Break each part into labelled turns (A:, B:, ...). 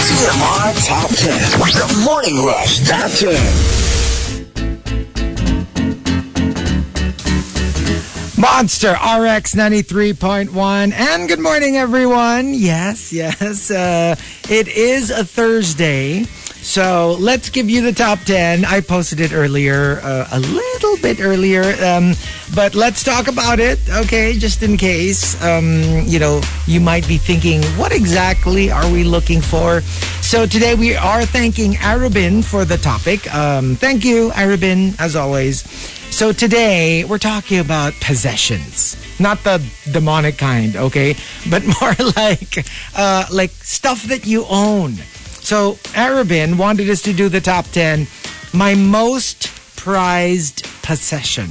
A: TMR Top 10. The Morning Rush Top 10.
B: Monster RX 93.1. And good morning, everyone. Yes, yes. Uh, it is a Thursday. So let's give you the top 10. I posted it earlier, uh, a little bit earlier. Um, but let's talk about it, okay? Just in case, um, you know, you might be thinking, what exactly are we looking for? So today we are thanking Arabin for the topic. Um, thank you, Arabin, as always. So today we're talking about possessions, not the demonic kind, okay? But more like uh, like stuff that you own. So Arabin wanted us to do the top ten, my most prized possession.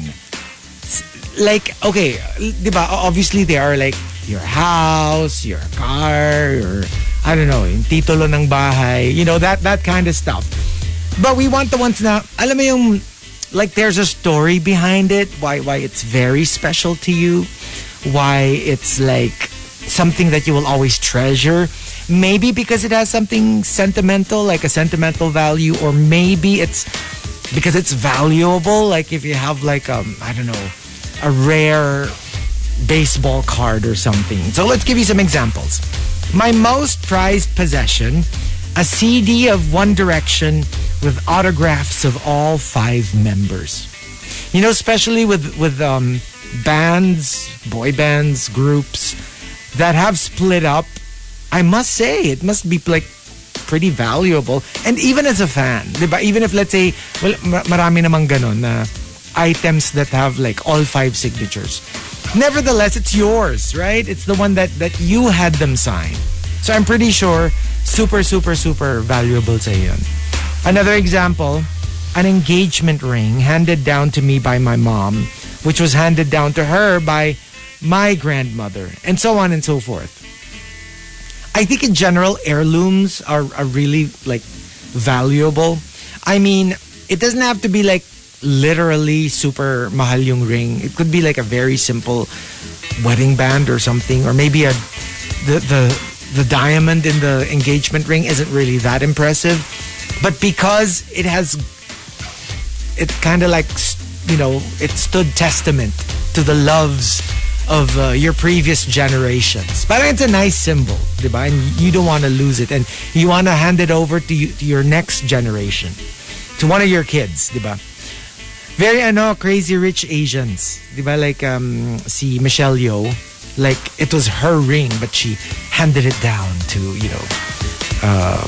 B: S- Like okay, di ba? O- Obviously they are like your house, your car, or I don't know, yung titulo ng bahay, you know that that kind of stuff. But we want the ones na, alam mo yung, like there's a story behind it, why why it's very special to you, why it's like something that you will always treasure. Maybe because it has something sentimental, like a sentimental value, or maybe it's because it's valuable, like if you have like um I don't know, a rare baseball card or something. So let's give you some examples. My most prized possession a CD of One Direction with autographs of all five members. You know, especially with, with um, bands, boy bands, groups that have split up, I must say it must be like pretty valuable. And even as a fan, diba? even if let's say, well, ma- marami namang ganun na items that have like all five signatures. Nevertheless, it's yours, right? It's the one that, that you had them sign. So I'm pretty sure super, super, super valuable sa yun. Another example, an engagement ring handed down to me by my mom, which was handed down to her by my grandmother, and so on and so forth. I think in general, heirlooms are, are really like valuable. I mean, it doesn't have to be like literally super mahal yung ring. It could be like a very simple wedding band or something, or maybe a the the the diamond in the engagement ring isn't really that impressive, but because it has it kind of like you know it stood testament to the loves of uh, your previous generations. But it's a nice symbol, diba? And you don't want to lose it, and you want to hand it over to, you, to your next generation, to one of your kids, diba? Very ano, crazy rich Asians, diba? Like um, si Michelle Yeoh, like it was her ring, but she handed it down to you know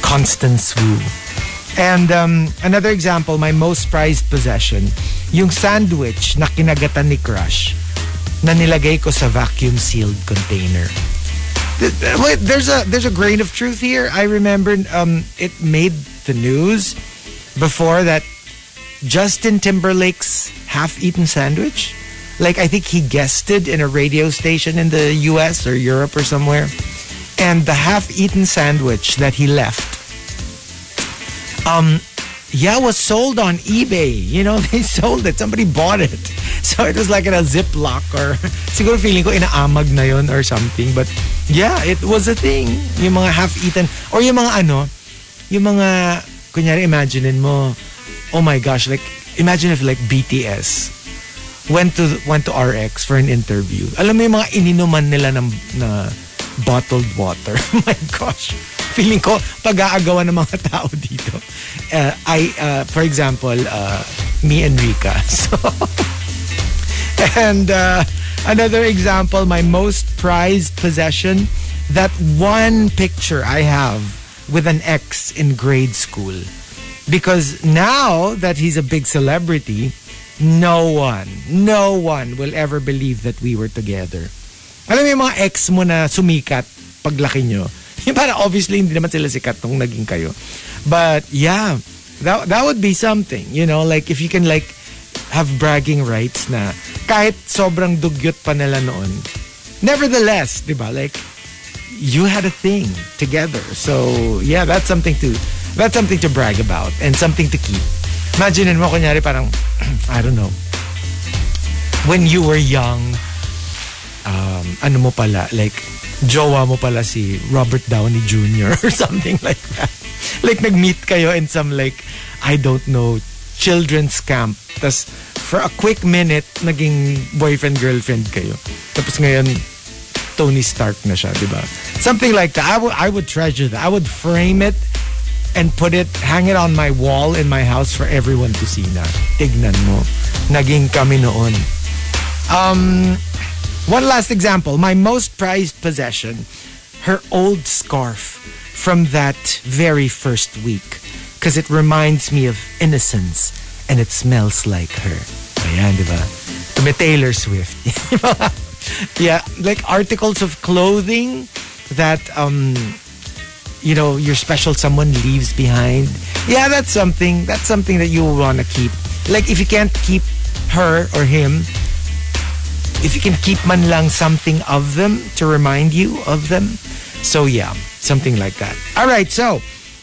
B: Constance Wu. And um, another example, my most prized possession, yung sandwich na kinagatan ni Crush na nilagay ko sa vacuum sealed container. Th- th- Wait, there's a there's a grain of truth here. I remember um, it made the news before that Justin Timberlake's half-eaten sandwich. Like I think he guested in a radio station in the U.S. or Europe or somewhere, and the half-eaten sandwich that he left yeah, it was sold on eBay. You know, they sold it. Somebody bought it. So it was like in a Ziploc or siguro feeling ko inaamag na yon or something. But yeah, it was a thing. Yung mga half-eaten or yung mga ano, yung mga, kunyari imaginein mo, oh my gosh, like, imagine if like BTS went to went to RX for an interview. Alam mo yung mga ininuman nila ng na bottled water. My gosh. Feeling ko pag-aagawan ng mga tao dito. Uh, I uh, for example, uh, me and Rika. So and uh, another example, my most prized possession, that one picture I have with an ex in grade school. Because now that he's a big celebrity, no one, no one will ever believe that we were together. Alam mo yung mga ex mo na sumikat paglaki nyo. Yung parang obviously hindi naman sila sikat nung naging kayo. But yeah, that, that would be something. You know, like if you can like have bragging rights na kahit sobrang dugyot pa nila noon. Nevertheless, di ba? Like, you had a thing together. So yeah, that's something to that's something to brag about and something to keep. Imagine mo kunyari parang I don't know. When you were young, um, ano mo pala like jowa mo pala si Robert Downey Jr. or something like that. Like nag-meet kayo in some like, I don't know, children's camp. Tapos for a quick minute, naging boyfriend-girlfriend kayo. Tapos ngayon, Tony Stark na siya, di ba? Something like that. I would I would treasure that. I would frame it and put it, hang it on my wall in my house for everyone to see na. Tignan mo. Naging kami noon. Um, One last example. My most prized possession, her old scarf from that very first week. Because it reminds me of innocence and it smells like her. Ayan, di ba? May Taylor Swift. yeah, like articles of clothing that, um, you know, your special someone leaves behind. Yeah, that's something. That's something that you want to keep. Like if you can't keep her or him, if you can keep man lang something of them to remind you of them. So yeah, something like that. All right, so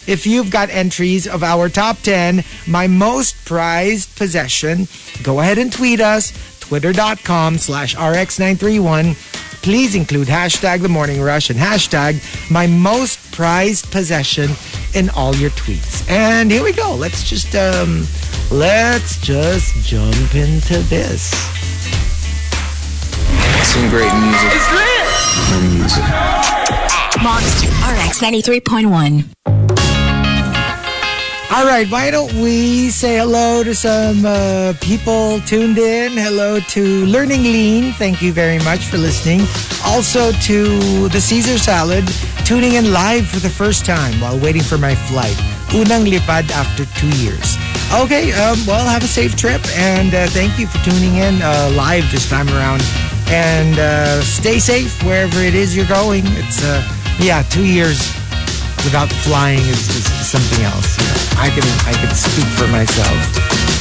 B: if you've got entries of our top 10, my most prized possession, go ahead and tweet us, twitter.com slash rx931. Please include hashtag the morning rush and hashtag my most prized possession in all your tweets. And here we go. Let's just um let's just jump into this.
C: Some great music. It's music.
D: Monster RX 93.1.
B: All right, why don't we say hello to some uh, people tuned in? Hello to Learning Lean. Thank you very much for listening. Also to the Caesar Salad, tuning in live for the first time while waiting for my flight. Unang lipad after two years. Okay, um, well, have a safe trip and uh, thank you for tuning in uh, live this time around. And uh, stay safe wherever it is you're going. It's, uh, yeah, two years without flying is, is something else. You know? I can I can speak for myself.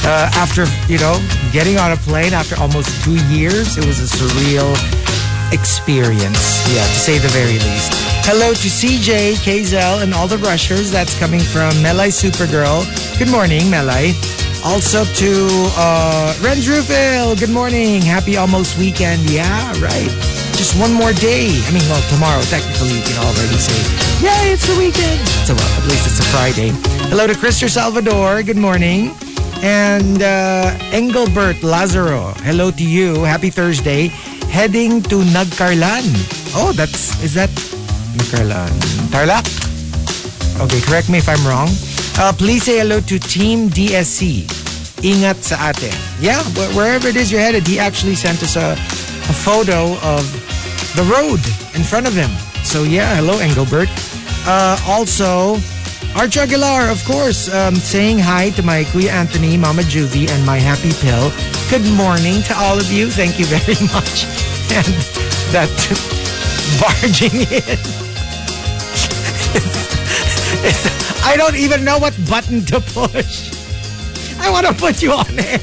B: Uh, after you know getting on a plane after almost two years, it was a surreal experience. Yeah, to say the very least. Hello to CJ, KZL, and all the rushers. That's coming from Melai Supergirl. Good morning, Melai. Also to uh, Renz Rufil. Good morning. Happy almost weekend. Yeah, right just one more day. I mean, well, tomorrow, technically, you can already say, yay, it's the weekend. So, well, at least it's a Friday. Hello to Christopher Salvador. Good morning. And uh, Engelbert Lazaro. Hello to you. Happy Thursday. Heading to Nagcarlan. Oh, that's, is that Nagcarlan? Tarlac? Okay, correct me if I'm wrong. Uh, please say hello to Team DSC. Ingat sa ate. Yeah, wh- wherever it is you're headed, he actually sent us a, a photo of the road in front of him. So yeah, hello Engelbert. Uh, also, Arch Aguilar, of course, um, saying hi to my Kuya Anthony, Mama Juvie, and my Happy Pill. Good morning to all of you. Thank you very much. And that barging in. It's, I don't even know what button to push. I want to put you on air.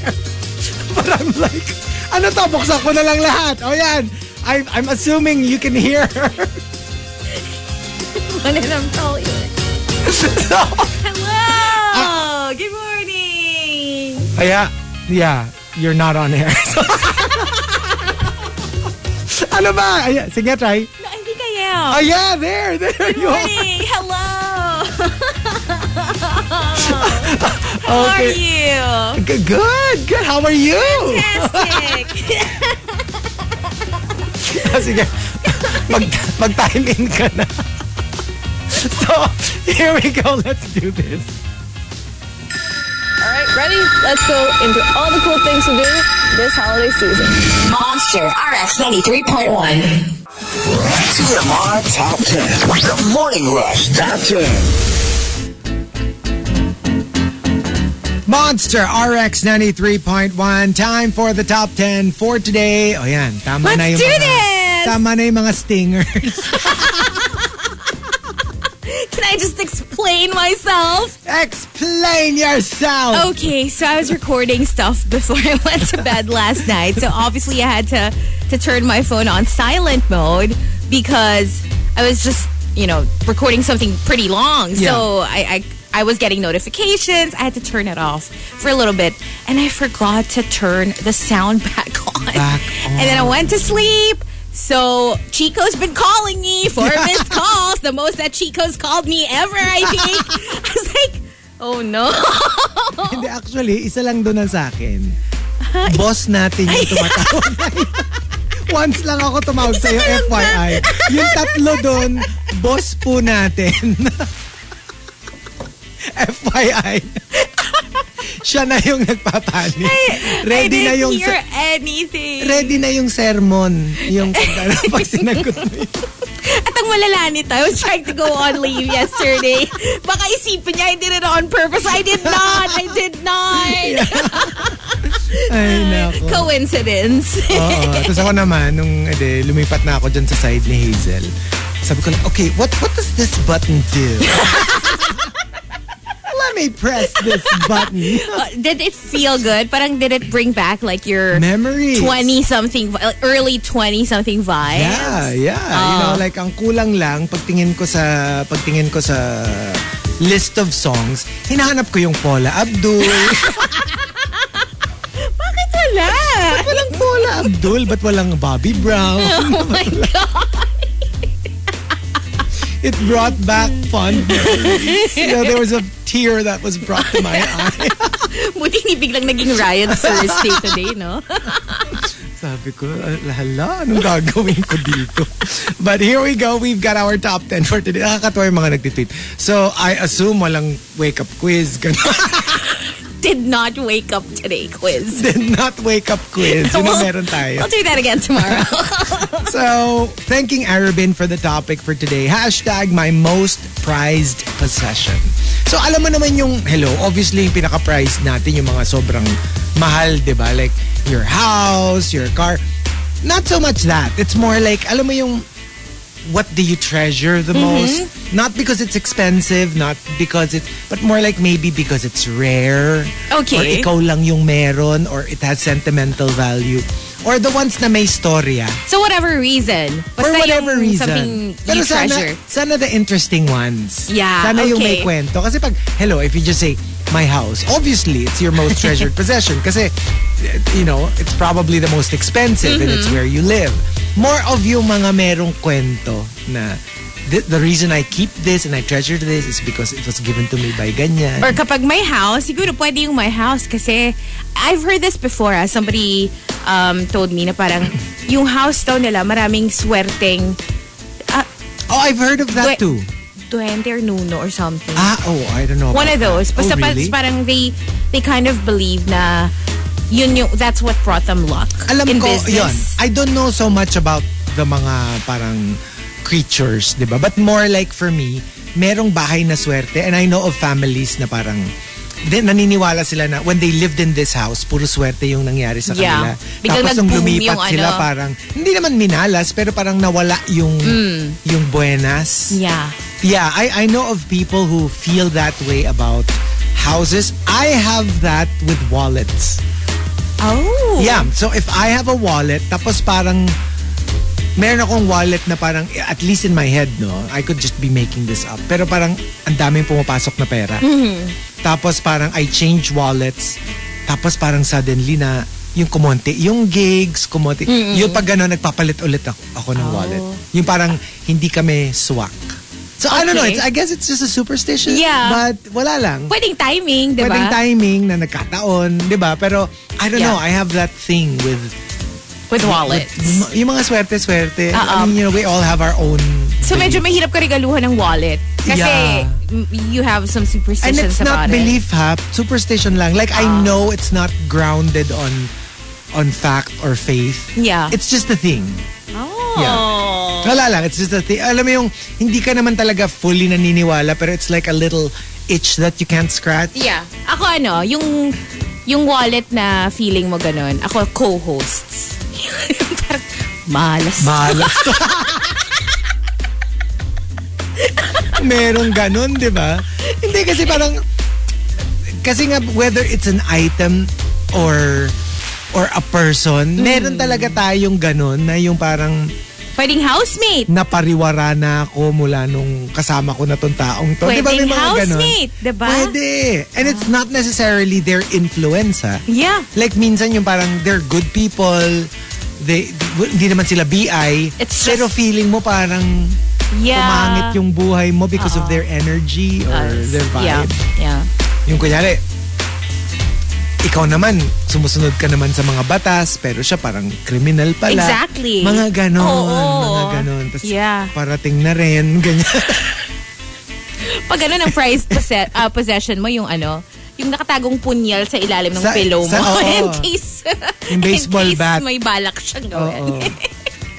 B: But I'm like, ano to? Buksan ko na lang lahat. O yan. I, I'm assuming you can hear her.
E: Ano lang tao yun?
B: So,
E: Hello! Oh, Good morning!
B: Oh, yeah, yeah, you're not on air. So, ano ba? Ayan, sige, try.
E: No, hindi kayo.
B: Oh, yeah, there, there
F: Oh.
B: you are.
E: Morning! Hello! How
B: Okay.
E: are you?
B: Good, good, good. How are you?
E: Fantastic!
B: Ah, Sige. Mag, mag-time in ka na. So, here we go. Let's do this.
F: All right, ready? Let's go into all the cool things to do this holiday season.
D: Monster RX 93.1.
A: TMR Top 10. The Morning Rush Top 10.
B: Monster RX 93.1. Time for the top 10 for today. O yan, tama na yung
E: Let's do
B: mga,
E: this!
B: Tama na yung mga stingers.
E: Can I just explain myself?
B: Explain yourself.
E: Okay, so I was recording stuff before I went to bed last night. So obviously I had to to turn my phone on silent mode because I was just, you know, recording something pretty long. So I, I I was getting notifications. I had to turn it off for a little bit. And I forgot to turn the sound back on.
B: Back
E: And then I went to sleep. So Chico's been calling me for missed calls, the most that Chico's called me ever, I think. I was like, oh no.
B: Hindi, actually, isa lang doon ang sa akin. Boss natin yung tumatawag. Once lang ako tumawag sa'yo,
E: ka lang ba?
B: FYI. Yung tatlo doon, boss po natin. FYI. Siya na yung nagpapanik. Ready
E: I
B: na
E: didn't
B: yung...
E: hear
B: se-
E: anything.
B: Ready na yung sermon. Yung pag sinagot mo yun.
E: At ang malala nito, I was trying to go on leave yesterday. Baka isipin niya, I did it on purpose. I did not. I did not.
B: Ay, nako.
E: Coincidence.
B: Oo. Tapos ako naman, nung edi, lumipat na ako dyan sa side ni Hazel. Sabi ko lang, okay, what what does this button do? Let me press this button.
E: Uh, did it feel good? Parang did it bring back like your
B: Memories.
E: 20 something, early 20 something vibes?
B: Yeah, yeah. you know, like ang kulang lang pagtingin ko sa pagtingin ko sa list of songs, hinahanap ko yung Paula Abdul.
E: Bakit wala?
B: walang Paula Abdul, but walang Bobby Brown.
E: oh my God.
B: It brought back fun memories. You know, there was a tear that was brought to my eye.
E: Buti hindi biglang naging Ryan Thursday today, no?
B: Sabi ko, hala, anong gagawin ko dito? But here we go. We've got our top 10 for today. Nakakatawa yung mga nagtitweet. So, I assume walang wake-up quiz. Ganun.
E: Did not wake up today quiz.
B: Did not wake-up quiz. Yun ang meron tayo.
E: I'll do that again tomorrow.
B: So, thanking Arabin for the topic for today. Hashtag my most prized possession. So, alam mo naman yung, hello, obviously yung pinaka-prized natin, yung mga sobrang mahal, di ba? Like, your house, your car. Not so much that. It's more like, alam mo yung, what do you treasure the most? Not because it's expensive, not because it's, but more like maybe because it's rare.
E: Okay.
B: Or ikaw lang yung meron, or it has sentimental value. Or the ones na may story, ah.
E: so whatever reason.
B: For
E: basta
B: whatever
E: yung
B: reason.
E: Something you
B: sana,
E: treasure.
B: sana the interesting ones.
E: Yeah,
B: Sana yung may
E: okay.
B: kwento. Kasi pag, hello, if you just say, my house, obviously, it's your most treasured possession. Kasi, you know, it's probably the most expensive and
E: Mm-hmm.
B: it's where you live. More of yung mga merong kwento na, the, the reason I keep this and I treasure this is because it was given to me by ganyan.
E: Or kapag my house, siguro pwede yung my house kasi I've heard this before. Ah. Somebody um, told me na parang yung house daw nila maraming swerteng
B: oh, I've heard of that
E: Wait.
B: too.
E: duwende or nuno or something.
B: Ah, oh, I don't know.
E: One
B: about
E: of those.
B: that.
E: Basta
B: oh,
E: pa-
B: really?
E: parang they, they kind of believe na yun yung, that's what brought them luck
B: alam
E: in
B: ko, yun.
E: business.
B: I don't know so much about the mga parang creatures, di ba? But more like for me, merong bahay na swerte and I know of families na parang then naniniwala sila na when they lived in this house, puro swerte yung nangyari sa
E: Yeah.
B: kanila.
E: Biglang
B: Tapos nung
E: nag-boom
B: lumipat
E: yung ano.
B: sila parang hindi naman minalas pero parang nawala yung
E: Hmm.
B: yung buenas.
E: Yeah.
B: Yeah, I, I know of people who feel that way about houses. I have that with wallets.
E: Oh.
B: Yeah, so if I have a wallet, tapos parang meron akong wallet na parang, at least in my head, no, I could just be making this up. Pero parang ang daming pumapasok na pera.
E: Mm-hmm.
B: Tapos parang I change wallets. Tapos parang suddenly na yung kumonte, yung gigs, kumonte. Yung pag gano'n, nagpapalit ulit ako, ako ng wallet.
E: Oh.
B: Yung parang hindi kami swak. So I don't know, it's,
E: Okay.
B: I guess it's just a superstition.
E: Yeah.
B: But wala lang
E: Pwedeng timing, di ba?
B: pwedeng timing na nagkataon, di ba? Pero, I don't
E: Yeah.
B: know, I have that thing with...
E: With wallets.
B: with- yung mga swerte-swerte. I
E: Uh-uh.
B: mean, you know, we all have our own...
E: So medyo mahirap ka regaluhan ng wallet. Kasi
B: Yeah.
E: m- you have
B: And
E: some
B: it's
E: superstitions
B: not
E: about it.
B: belief, ha? Superstition lang. Like, I know it's not grounded on on fact or faith.
E: Yeah.
B: It's just a thing.
E: Oh.
B: Wala lang. It's just a thing. Alam mo yung, hindi ka naman talaga fully naniniwala, pero it's like a little itch that you can't scratch.
E: Yeah. Ako ano, yung yung wallet na feeling mo ganun, ako co-hosts. Parang malas.
B: Malas to. Merong ganun, di ba? Hindi kasi parang, kasi nga whether it's an item or or a
E: Hmm.
B: person, meron talaga tayong ganun na yung parang
E: Pwedeng housemate.
B: napariwara na ako mula nung kasama ko na tong taong to. Di ba may
E: Pwedeng
B: mga ganun?
E: housemate, di ba? Ah.
B: Pwede. And it's not necessarily their influence, ha?
E: Yeah.
B: Like minsan yung parang they're good people, they, hindi naman sila BI,
E: It's just-
B: pero feeling mo parang
E: Yeah.
B: pumangit yung buhay mo because of their energy or
E: Uh,
B: their
E: Yeah,
B: vibe.
E: yeah.
B: Yung kunyari, ikaw naman, sumusunod ka naman sa mga batas, pero siya parang criminal pala.
E: Exactly.
B: Mga ganon,
E: Oo.
B: mga ganon. Tapos
E: Yeah.
B: parating na rin, ganyan.
E: Pag ano ng prized posse- ah, possession mo, yung ano, yung nakatagong punyal sa ilalim ng
B: Sa-
E: pillow mo.
B: sa- oo.
E: in case,
B: Yung baseball
E: in case
B: bat.
E: may balak siyang gawin.
B: Oo.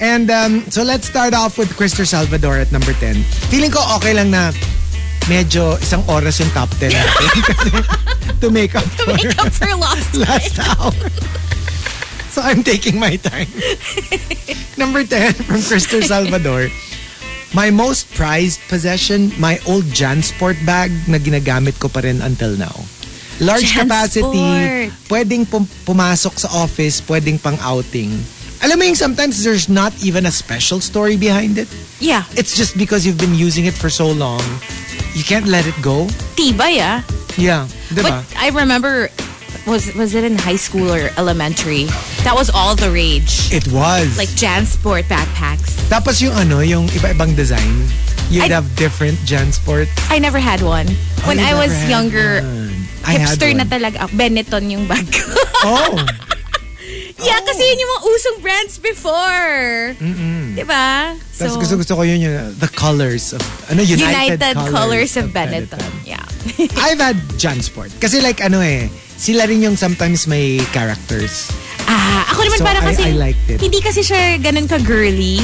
B: And um, so let's start off with Christopher Salvador at number 10. Feeling ko okay lang na medyo isang oras yung top 10 natin. Kasi to make up for
E: Make up for lost
B: last hour. so I'm taking my time. number 10 from Christopher Salvador. My most prized possession, my old Jansport bag na ginagamit ko pa rin until now. Large
E: Jansport.
B: capacity, pwedeng pum- pumasok sa office, pwedeng pang outing. Alam mo yung sometimes there's not even a special story behind it.
E: Yeah.
B: It's just because you've been using it for so long, you can't let it go.
E: Tibay ah.
B: Yeah, diba?
E: But I remember, was was it in high school or elementary? That was all the rage.
B: it was.
E: Like Jansport backpacks.
B: Tapos yung ano, yung iba-ibang design, you'd
E: I-
B: have different Jansport.
E: I never had one. When
B: Oh,
E: I
B: you've
E: was
B: never had
E: younger,
B: one. I had
E: hipster na
B: one.
E: talaga. ako. Benetton yung bag ko.
B: Oh,
E: yeah, kasi yun yung mga usong brands before. Mm-mm. Diba?
B: tapos gusto-gusto ko yun yung uh, the colors of, ano, United,
E: United Colors of
B: Benetton.
E: Benetton. Yeah.
B: I've had Jansport. Kasi like ano eh, sila rin yung sometimes may characters.
E: Ah, ako naman
B: So,
E: parang
B: I-
E: kasi
B: I liked it.
E: hindi kasi siya ganun ka girly.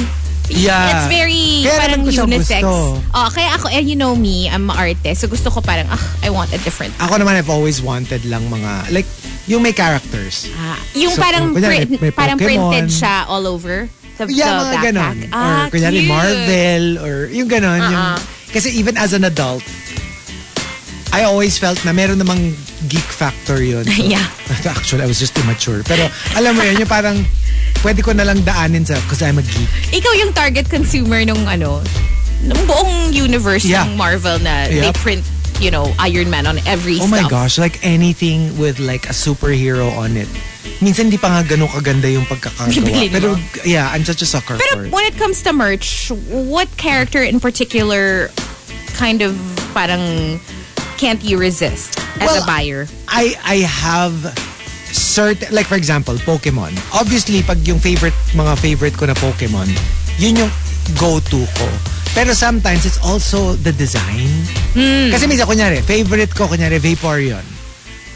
B: Yeah.
E: It's very
B: Kaya
E: parang
B: naman ko siya
E: unisex.
B: gusto.
E: Oh, kaya ako, and you know me, I'm an artist. So gusto ko parang, ah, I want a different.
B: Ako naman, I've always wanted lang mga, like, yung may characters.
E: Ah, yung
B: So,
E: parang
B: kung kunyari,
E: print,
B: may
E: parang
B: Pokemon.
E: printed siya all over the,
B: Yeah, mga
E: the backpack.
B: ganon.
E: Ah,
B: or kunyari
E: cute. Uh-uh.
B: Marvel or yung ganon. Yung, kasi even as an adult, I always felt na meron namang geek factor yun. So,
E: Yeah.
B: Actually, I was just immature. Pero alam mo yun, yung parang pwede ko nalang daanin sa because I'm a geek.
E: Ikaw yung target consumer nung ano, nung buong universe
B: Yeah.
E: ng Marvel na they
B: Yep.
E: print, you know, Iron Man on every
B: Oh
E: stuff.
B: my gosh, like anything with like a superhero on it. Minsan hindi pa nga ganun kaganda yung pagkakagawa.
E: Bibilin mo.
B: Pero yeah, I'm such a sucker for
E: Pero
B: it.
E: when it comes to merch, what character in particular kind of parang can't you resist as
B: Well,
E: a buyer?
B: I I have certain like for example Pokemon. Obviously pag yung favorite mga favorite ko na Pokemon, yun yung go-to ko. Pero sometimes it's also the design.
E: Hmm.
B: Kasi minsan kunyari, favorite ko kunyari Vaporeon.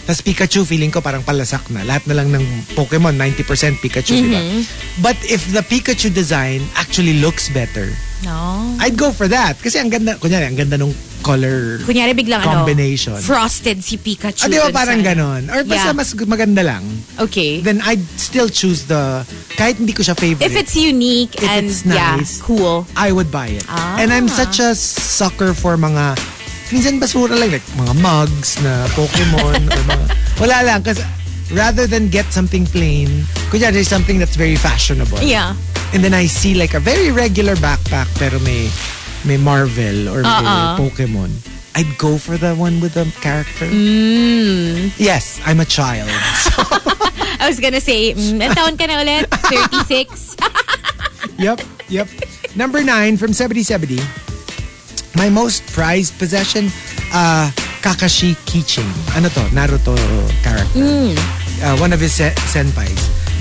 B: Tapos Pikachu, feeling ko parang palasak na. Lahat na lang ng Pokemon, 90% Pikachu, di ba?
E: Mm-hmm.
B: But if the Pikachu design actually looks better,
E: No.
B: I'd go for that. Kasi ang ganda, kunyari, ang ganda nung color
E: Kunyari biglang
B: combination.
E: ano, frosted si
B: Ah,
E: Pikachu.
B: di ba
E: dun sa
B: parang
E: ano.
B: ganon? Or basta
E: Yeah.
B: mas maganda lang.
E: Okay.
B: Then I'd still choose the, kahit hindi ko siya favorite,
E: if it's unique
B: If
E: and
B: it's nice.
E: yeah, cool.
B: I would buy it.
E: Ah.
B: And I'm such a sucker for mga, minsan basura lang, like mga mugs na Pokemon or mga, wala lang. Kasi rather than get something plain, kunya there's something that's very fashionable.
E: Yeah.
B: And then I see like a very regular backpack pero may, may Marvel or may
E: Uh-uh.
B: Pokemon. I'd go for the one with the character.
E: Mm.
B: Yes, I'm a child.
E: I was gonna say, mm, ang taon ka na ulit? Ah, 36?
B: yep, yep. Number nine from 7070. My most prized possession, uh, Kakashi keychain. Ano to? Naruto character.
E: Hmm.
B: Uh, one of his se- senpais.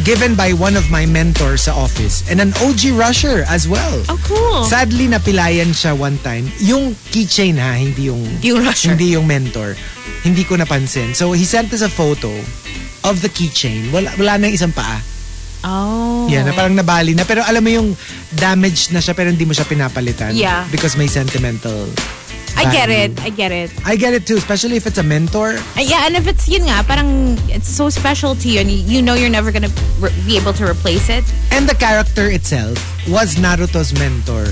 B: Given by one of my mentors sa office. And an OG rusher as well.
E: Oh, cool.
B: Sadly, napilayan siya one time. Yung keychain ha, hindi yung...
E: Yung rusher.
B: Hindi yung mentor. Hindi ko napansin. So, he sent us a photo of the keychain. Wala, wala na yung isang paa.
E: oh.
B: Yeah, na parang nabali na. Pero alam mo yung damage na siya pero hindi mo siya pinapalitan.
E: Yeah.
B: Because may sentimental
E: I get
B: value.
E: it. I get it.
B: I get it too, especially if it's a mentor.
E: Uh, Yeah, and if it's yun nga, parang it's so special to you and you you know you're never gonna re- be able to replace it.
B: And the character itself was Naruto's mentor.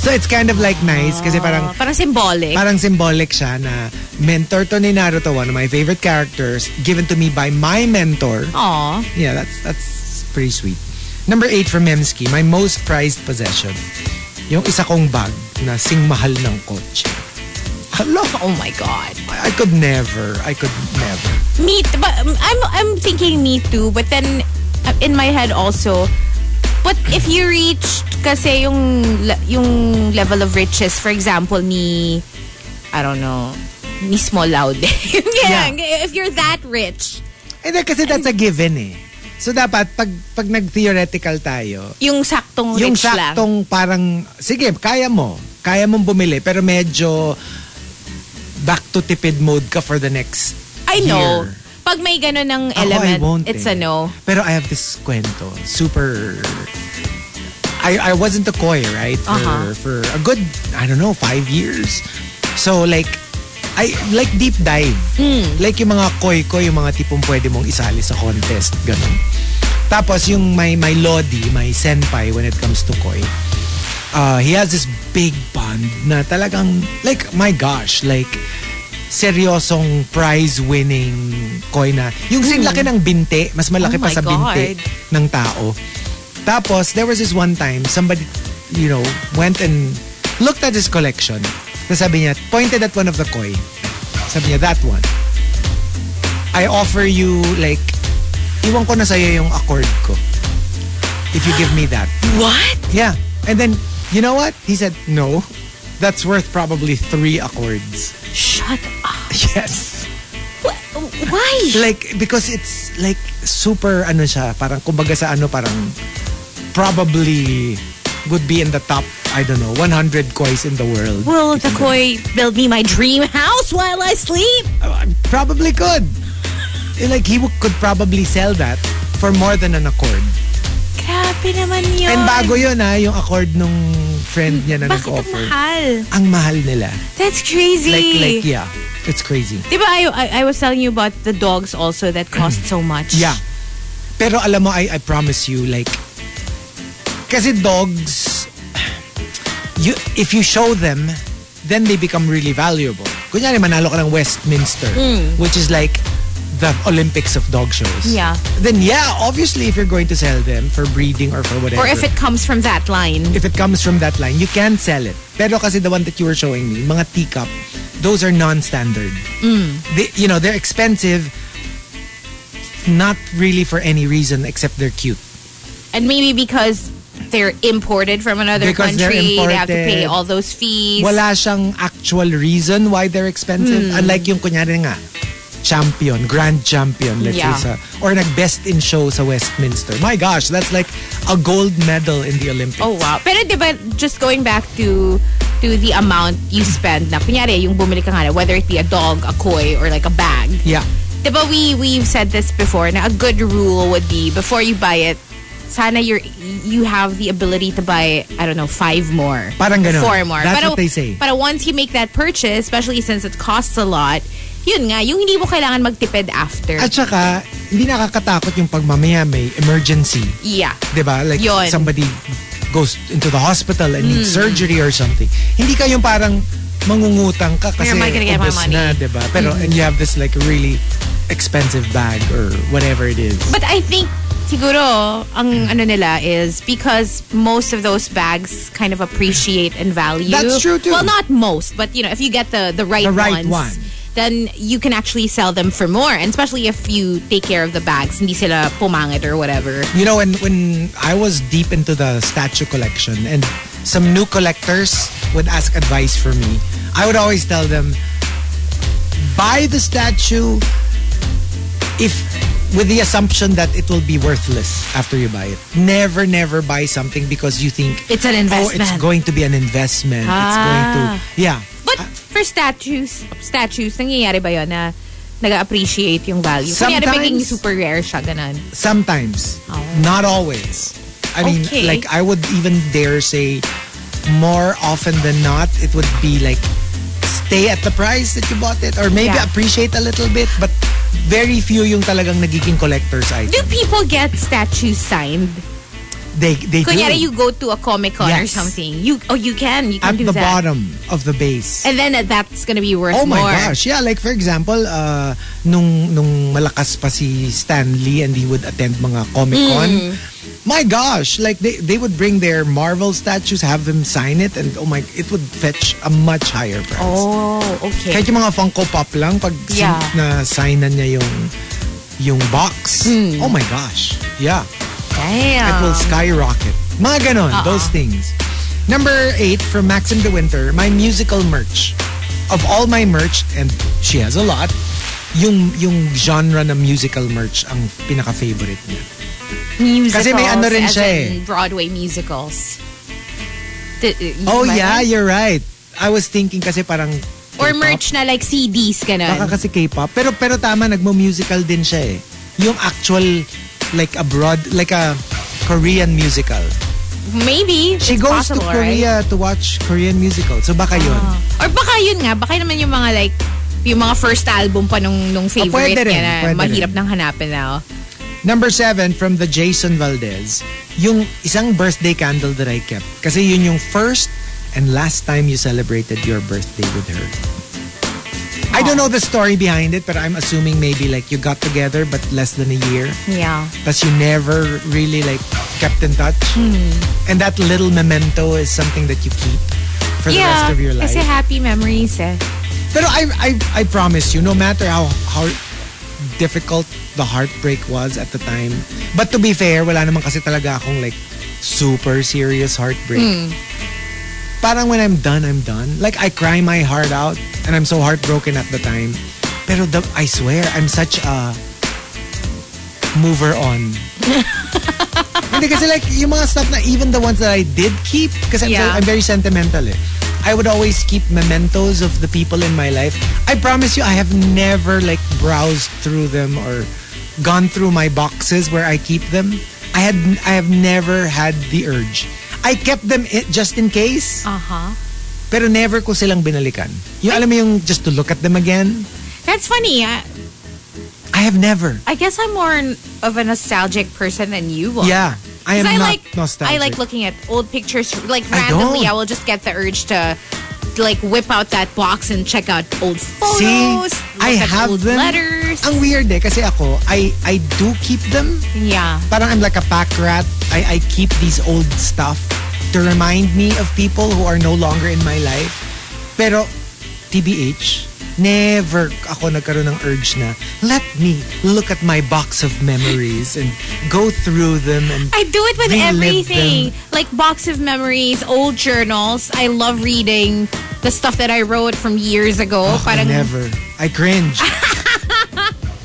B: So it's kind of like nice kasi parang
E: Parang symbolic.
B: parang symbolic siya na mentor to ni Naruto, one of my favorite characters, given to me by my mentor.
E: Aw.
B: Yeah, that's that's pretty sweet. Number eight from Memski, my most prized possession. Yung isa kong bag na sing mahal ng kotse. Hala,
E: Oh my god.
B: I could never. I could never.
E: Me, t- but um, I'm I'm thinking me too. But then uh, in my head also, But if you reach kasi yung le- yung level of riches, for example, ni I don't know, ni Small Laude. yeah, If you're that rich,
B: Hindi, Eh, kasi that's a given eh. So dapat, pag, pag nag-theoretical tayo,
E: yung saktong
B: yung
E: rich lang.
B: saktong parang, sige, kaya mo. Kaya mong bumili, pero medyo back to tipid mode ka for the next
E: I know.
B: year.
E: Pag may ganun ng
B: Ako, I
E: element,
B: won't
E: it's
B: eh.
E: a no.
B: Pero I have this kwento. Super... I, I wasn't a koi, right? For,
E: Uh-huh.
B: for a good, I don't know, five years. So like, I like deep dive.
E: Hmm.
B: Like yung mga koi-koi, yung mga tipong pwede mong isali sa contest, ganun. Tapos yung my, my lodi, my senpai when it comes to koi, uh, he has this big bond na talagang, like, my gosh, like, seryosong prize-winning koi na. Yung kasing laki ng binte, mas malaki
E: Hmm. Oh
B: pa
E: my
B: sa binte
E: God.
B: ng tao. Tapos, there was this one time, somebody, you know, went and looked at his collection. Tapos sabi niya, pointed at one of the koi. Sabi niya, that one. I offer you, like, iwan ko na sa'yo yung accord ko. If you give me that.
E: What?
B: Yeah. And then, you know what? He said, no. That's worth probably three accords.
E: Shut up.
B: Yes.
E: Wh- Why?
B: Like, because it's like super, ano siya, parang kumbaga sa ano, parang probably would be in the top, I don't know, 100 kois in the world.
E: Will the koi build me my dream house while I sleep?
B: Uh, Probably could. Eh, Like, he w- could probably sell that for more than an accord.
E: Grabe naman yun.
B: And bago yun ha, yung accord nung friend niya na
E: Bakit ang
B: nag-offer.
E: mahal? Eh.
B: Ang mahal nila.
E: That's crazy.
B: Like, like, yeah. It's crazy.
E: Diba, I, I, I was telling you about the dogs also that cost so much.
B: Yeah. Pero alam mo, I, I promise you, like, kasi dogs, you, if you show them, then they become really valuable. Kunyari, manalo ka ng Westminster,
E: Hmm.
B: which is like the Olympics of dog shows.
E: Yeah.
B: Then yeah, obviously, if you're going to sell them for breeding or for whatever.
E: Or if it comes from that line.
B: if it comes from that line, you can sell it. Pero kasi the one that you were showing me, mga teacup, those are non-standard.
E: Mm.
B: They, you know, they're expensive, not really for any reason except they're cute.
E: And maybe because they're imported from another
B: Because they're
E: country, they have to pay
B: imported.
E: all those fees.
B: Wala siyang actual reason why they're expensive.
E: Mm.
B: Unlike yung kunyari nga, champion, grand champion, let's
E: Yeah.
B: say, sa, or nag-best in show sa Westminster. My gosh, that's like a gold medal in the Olympics.
E: Oh wow. Pero 'di ba just going back to to the amount you spend na kunyari yung bumili ka nga na, whether it be a dog, a koi or like a bag.
B: Yeah.
E: 'Di ba Diba we we've said this before na a good rule would be before you buy it sana you're, you have the ability to buy, I don't know, five more.
B: Parang ganun.
E: Four more.
B: That's
E: pero,
B: what they say.
E: Pero once you make that purchase, especially since it costs a lot, yun nga, yung hindi mo kailangan magtipid after.
B: At saka, hindi nakakatakot yung pagmamaya may emergency.
E: yeah.
B: 'di ba? Like
E: Yun. Mm.
B: somebody goes into the hospital and needs surgery or something. Hindi ka yung parang mangungutang ka kasi
E: Where am I gonna get my
B: ubos
E: money? Mm.
B: na, 'di ba? Pero and you have this like really expensive bag or whatever it is.
E: But I think siguro ang ano nila is because most of those bags kind of appreciate and value.
B: That's true, too.
E: Well, not most, but you know, if you get the the right,
B: The right
E: ones,
B: one.
E: then you can actually sell them for more. And especially if you take care of the bags, hindi sila pumangit or whatever.
B: You know, when when I was deep into the statue collection and some new collectors would ask advice for me, I would always tell them buy the statue if with the assumption that it will be worthless after you buy it. Never never buy something because you think
E: It's an
B: Oh, it's
E: investment. Ah.
B: going to be an investment. It's going to yeah.
E: But for statues, statues, nangyayari ba yun na nag-appreciate yung value? Kunyari,
B: Sometimes-
E: magiging super rare siya, ganun.
B: Sometimes, not always. I mean,
E: Okay.
B: like I would even dare say, more often than not, it would be like stay at the price that you bought it, or maybe
E: Yeah.
B: appreciate a little bit, but very few yung talagang nagiging collectors item.
E: Do people get statues signed?
B: They they
E: Kunyari,
B: do
E: you go to a Comic Con or
B: Yes.
E: something. You oh, you can. You
B: at
E: can do
B: the
E: that.
B: bottom of the base.
E: And then uh, that's gonna be worth
B: Oh my
E: more.
B: gosh. Yeah, like for example, uh, nung, nung malakas pa si Stanley and he would attend mga Comic-Con.
E: Hmm.
B: My gosh, like they, they would bring their Marvel statues, have them sign it, and oh my, it would fetch a much higher price.
E: Oh, okay.
B: Kahit yung mga Funko Pop lang, pag sin-
E: Yeah. Hmm.
B: na signan niya yung, yung box. Oh my gosh. Yeah.
E: Damn.
B: It will
E: Ah.
B: skyrocket. Mga ganon, those things. Number eight from Maxim De Winter, my musical merch. Of all my merch, and she has a lot, yung, yung genre na musical merch ang pinaka-favorite niya.
E: musicals.
B: Kasi may ano rin
E: as
B: siya eh.
E: in Broadway musicals. Th- yun
B: Oh
E: ba
B: yeah,
E: yun?
B: you're right. I was thinking kasi parang
E: Or
B: K-pop.
E: merch na like CDs,
B: Baka
E: ganun.
B: kasi K-pop. Pero pero tama, nagmo-musical din siya eh. Yung actual like abroad, like a Korean musical.
E: Maybe.
B: She
E: it's
B: goes
E: possible,
B: to
E: right? Ah.
B: Korea to watch Korean musical. So baka yun.
E: Or baka yun nga, baka naman yung mga like, yung mga first album pa nung, nung favorite
B: Ah, pwede rin,
E: niya na
B: pwede
E: mahirap
B: rin.
E: nang hanapin oh. now.
B: Number seven from the Jason Valdez. Yung isang birthday candle that I kept. Kasi yun yung first and last time you celebrated your birthday with her. I don't know the story behind it, but I'm assuming maybe like you got together but less than a year.
E: Yeah.
B: Tapos you never really like kept in touch.
E: Hmm.
B: And that little memento is something that you keep for the
E: yeah,
B: rest of your life.
E: kasi happy memories eh.
B: Pero I, I, I promise you, no matter how, how difficult the heartbreak was at the time, but to be fair, wala naman kasi talaga akong like super serious heartbreak. Parang when I'm done, I'm done. Like I cry my heart out and I'm so heartbroken at the time. Pero the, I swear, I'm such a mover on. Hindi kasi like yung mga stuff na even the ones that I did keep kasi I'm, so-
E: Yeah.
B: I'm very sentimental eh. I would always keep mementos of the people in my life. I promise you I have never like browsed through them or gone through my boxes where I keep them. I had I have never had the urge. I kept them i- just in case,
E: Uh-huh.
B: pero never ko silang binalikan. Yung alam mo yung just to look at them again,
E: That's funny. I,
B: I have never.
E: I guess I'm more an- of a nostalgic person than you are.
B: Yeah, I am
E: Because I
B: not
E: like
B: nostalgic.
E: I like looking at old pictures like
B: I
E: randomly.
B: don't.
E: I, will just get the urge to like whip out that box and check out old photos.
B: See,
E: look
B: I
E: at
B: have
E: old
B: them.
E: letters.
B: Ang weird eh, kasi ako, I, I do keep them.
E: yeah.
B: Parang I'm like a pack rat. I, I keep these old stuff to remind me of people who are no longer in my life. Pero, TBH, never ako nagkaroon ng urge na, let me look at my box of memories and go through them and
E: I do it with
B: relive
E: everything. Like box of memories, old journals. I love reading the stuff that I wrote from years ago.
B: Oh,
E: Parang-
B: never. I cringe.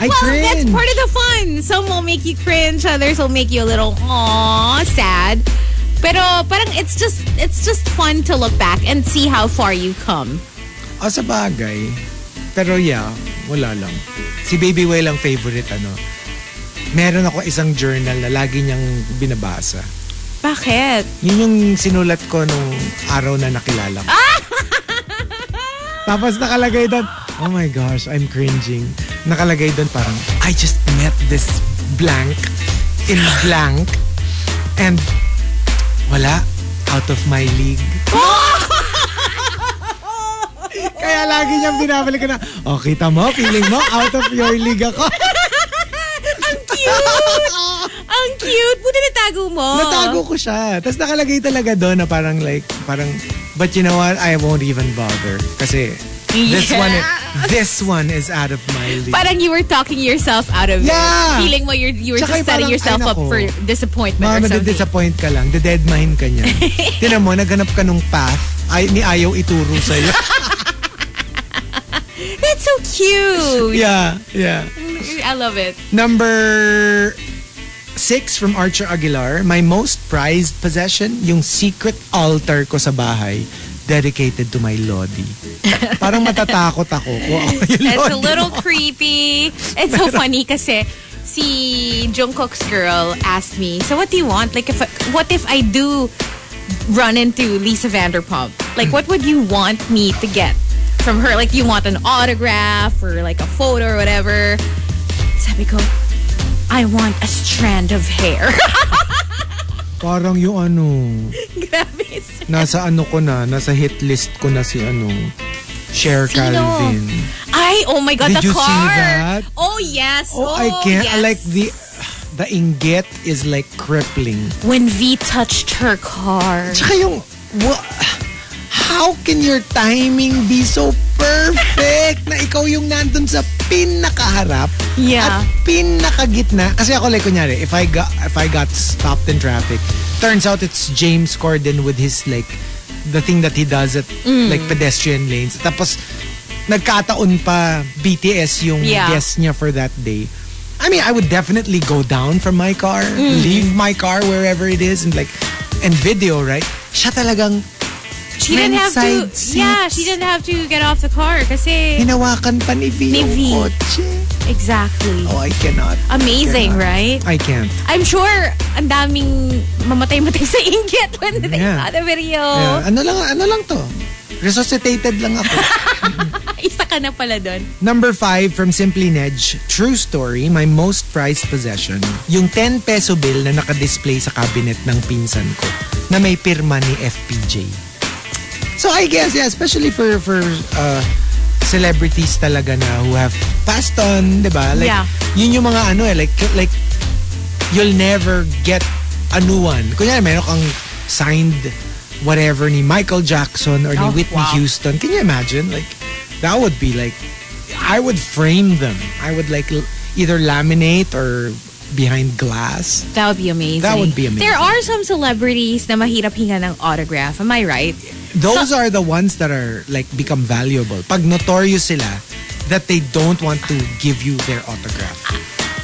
B: I
E: Well,
B: cringe.
E: that's part of the fun. Some will make you cringe, others will make you a little aw sad. Pero parang it's just it's just fun to look back and see how far you come.
B: O sa bagay. Pero yeah, wala lang. Si Baby Way lang favorite ano. Meron ako isang journal na lagi niyang binabasa.
E: Bakit?
B: Yun yung sinulat ko nung araw na nakilala ko. Tapos nakalagay doon, oh my gosh, I'm cringing. Nakalagay doon parang, I just met this blank in blank and wala, out of my league. Kaya lagi niyang binabalik na, oh, kita mo, feeling mo, out of your league ako.
E: Ang cute! Ang cute! Buti natago mo.
B: Natago ko siya. Tapos nakalagay talaga doon na parang like, parang, but you know what? I won't even bother. Kasi, this
E: Yeah.
B: one, this one is out of my league.
E: Parang you were talking yourself out of
B: Yeah.
E: it. Feeling mo you're, you were
B: Tsaka
E: just setting
B: parang,
E: yourself
B: ay,
E: up
B: nako.
E: for disappointment
B: Mga
E: or something.
B: madidisappoint ka lang. Dead mind ka niya. Tinan mo, naghanap ka nung path ay, ni ayaw ituro sa'yo.
E: That's so cute.
B: yeah, yeah.
E: I love it.
B: Number six from Archer Aguilar, my most prized possession, yung secret altar ko sa bahay dedicated to my Lodi. Parang matatakot ako. Wow, yung
E: It's a
B: Lodi
E: little
B: mo.
E: creepy. It's so funny kasi si Jungkook's girl asked me, so what do you want? Like, if what if I do run into Lisa Vanderpump?
B: Hmm.
E: Like, what would you want me to get from her? Like, you want an autograph or like a photo or whatever? Sabi ko, I want a strand of hair.
B: Parang yung ano,
E: Grabe.
B: nasa ano ko na, nasa hit list ko na si ano, Cher
E: Sino?
B: Calvin.
E: I, oh my God,
B: Did
E: the
B: you see
E: car.
B: that?
E: Oh, yes.
B: Oh, I can't.
E: yes.
B: I like the, the inget is like crippling.
E: When V touched her car.
B: Tsaka yung, wha- how can your timing be so perfect na ikaw yung nandun sa pinakaharap
E: Yeah.
B: at pinakagitna. Kasi ako like, kunyari, if I got, if I got stopped in traffic, turns out it's James Corden with his like, the thing that he does at
E: Mm.
B: like pedestrian lanes. Tapos, nagkataon pa BTS yung
E: Yeah.
B: guest niya for that day. I mean, I would definitely go down from my car,
E: Mm.
B: leave my car wherever it is, and like, and video, right? Siya talagang
E: She didn't have to.
B: Men's side
E: Yeah,
B: seats.
E: she didn't have to get off the car eh, kasi
B: hinawakan pa ni V
E: Ni
B: yung
E: V.
B: kotse.
E: exactly.
B: Oh, I cannot.
E: Amazing,
B: cannot.
E: right?
B: I can't.
E: I'm sure ang daming mamatay-matay sa inggit when they
B: Yeah.
E: saw the video.
B: Yeah, ano lang ano lang to? Resuscitated lang ako.
E: Isa ka na pala doon.
B: Number five from Simply Nedge. True story, my most prized possession. Yung 10 peso bill na nakadisplay sa cabinet ng pinsan ko na may pirma ni FPJ. So I guess, yeah, especially for for uh, celebrities talaga na who have passed on, di ba? Like,
E: Yeah.
B: yun yung mga ano eh, like, like you'll never get a new one. Kunyari, meron kang signed whatever ni Michael Jackson or ni
E: Oh,
B: Whitney
E: wow.
B: Houston. Can you imagine? Like, that would be like, I would frame them. I would like l- either laminate or behind glass.
E: That would be amazing.
B: That would be amazing.
E: There are some celebrities na mahirap hinga ng autograph. Am I right?
B: Those
E: So-
B: are the ones that are like become valuable. Pag notorious sila, that they don't want to give you their autograph.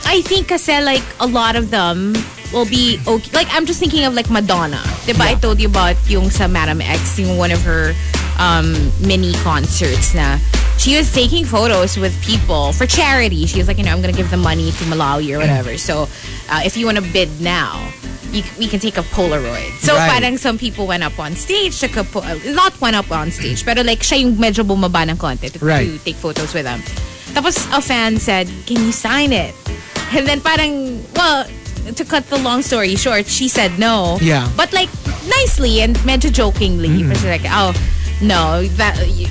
E: I think kasi like a lot of them will be okay. Like I'm just thinking of like Madonna. Diba I told you about yung sa Madam X, yung one of her um, mini concerts na she was taking photos with people for charity. She was like, you know, I'm gonna give the money to Malawi or
B: Mm.
E: whatever. So uh, if you wanna bid now, you, c- we can take a Polaroid. So
B: Right.
E: parang some people went up on stage, took a po- uh, not went up on stage, pero like siya yung medyo bumaba ng konti to,
B: Right.
E: to take photos with them. Tapos a fan said, can you sign it? And then parang, well, to cut the long story short, she said no.
B: Yeah. Mm-hmm.
E: But like, nicely and medyo jokingly. But she's like, oh, no, that, y-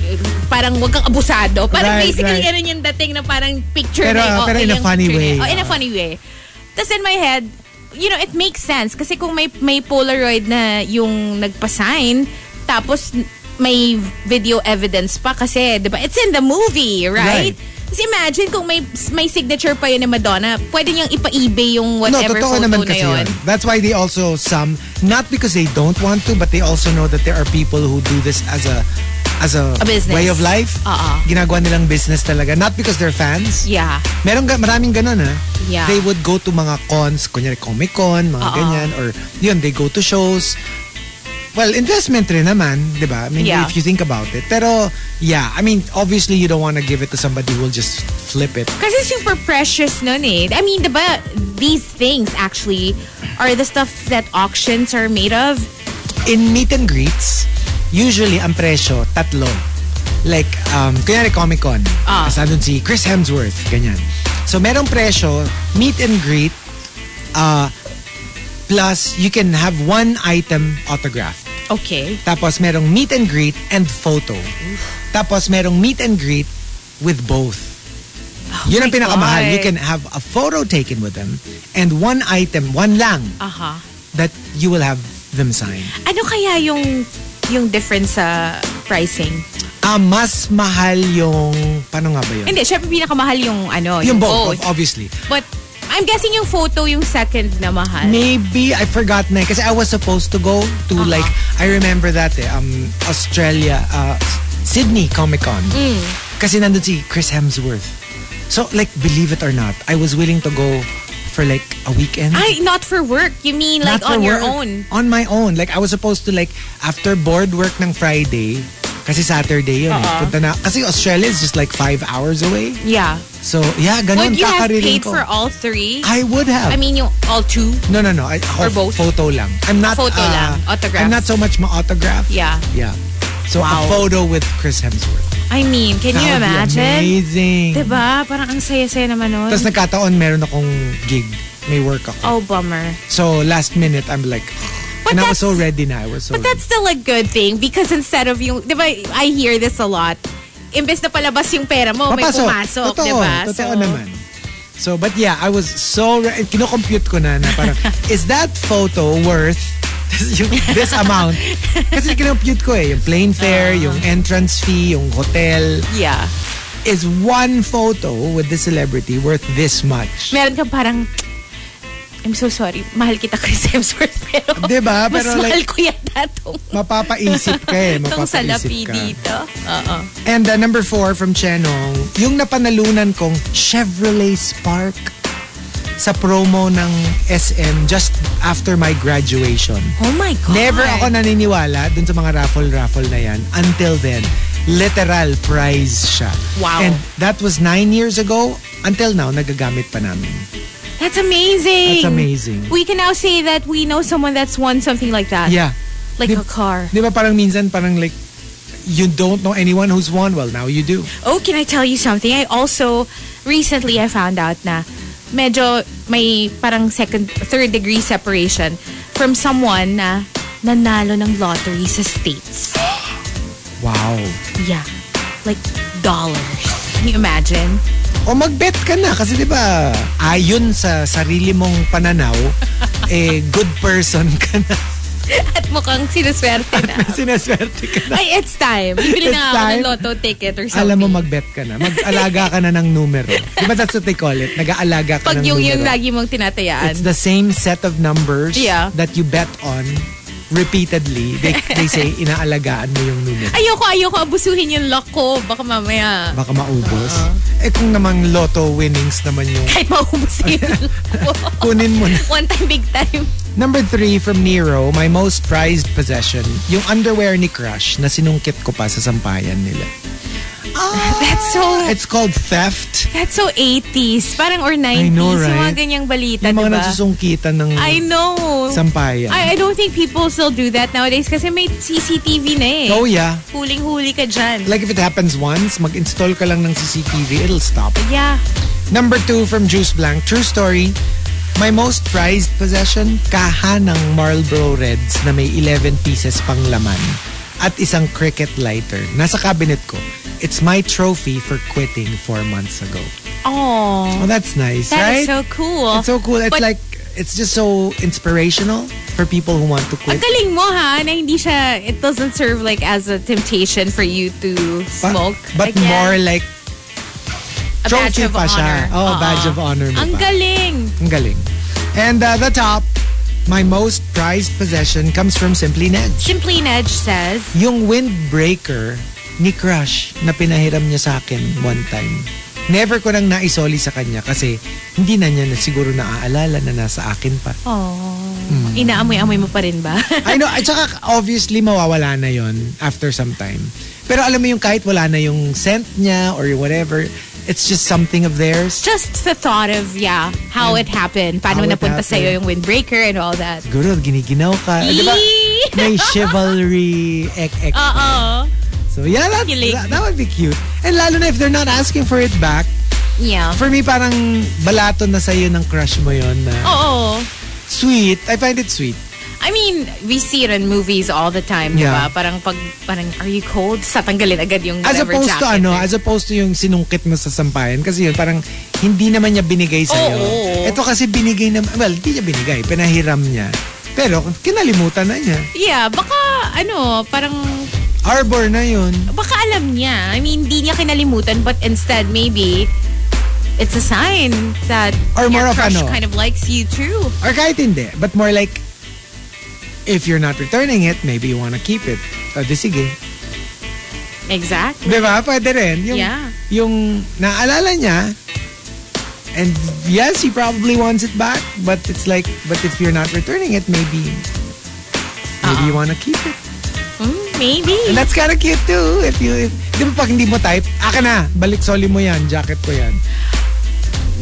E: parang wag kang abusado. Parang
B: Right,
E: basically,
B: right.
E: ganun yung dating na parang picture
B: Pero-
E: na, oh,
B: pero in a
E: yung
B: funny
E: picture
B: way.
E: na- oh, in a funny way. Tapos in my head, you know, it makes sense. Kasi kung may, may Polaroid na yung nagpa-sign, tapos may video evidence pa kasi, di ba? It's in the movie, right?
B: Right.
E: Tapos imagine kung may may signature pa yun ni Madonna, pwede niyang ipa-ebay yung whatever
B: no, totoo
E: photo
B: naman
E: na
B: kasi
E: yun.
B: yun. That's why they also some not because they don't want to, but they also know that there are people who do this as a as a,
E: A business.
B: way of life.
E: Oo.
B: Ginagawa nilang business talaga. Not because they're fans.
E: Yeah.
B: Meron ga- maraming ganun ha.
E: Yeah. Uh-uh.
B: They would go to mga cons, kunyari Comic Con, mga
E: Oo.
B: ganyan. Or yun, they go to shows. Well, investment rin naman, di ba? I mean,
E: Yeah.
B: if you think about it. Pero, yeah. I mean, obviously you don't want to give it to somebody who will just flip it.
E: Kasi super precious nun eh. I mean, diba, these things actually are the stuff that auctions are made of.
B: in meet and greets, usually ang presyo, tatlo. Like, um, kunyari Comic Con,
E: Ah.
B: kasi andun si Chris Hemsworth, ganyan. So, merong presyo, meet and greet, uh, plus you can have one item autographed.
E: Okay.
B: Tapos merong meet and greet and photo. Tapos merong meet and greet with both. Yun ang
E: Oh my
B: pinakamahal.
E: God.
B: You can have a photo taken with them and one item, one lang,
E: Aha.
B: that you will have them sign.
E: Ano kaya yung yung difference sa pricing?
B: Ah, mas mahal yung... Paano nga ba yun?
E: Hindi, syempre pinakamahal yung ano,
B: yung both, Oh. obviously.
E: But I'm guessing yung photo yung second na mahal.
B: Maybe, I forgot na eh. Kasi I was supposed to go to
E: Uh-huh.
B: like... I remember that eh. Um, Australia, uh, Sydney Comic Con.
E: Mm.
B: Kasi nandun si Chris Hemsworth. So like, believe it or not, I was willing to go for like a weekend.
E: Ay, not for work. You mean like
B: Not for
E: on your
B: work.
E: own?
B: On my own. Like, I was supposed to like, after board work ng Friday, kasi Saturday yun
E: Uh-huh.
B: eh. Punta na, kasi Australia is just like five hours away.
E: Yeah.
B: So, yeah, ganun.
E: Would you have
B: kakariling
E: paid
B: ko.
E: for all three?
B: I would have.
E: I mean, yung all two?
B: no, no, no. I, ako,
E: Or both?
B: Photo lang. I'm not.
E: Photo
B: uh,
E: lang. Autograph.
B: I'm not so much ma-autograph.
E: Yeah.
B: Yeah. So a
E: Wow.
B: photo with Chris Hemsworth.
E: I mean, can
B: That
E: you
B: would be
E: imagine?
B: amazing.
E: Diba? Parang ang saya-saya naman nun.
B: Tapos nagkataon, meron akong gig. May work ako.
E: oh, bummer.
B: So last minute, I'm like,
E: But
B: and I was
E: that's-
B: so ready na. I was so
E: But that's still a good thing because instead of yung, di ba, I hear this a lot. Imbes na palabas yung pera mo,
B: ready.
E: Oh, may
B: Papasok.
E: pumasok, diba?
B: Totoo.
E: di ba?
B: Totoo naman. So, but yeah, I was so, re- kinocompute ko na na parang, is that photo worth yung, this amount?
E: Ah.
B: Kasi kinocompute ko eh, yung plane fare, yung entrance fee, yung hotel.
E: Yeah.
B: is one photo with the celebrity worth this much?
E: Meron kang parang, I'm so sorry, mahal kita Chris Hemsworth, pero
B: Diba?
E: mas
B: Pero
E: mahal
B: like-
E: ko yata tong,
B: Mapapaisip ka eh.
E: tong
B: Mapapaisip
E: salapi
B: ka.
E: dito. Oo.
B: And uh, number four from Chenong, yung napanalunan kong Chevrolet Spark sa promo ng SM just after my graduation.
E: Oh my God.
B: Never ako naniniwala dun sa mga raffle-raffle na yan until then. Literal prize siya.
E: Wow.
B: And that was nine years ago. Until now, nagagamit pa namin.
E: That's amazing.
B: That's amazing.
E: We can now say that we know someone that's won something like that.
B: Yeah.
E: Like
B: Di-
E: a car.
B: Di ba parang minsan parang like, you don't know anyone who's won? Well, now you do.
E: Oh, can I tell you something? I also, recently I found out na medyo may parang second, third degree separation from someone na nanalo ng lottery sa States.
B: Wow.
E: Yeah. Like dollars. Can you imagine?
B: O magbet ka na kasi 'di ba ayon sa sarili mong pananaw eh good person ka na.
E: At mukhang sinuswerte na.
B: Sinaswerte ka na.
E: Ay, it's time.
B: It's
E: Bibili na ako ng
B: time.
E: lotto ticket or something.
B: Alam mo magbet ka na. Mag-alaga ka na ng numero. 'Di ba that's what they call it? Nag-aalaga ka
E: Pag
B: ng
E: yung
B: numero.
E: yung lagi mong tinatayaan.
B: It's the same set of numbers
E: Yeah.
B: that you bet on repeatedly. They, they say inaalagaan mo yung numero.
E: Ayoko, ayoko abusuhin yung luck ko. Baka mamaya,
B: Baka maubos.
E: Uh-huh.
B: Eh kung namang lotto winnings naman yung
E: kahit maubos na yung luck ko.
B: kunin mo na.
E: One time, big time.
B: Number three from Nero, my most prized possession, yung underwear ni Crush na sinungkit ko pa sa sampayan nila.
E: Ah, That's so,
B: It's called theft.
E: that's so 80s. Parang or
B: I
E: 90s.
B: know,
E: Yung mga
B: right?
E: ganyang balita,
B: Yung mga
E: diba?
B: nasusungkitan ng
E: I know.
B: sampayan.
E: I, I don't think people still do that nowadays kasi may CCTV na eh.
B: oh yeah.
E: Huling-huli ka dyan.
B: Like if it happens once, mag-install ka lang ng CCTV, it'll stop.
E: yeah.
B: Number two from Juice Blank, true story. My most prized possession, kaha ng Marlboro Reds na may 11 pieces pang laman at isang cricket lighter. Nasa cabinet ko. It's my trophy for quitting four months ago.
E: Oh,
B: Oh, that's nice,
E: that
B: right?
E: is so cool.
B: It's so cool. It's
E: But-
B: like it's just so inspirational for people who want to
E: Ang
B: quit.
E: galing mo ha, na hindi siya, it doesn't serve like as a temptation for you to
B: But-
E: smoke.
B: but
E: I guess.
B: more like
E: a badge
B: trophy
E: of
B: pa siya.
E: honor.
B: Oh,
E: Oo.
B: badge of honor mo
E: Ang
B: pa.
E: galing.
B: ang galing. And uh, the top, my most prized possession comes from Simply Nedge.
E: Simply Nedge says,
B: Yung windbreaker ni Crush na pinahiram niya sa akin one time. Never ko nang naisoli sa kanya kasi hindi na niya na siguro naaalala na nasa akin pa.
E: Oh, inaamoy-amoy mo pa rin ba?
B: I know, at saka obviously mawawala na yon after some time. Pero alam mo yung kahit wala na yung scent niya or yung whatever, it's just something of theirs.
E: Just the thought of, yeah, how it happened. Paano
B: How it
E: napunta
B: happened.
E: sa'yo yung windbreaker and all that.
B: Siguro, giniginaw ka. Di ba?
E: Eee!
B: May chivalry ek ek.
E: Oo.
B: So yeah, that's,
E: Kilig.
B: that, that would be cute. And lalo na if they're not asking for it back,
E: Yeah.
B: for me parang balato na sa'yo ng crush mo yon na
E: Oo.
B: sweet. I find it sweet.
E: I mean, we see it in movies all the time, di
B: Yeah.
E: ba? Parang pag, parang, are you cold? Satanggalin agad yung
B: As
E: whatever
B: opposed to
E: jacket. eh.
B: ano,
E: or-
B: as opposed to yung sinungkit mo sa sampayan. Kasi yun, parang hindi naman niya
E: Oh,
B: binigay sa'yo.
E: Oo, oo.
B: Ito kasi binigay naman, well, hindi niya binigay, pinahiram niya. Pero kinalimutan na niya.
E: Yeah, baka, ano, parang
B: Arbor na yun.
E: baka alam niya. I mean, hindi niya kinalimutan, but instead, maybe, it's a sign that
B: Or more
E: your
B: of
E: crush
B: ano?
E: kind of likes you too.
B: Or kahit hindi. But more like, if you're not returning it, maybe you wanna keep it. O di sige.
E: Exactly.
B: Di ba? Diba? Pwede rin. Yung,
E: Yeah.
B: yung naalala niya, and yes, he probably wants it back, but it's like, but if you're not returning it, maybe, maybe
E: Uh-uh.
B: you wanna keep it.
E: Mm, maybe.
B: And that's kinda cute too. If you, if, di ba pag hindi mo type, aka na, balik soli mo yan, jacket ko yan.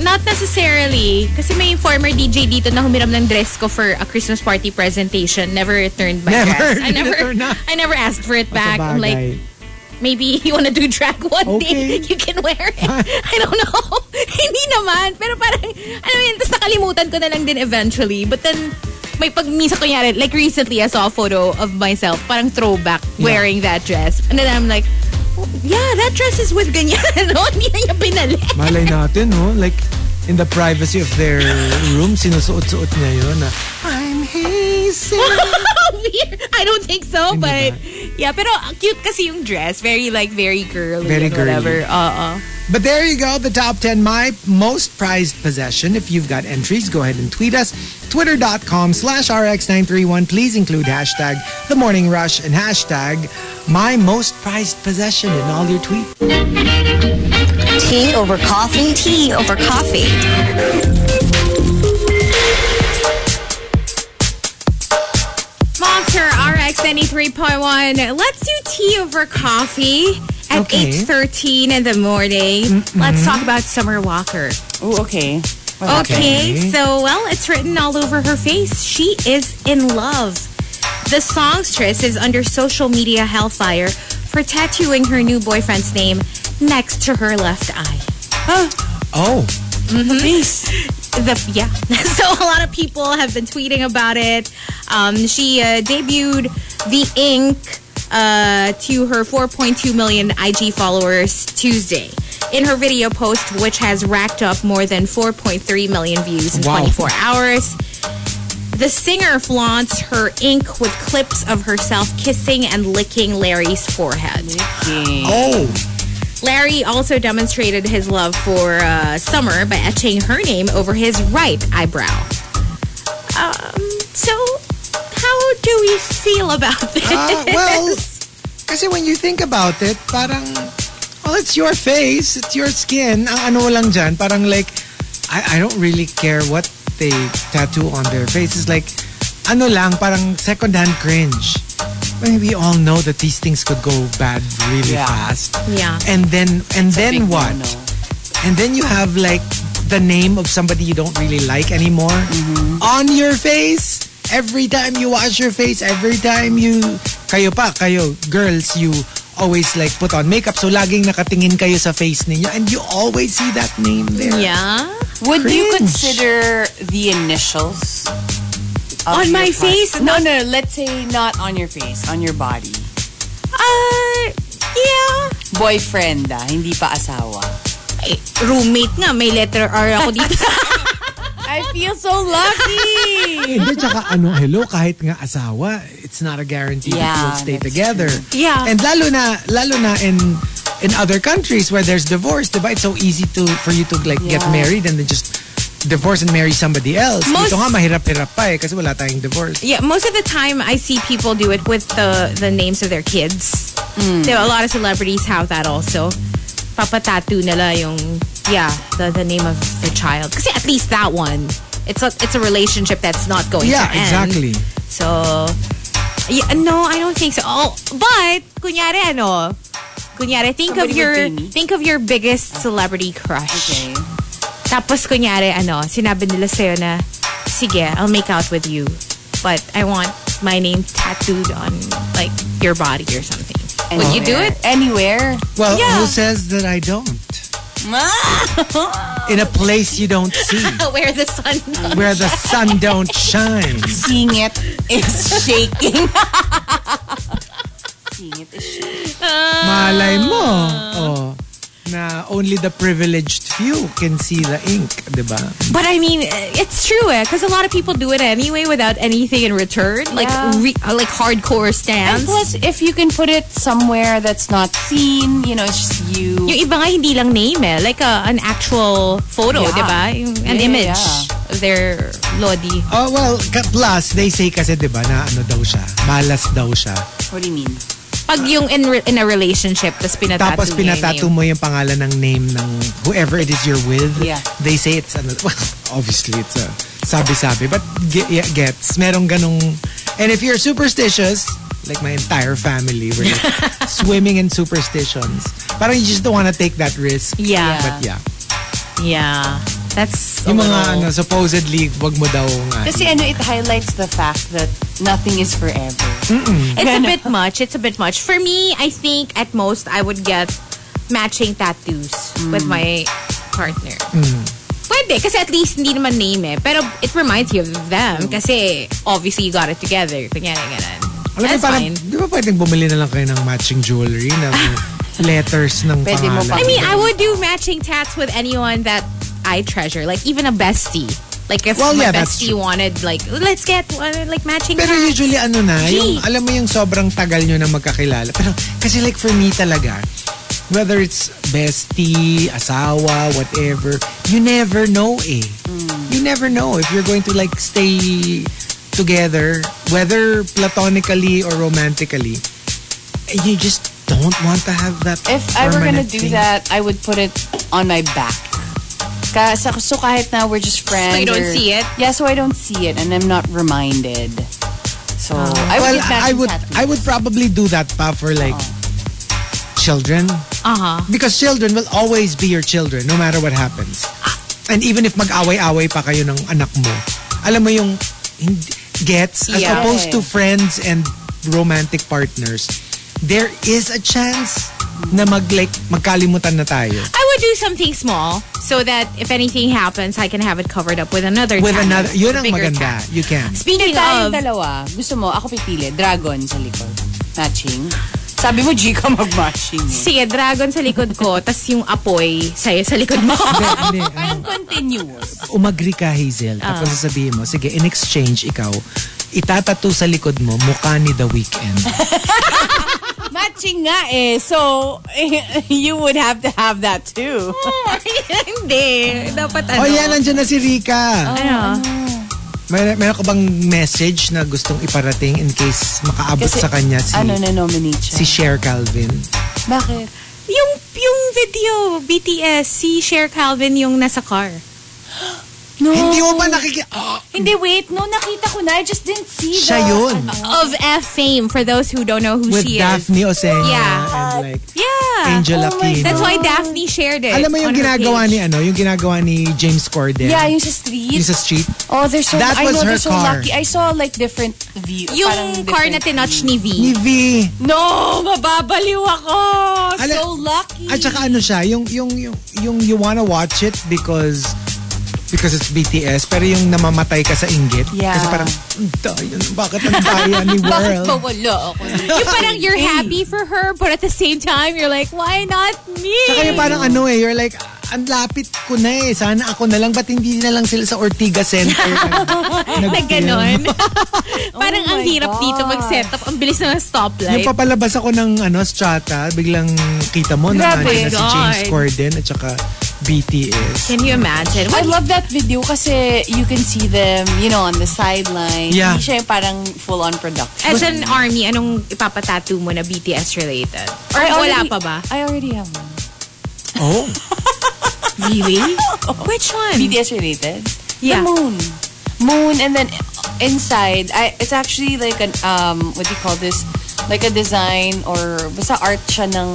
E: Not necessarily. Kasi may former DJ dito na humiram ng dress ko for a Christmas party presentation. Never returned my
B: Never
E: dress. I
B: did it or not.
E: I never asked for it back. I'm like,
B: Sabagay.
E: maybe you wanna do drag one
B: Okay.
E: day, you can wear it. I don't know. Hindi naman. Pero parang, ano yun, tapos nakalimutan ko na lang din eventually. But then, may pag misa kunyari, like recently I saw a photo of myself, parang throwback, wearing that dress. And then I'm like, "Oh, yeah, that dress is with ganyan. No, hindi na niya binalik.
B: malay natin, no? Like, in the privacy of their room, sinusuot-suot niya yun na, I'm hazy.
E: Weird. I don't think so, but Yeah, pero ang cute kasi yung dress. Very like, very girly.
B: Very
E: and Whatever. Uh-uh.
B: But there you go, the top 10 my most prized possession. If you've got entries, go ahead and tweet us. Twitter.com slash RX931. Please include hashtag the morning rush and hashtag my most prized possession in all your tweets.
D: Tea over coffee. Tea over coffee.
E: Monster RX 93.1. Let's do tea over coffee at
B: Okay.
E: 8.13 in the morning. Let's talk about Summer Walker.
G: Oh, okay.
E: Okay, so, well, it's written all over her face. She is in love. The songstress is under social media hellfire for tattooing her new boyfriend's name next to her left eye.
B: Oh,
E: Mm-hmm. the yeah. so a lot of people have been tweeting about it. Um, she uh, debuted the ink uh, to her 4.2 million IG followers Tuesday in her video post, which has racked up more than 4.3 million views in
B: Wow.
E: 24 hours. The singer flaunts her ink with clips of herself kissing and licking Larry's forehead.
B: oh,
E: Larry also demonstrated his love for uh, Summer by etching her name over his right eyebrow. Um, so, how do we feel about this?
B: uh, well, kasi when you think about it, parang, well, it's your face, it's your skin. Ang ano lang dyan, parang like, I, I don't really care what they tattoo on their faces. Like, ano lang, parang second-hand cringe. I mean, we all know that these things could go bad really
G: Yeah.
B: fast.
E: Yeah.
B: And then, and then
G: Big
B: what?
G: no-no.
B: And then you have like the name of somebody you don't really like anymore
G: Mm-hmm.
B: on your face. Every time you wash your face, every time you kayo pa kayo girls, you always like put on makeup so laging nakatingin kayo sa face ninyo and you always see that name there.
E: yeah.
G: Would
B: Cringe.
G: you consider the initials of
E: On
G: your
E: my
G: partner?
E: face?
G: No, no. Let's say not on your face, on your body.
E: Uh, yeah.
G: Boyfriend, ah, hindi pa asawa.
E: Eh, roommate nga, may letter R ako dito.
G: I feel so lucky.
B: Eh, Hindi, tsaka ano, hello, kahit nga asawa, it's not a guarantee that
G: Yeah,
B: you'll stay
G: that's
B: together.
E: Yeah.
B: And lalo na, lalo na in in other countries where there's divorce, diba? It's so easy to for you to like get
G: Yeah.
B: married and then just divorce and marry somebody else.
E: Most-
B: Dito nga mahirap-hirap pa eh kasi wala tayong divorce.
E: Yeah, most of the time I see people do it with the the names of their kids.
B: Hmm.
E: There are a lot of celebrities have that also. Papa tattoo nila yung yeah the the name of the child. Kasi at least that one, it's a it's a relationship that's not going
B: Yeah,
E: to end.
B: exactly.
E: So yeah, no, I don't think so. Oh, but kunyari ano? Kunyari think
G: Somebody
E: of your
G: with baby.
E: think of your biggest celebrity crush.
G: okay.
E: Tapos kunyari, ano, sinabi nila sa'yo na, sige, I'll make out with you. But I want my name tattooed on, like, your body or something. Would you do it?
G: Anywhere?
B: Well,
E: Yeah.
B: who says that I don't? In a place you don't see,
E: Where the sun
G: Mm.
B: where the sun don't shine.
G: Seeing it is shaking. Seeing it is shaking.
B: Malay mo.
E: Ah.
B: Oh, na only the privileged few can see the ink, diba?
E: But I mean, it's true, eh? Because a lot of people do it anyway without anything in return. Like,
G: Yeah.
E: re- uh, like hardcore
G: And
E: stance.
G: plus, if you can put it somewhere that's not seen, you know, it's just you.
E: Yung iba nga hindi lang name, eh. Like, uh, an actual photo,
G: Yeah.
E: di ba? Yung- An
G: Yeah,
E: image
G: yeah.
E: of their lodi.
B: Oh, well, ka- plus, they say kasi, di ba, na ano daw siya, malas daw siya.
G: what do you mean?
E: Pag yung in, re- in a relationship, tapos pinatattoo
B: Tapos
E: niya yung
B: pinatato
E: name.
B: mo yung pangalan ng name ng whoever it is you're with.
G: Yeah.
B: They say it's, ano, well, obviously, it's a sabi-sabi. But ge- yeah, gets, merong ganong, and if you're superstitious, like my entire family, we're like swimming in superstitions. Parang you just don't want to take that risk.
E: Yeah.
B: But yeah.
E: Yeah. That's a
B: Yung mga
E: little-
B: ano, supposedly, wag mo daw nga.
G: Kasi ano, it highlights the fact that nothing is forever.
E: It's a bit much. It's a bit much. For me, I think at most I would get matching tattoos
B: Mm.
E: with my partner. Pwede, kasi at least hindi naman name eh. Pero it reminds you of them kasi obviously you got it together. Kunyari, ganun.
B: Mm. Alam mo,
E: That's
B: parang,
E: fine.
B: di ba pwedeng bumili na lang kayo ng matching jewelry ng letters ng
G: Ah. Pwede mo
B: pangalan?
G: pa-
E: I mean, I would do matching tats with anyone that I treasure. Like even a bestie. Like if
B: Well,
E: my
B: yeah, that's
E: bestie
B: true.
E: wanted like like, let's get uh, like matching
B: Pero
E: hats.
B: usually ano na,
E: Gee.
B: yung, alam mo yung sobrang tagal nyo na magkakilala. Pero kasi like for me talaga, whether it's bestie, asawa, whatever, you never know eh.
G: Mm.
B: You never know if you're going to like stay together, whether platonically or romantically. You just don't want to have that
G: If I were gonna
B: permanent
G: do
B: thing.
G: that, I would put it on my back. Ka- sa- So kahit na we're just friends.
E: So you don't
G: or-
E: see it?
G: Yeah, so I don't see it and I'm not reminded. So I would
B: well,
G: get back
B: I would,
G: tattoo.
B: I would probably do that pa for like children.
E: Uh-huh.
B: Because children will always be your children, no matter what happens. And even if mag-away-away pa kayo ng anak mo, alam mo yung hindi- gets, as
E: Yeah.
B: opposed to friends and romantic partners, there is a chance na mag, like, magkalimutan na tayo.
E: I would do something small so that if anything happens, I can have it covered up with another
B: With
E: tag,
B: another, yun
E: a
B: ang
E: bigger
B: maganda.
E: tag.
B: You can.
E: Speaking of,
G: Tayong dalawa, gusto mo, ako pipili, dragon sa likod. Matching. Sabi mo, G ka mag-matching eh.
E: sige, dragon sa likod ko, tas yung apoy sa'yo sa likod mo.
B: Hindi, ah.
G: Ang continuous.
B: umagree ka, Hazel.
E: Ah.
B: Tapos sasabihin mo, sige, in exchange, ikaw, itatato sa likod mo, mukha ni The Weeknd.
G: Matching nga eh. So, you would have to have that too.
E: Hindi. Dapat
B: oh,
E: ano.
B: yan, nandiyan na si Rika.
E: Ano?
B: May, meron ka bang message na gustong iparating in case makaabot sa kanya si,
G: Ano na nominate
B: si
G: siya?
B: Cher Calvin?
G: Bakit?
E: Yung, yung video, BTS, si Cher Calvin yung nasa car.
G: No.
B: Hindi mo ba nakikita? Oh,
G: Hindi, wait. No, nakita ko na. I just didn't see
B: Ah, siya
G: the- Ano?
B: yun.
E: Of F fame, for those who don't know who
B: With
E: she is.
B: Daphne Osenya
E: Yeah. Uh,
B: and like
E: Yeah.
B: Angel
G: oh my
B: Aquino.
E: That's why Daphne shared it.
B: Alam mo yung
E: on her
B: ginagawa ni
E: page.
B: ano, yung ginagawa ni James Corden.
G: Yeah, yung sa street.
B: Yung sa street.
G: oh, they're so,
B: That
G: I
B: was
G: know,
B: her
G: they're so
B: car.
G: lucky. I saw like different view.
E: Yung
G: parang
E: car na
G: different-
E: tinouch ni V.
B: Ni V.
G: No, mababaliw ako.
B: Ala-
G: so lucky.
B: At saka ano siya, yung, yung, yung, yung you wanna watch it because because it's BTS, pero yung namamatay ka sa inggit.
G: Yeah.
B: Kasi parang, "Ang daya, bakit ang daya ni
G: Bakit
B: world?
G: ba wala ako?
E: yung parang you're happy for her, but at the same time, you're like, why not me?
B: Tsaka yung parang ano eh, you're like, "Ah, ang lapit ko na eh. Sana ako na lang. Ba't hindi na lang sila sa Ortiga Center?
E: na
B: Nag-film.
E: ganon. parang ang
G: my
E: hirap dito mag-set up. Ang bilis na ng
B: Yung
E: stoplight.
B: papalabas ako ng ano, strata, biglang kita mo na na
G: Grabe.
B: si James
E: God.
B: Corden at saka BTS.
E: Can you imagine?
G: I
E: What-
G: love that video kasi you can see them, you know, on the sideline.
B: Yeah.
G: Hindi siya yung parang full-on production.
E: as an army, anong ipapatattoo mo na BTS related? Or
G: I
E: wala
G: already-
E: pa ba?
G: I already have one.
B: Oh.
E: Really? Which one?
G: BTS related?
E: Yeah.
G: The moon. Moon and then inside, I, it's actually like an, um, what do you call this? Like a design or basta art siya ng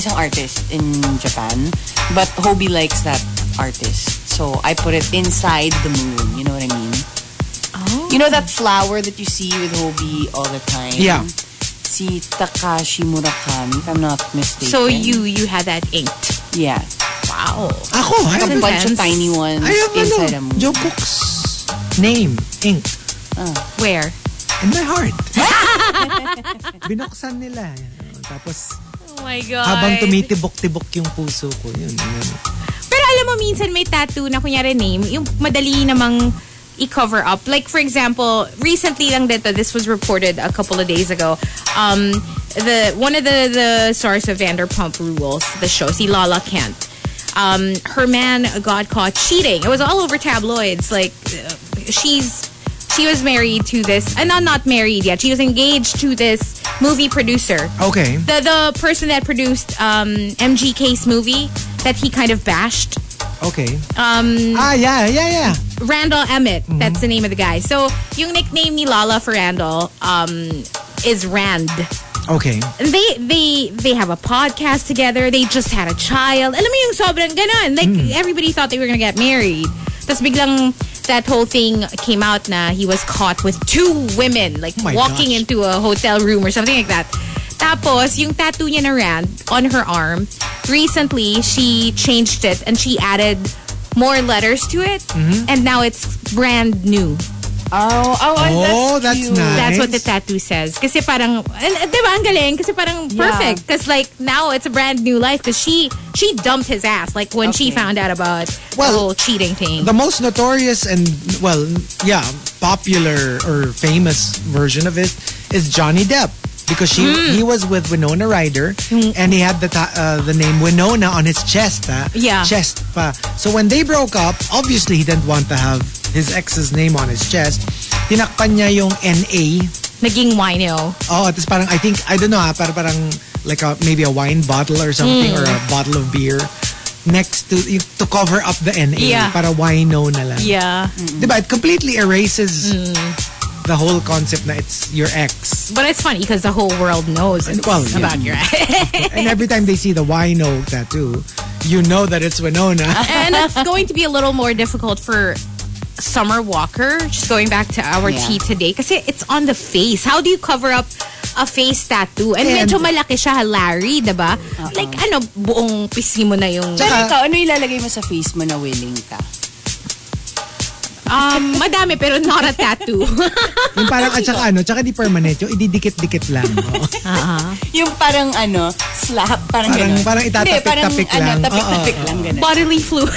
G: isang artist in Japan. But Hobie likes that artist. So I put it inside the moon. You know what I mean?
E: Oh.
G: You know that flower that you see with Hobie all the time?
B: Yeah.
G: Si Takashi Murakami, if I'm not mistaken.
E: So you you had that inked.
G: Yeah.
E: Wow.
B: Ako, ano I
G: It's
B: have,
G: a bunch of
E: Intense.
G: tiny ones
B: I have
G: inside a
B: ano,
G: moon.
B: Joe Cook's name, ink,
E: Where?
B: in my heart. Binuksan nila. Tapos,
E: Oh my god.
B: habang tumitibok-tibok yung puso ko, yun. yun.
E: Pero alam mo, minsan may tattoo na kunyari name, yung madali namang i-cover up. Like, for example, recently lang dito, this was reported a couple of days ago, um, the one of the, the stars of Vanderpump Rules, the show, si Lala Kent, um, her man got caught cheating. It was all over tabloids. Like, uh, she's she was married to this, and not not married yet. She was engaged to this movie producer
B: Okay.
E: the the person that produced um, MGK's movie that he kind of bashed,
B: Okay.
E: um,
B: Ah, yeah, yeah, yeah.
E: Randall Emmett. That's the name of the guy. So yung nickname ni Lala for Randall um, is Rand.
B: Okay.
E: And They they they have a podcast together. They just had a child. Alam mo yung sobrang ganon. Like
B: Hmm.
E: everybody thought they were gonna get married. Tapos biglang that whole thing came out na he was caught with two women like
B: Oh my
E: walking
B: gosh.
E: into a hotel room or something like that. Tapos, yung tattoo niya na Rand on her arm, recently, she changed
B: Mm-hmm.
E: it and she added more letters to it. And now it's brand new.
G: Oh, oh, oh,
B: Oh, that's
G: cute.
B: nice.
E: That's what the tattoo says. Kasi parang, and, and, diba, ang galing? Kasi parang
G: Yeah.
E: perfect. Because like now it's a brand new life. Because she, she dumped his ass. Like when she
G: Okay.
E: found out about
B: Well,
E: the whole cheating thing.
B: The most notorious and well, yeah, popular or famous version of it is Johnny Depp because she
E: Mm.
B: he was with Winona Ryder and he had the ta- uh, the name Winona on his chest, ah.
E: Yeah.
B: chest pa. So when they broke up, obviously he didn't want to have his ex's name on his chest. Tinakpan niya yung NA
E: Naging wino.
B: Oh, tapos parang I think I don't know, ah, para parang like a, maybe a wine bottle or something
E: Mm.
B: or a bottle of beer next to y- to cover up the NA
E: Yeah.
B: para wino na lang.
E: Yeah.
B: Diba? It completely erases
G: Mm.
B: the whole concept na it's your ex.
E: But it's funny because the whole world knows
B: And, well, yeah.
E: about your
B: And every time they see the wino tattoo, you know that it's Winona.
E: and it's going to be a little more difficult for Summer Walker. Just going back to our
G: Yeah.
E: tea today, kasi it's on the face. How do you cover up a face tattoo? And, Uh-uh.
B: And-
E: medyo malaki siya, Larry, diba? Like ano, buong pisi mo na yung...
G: Pero ikaw, ano ilalagay mo sa face mo na willing ka?
E: Um, madami, pero not a tattoo.
B: yung parang at saka ano, tsaka di permanent, yung ididikit-dikit lang. Oh.
G: Yung parang ano, slap, parang,
B: Parang-
G: ganun.
B: parang itatapik-tapik
G: Hindi, parang,
B: lang.
G: Ano, tapik-tapik lang, ganun.
E: Bodily fluid.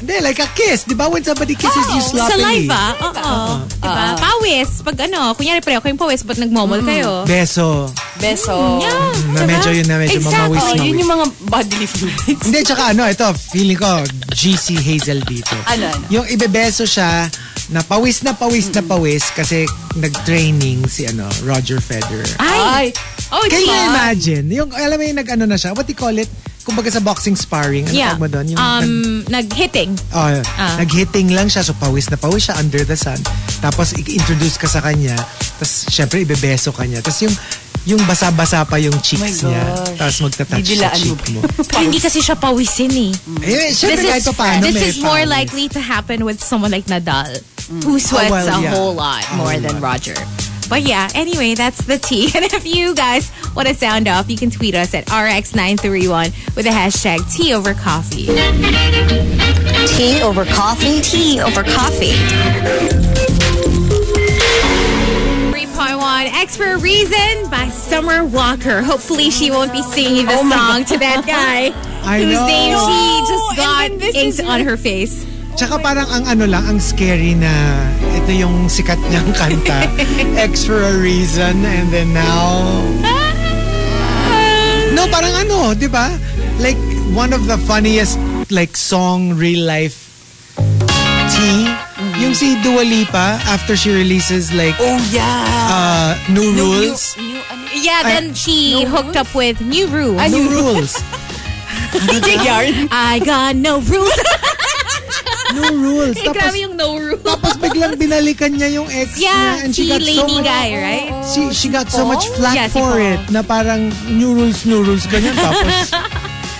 B: Hindi, like a kiss. Di ba when somebody kisses you sloppily?
G: ah.
E: Saliva. Oo. ah. Diba? Pawis. Pag ano, kunyari pareho kayong pawis, ba't nagmomol kayo?
B: Beso.
G: Beso.
E: Yeah,
B: Na
E: diba?
B: medyo yun na medyo
E: Exactly.
B: mamawis
G: Oh,
B: na
G: yun yung mga bodily fluids.
B: Hindi, tsaka ano, ito, feeling ko, GC Hazel dito.
G: Ano, ano?
B: Yung ibebeso siya, na pawis na pawis na pawis kasi nag-training si ano Roger Federer.
E: Ay. Oh,
B: Can you
E: gee.
B: imagine? Yung, alam mo yung nag-ano na siya, what do you call it? Kumbaga sa boxing sparring, ano
E: Yeah.
B: tawag mo doon? Yung nag,
E: Um, ah. nag-hitting.
B: oh, nag-hitting lang siya, so pawis na pawis siya under the sun. Tapos i-introduce ka sa kanya, tapos syempre ibebeso ka niya. Tapos yung yung basa-basa pa yung cheeks
E: Oh
B: niya. Tapos magta-touch sa
G: Didilaan mo
B: cheek mo.
E: Pero hindi kasi siya pawisin eh.
B: Eh, syempre kahit pa paano
E: this
B: may
E: is more
B: pawis.
E: likely to happen with someone like Nadal, who sweats
B: Mm. Oh, well,
E: a
B: yeah. Mm.
E: whole lot
B: A
E: more
B: whole
E: than
B: lot.
E: Roger. But yeah, anyway, that's the tea. And if you guys want to sound off, you can tweet us at RX931 with the hashtag tea over coffee.
D: Tea over coffee. Tea over coffee.
E: 3.1 X for a Reason by Summer Walker. Hopefully, she won't be singing the song to that guy
B: Oh I
E: whose
B: know.
E: name she just
G: No,
E: got
G: and then this
E: inked
G: is-
E: on her face.
B: Tsaka parang ang ano lang, ang scary na ito yung sikat niyang kanta. X for a reason and then now... No, parang ano, di ba? Like, one of the funniest like song real life tea. Yung si Dua Lipa after she releases like
G: Oh, yeah.
B: uh, New
G: New-
B: Rules.
G: new- ano?
E: Yeah, then she hooked up with New Rules.
B: New Rules.
E: I got no rules.
B: New Rules. Tapos,
E: Eh, Grabe yung no rules.
B: tapos biglang binalikan niya yung ex niya
E: Yeah,
B: and she
E: si
B: got
E: Lady
B: so Oh, much
E: Guy, right?
B: She, she got so much flack
E: Oh, Yeah, si
B: for
E: Paul.
B: it na parang new rules, new rules, ganyan. Tapos,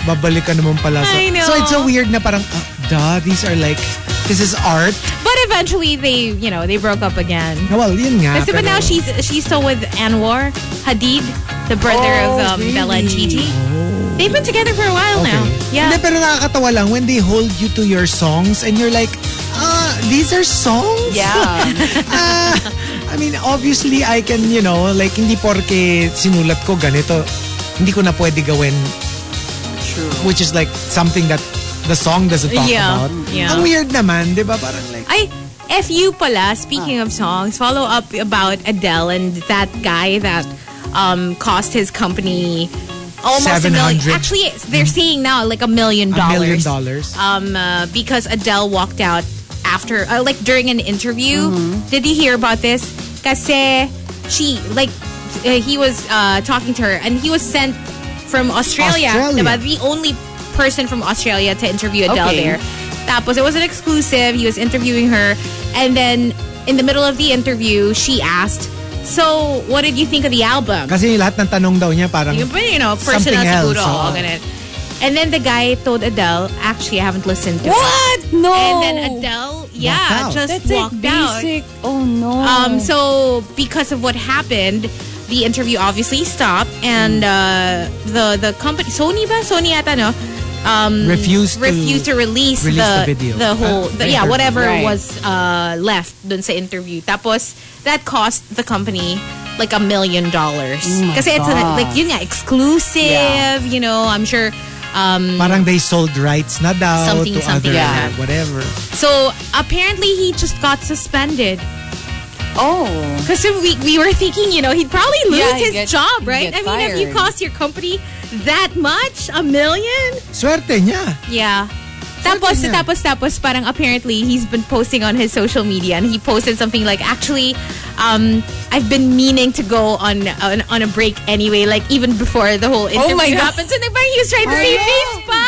B: babalik ka naman pala. Sa,
E: I know.
B: So it's so weird na parang, ah, duh, these are like, this is art.
E: But eventually, they, you know, they broke up again.
B: Na, Well, yun nga.
E: Kasi but
B: pero-
E: now she's she's still with Anwar Hadid, the brother
B: Oh,
E: of um, Bella and
B: really? Oh.
E: Gigi. They've been together for a while
B: Okay.
E: now. Yeah.
B: Hindi, pero nakakatawa lang when they hold you to your songs and you're like, ah, these are songs?
G: Yeah.
B: Ah, I mean, obviously, I can, you know, like, hindi porke sinulat ko ganito, hindi ko na pwede gawin. Which is like something that the song doesn't talk
E: Yeah,
B: about.
E: yeah.
B: Ang weird naman, di ba? Parang like,
E: Ay, FU pala, speaking
B: Ah.
E: of songs, follow up about Adele and that guy that um, cost his company almost a million.
B: 700.
E: Actually, they're saying now like a million
B: a
E: dollars.
B: million dollars.
E: Um, uh, because Adele walked out after, uh, like during an interview. Did you hear about this? Kasi she, like, uh, he was uh, talking to her and he was sent from Australia.
B: Australia.
E: diba? The only person from Australia to interview Adele
G: Okay.
E: there. Tapos it was an exclusive. He was interviewing her, and then in the middle of the interview, she asked, "So, what did you think of the album?"
B: Kasi lahat ng tanong daw niya parang,
E: You- But you know,
B: Something
E: personal
B: else,
E: siguro,
B: oo.
E: oo, ganun. And then the guy told Adele, "Actually, I haven't listened to it."
G: What? No.
E: And then uh, Adele, yeah,
B: out.
E: just
G: Oh. That's like
E: walked out.
G: basic. Oh, no.
E: Um, so because of what happened, the interview obviously stopped, and uh, the the company Sony ba Sony ata no
B: refuse to
E: refused to release,
B: release the
E: the,
B: video.
E: whole
B: Ah,
E: the-
B: interview.
E: yeah whatever
G: Right.
E: was uh, left dun sa interview tapos that cost the company like a million dollars kasi it's a, like yun nga exclusive
G: Oh Yeah.
E: you know I'm sure um,
B: Parang they sold rights na daw to
E: Something, something
B: other
E: like that.
B: whatever.
E: so apparently he just got suspended
G: Oh.
E: Because we, we were thinking, you know, he'd probably lose
G: Yeah, he'd
E: his
G: get-
E: job,
G: he'd
E: right?
G: get
E: I mean, if you
G: fired.
E: cost your company that much, a million?
B: Swerte niya.
E: Yeah. Tapos,
B: niya.
E: tapos, tapos, parang apparently he's been posting on his social media and he posted something like, actually, um, I've been meaning to go on, on on a break anyway, like even before the whole interview
G: Oh my God.
E: happened. So, parang he was trying to
G: Are
E: save
G: you?
E: face pa.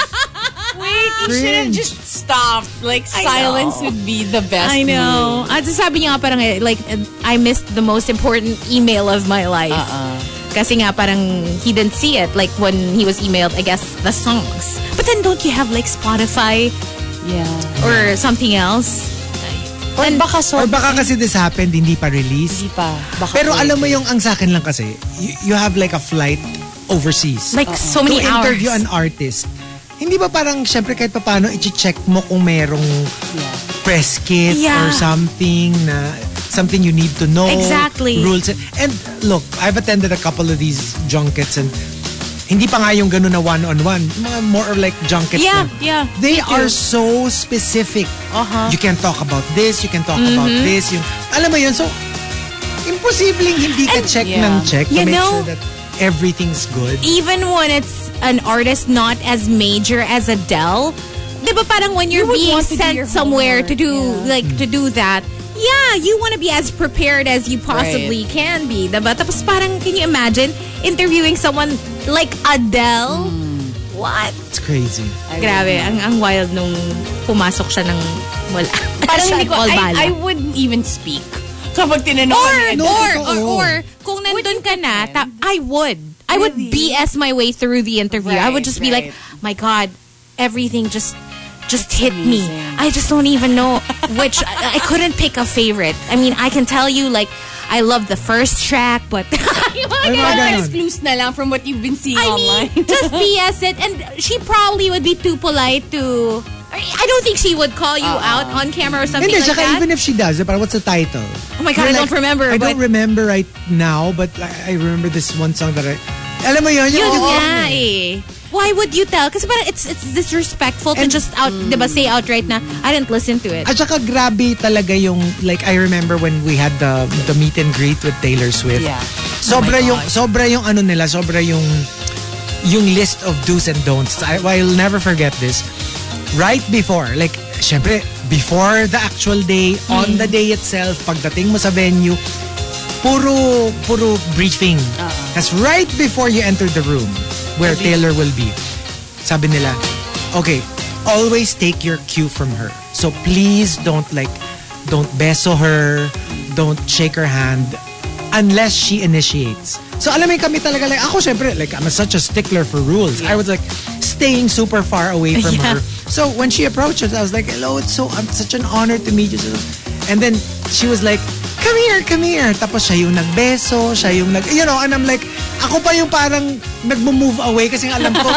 E: Wait,
G: You should have
B: Cringe.
G: just stopped. Like
E: I
G: silence
E: know.
G: would be the best.
E: I know. At sabi niya nga parang eh, like eh, I missed the most important email of my life.
G: Uh-uh.
E: Kasi nga parang he didn't see it like when he was emailed I guess the songs. But then don't you have like Spotify
G: move. Yeah.
E: or something else?
G: Or
E: And-
G: baka so.
B: Or baka kasi this happened, hindi pa release.
G: Hindi pa. Baka
B: Pero
G: pwede.
B: alam mo yung ang sa akin lang kasi, you, you have like a flight overseas.
E: Like so
B: to
E: many hours.
B: interview an artist. Hindi ba parang syempre kahit papano i-check mo kung merong press kit
E: Yeah.
B: or something na something you need to know.
E: Exactly.
B: Rules. And look, I've attended a couple of these junkets and hindi pa nga yung ganun na one-on-one. Mga more or like junkets. na.
E: Yeah, yeah.
B: They
E: Me too.
B: are so specific.
E: Uh-huh. Mm-hmm.
B: You can talk about this, you can talk about this. Yung, alam mo yun, so imposibleng hindi ka
E: And-
B: check
G: Yeah.
B: ng check to
E: You
B: make
E: know-
B: sure that everything's good.
E: Even when it's an artist not as major as Adele, 'di ba parang when you're
G: would
E: being
G: want to do
E: sent
G: your
E: somewhere to
G: homework,
E: do
G: yeah.
E: like to do that? Yeah, you want to be as prepared as you possibly can be. 'di ba? Tapos parang can you imagine interviewing someone like Adele? What?
B: It's crazy.
E: Grabe, ang, ang wild nung pumasok siya ng wala.
G: Parang
E: Siya
G: hindi ko,
E: all bala.
G: I, I wouldn't even speak. Kapag tinanong
E: or,
G: kami,
B: No,
E: or,
B: totoo.
E: or, or, kung nandun ka na, ta- I would. I would BS my way through the interview. I would
G: Right,
E: just be like, my God, everything just just hit me.
G: amazing.
E: I just don't even know which. I, I couldn't pick a favorite. I mean, I can tell you, like, I love the first track, but
B: Ay, mga ganun.
G: Sometimes clues na lang from what you've been seeing
E: I
G: online.
E: mean, just BS it. And she probably would be too polite to. I don't think she would call you
G: Uh-uh.
E: out on camera or something
B: Hindi,
E: like
B: tsaka
E: that.
B: even if she does, parang what's the title?
E: Oh my God,
B: You're
E: I don't remember,
B: I don't
E: but-
B: remember right now, but I, I remember this one song that I... Alam mo yun? Yung,
E: Yun
B: yung-
E: nga eh. Why would you tell? Kasi parang it's, it's disrespectful to
B: And- mm.
E: just out, di ba, say outright na, I didn't listen to it.
B: At saka grabe talaga yung... Like, I remember when we had the the meet and greet with Taylor Swift.
G: Yeah. Oh
B: Sobra yung... Sobra yung ano nila, sobra yung... Yung list of do's and don'ts. I, I'll never forget this. Right before, like, syempre, before the actual day, on the day itself, pagdating mo sa venue, puro puro briefing. That's right before you enter the room where Taylor will be. Sabi nila, okay, always take your cue from her. So please don't like don't beso her, don't shake her hand unless she initiates. So alam mo yun, kami talaga like ako syempre like I'm such a stickler for rules. I was like staying super far away from her. So when she approached us, I was like, "Hello, it's so I'm such an honor to meet you." And then she was like, "Come here, come here." Tapos siya yung nagbeso, siya yung nag you know, and I'm like, ako pa yung parang nagmo-move away kasi nga alam ko,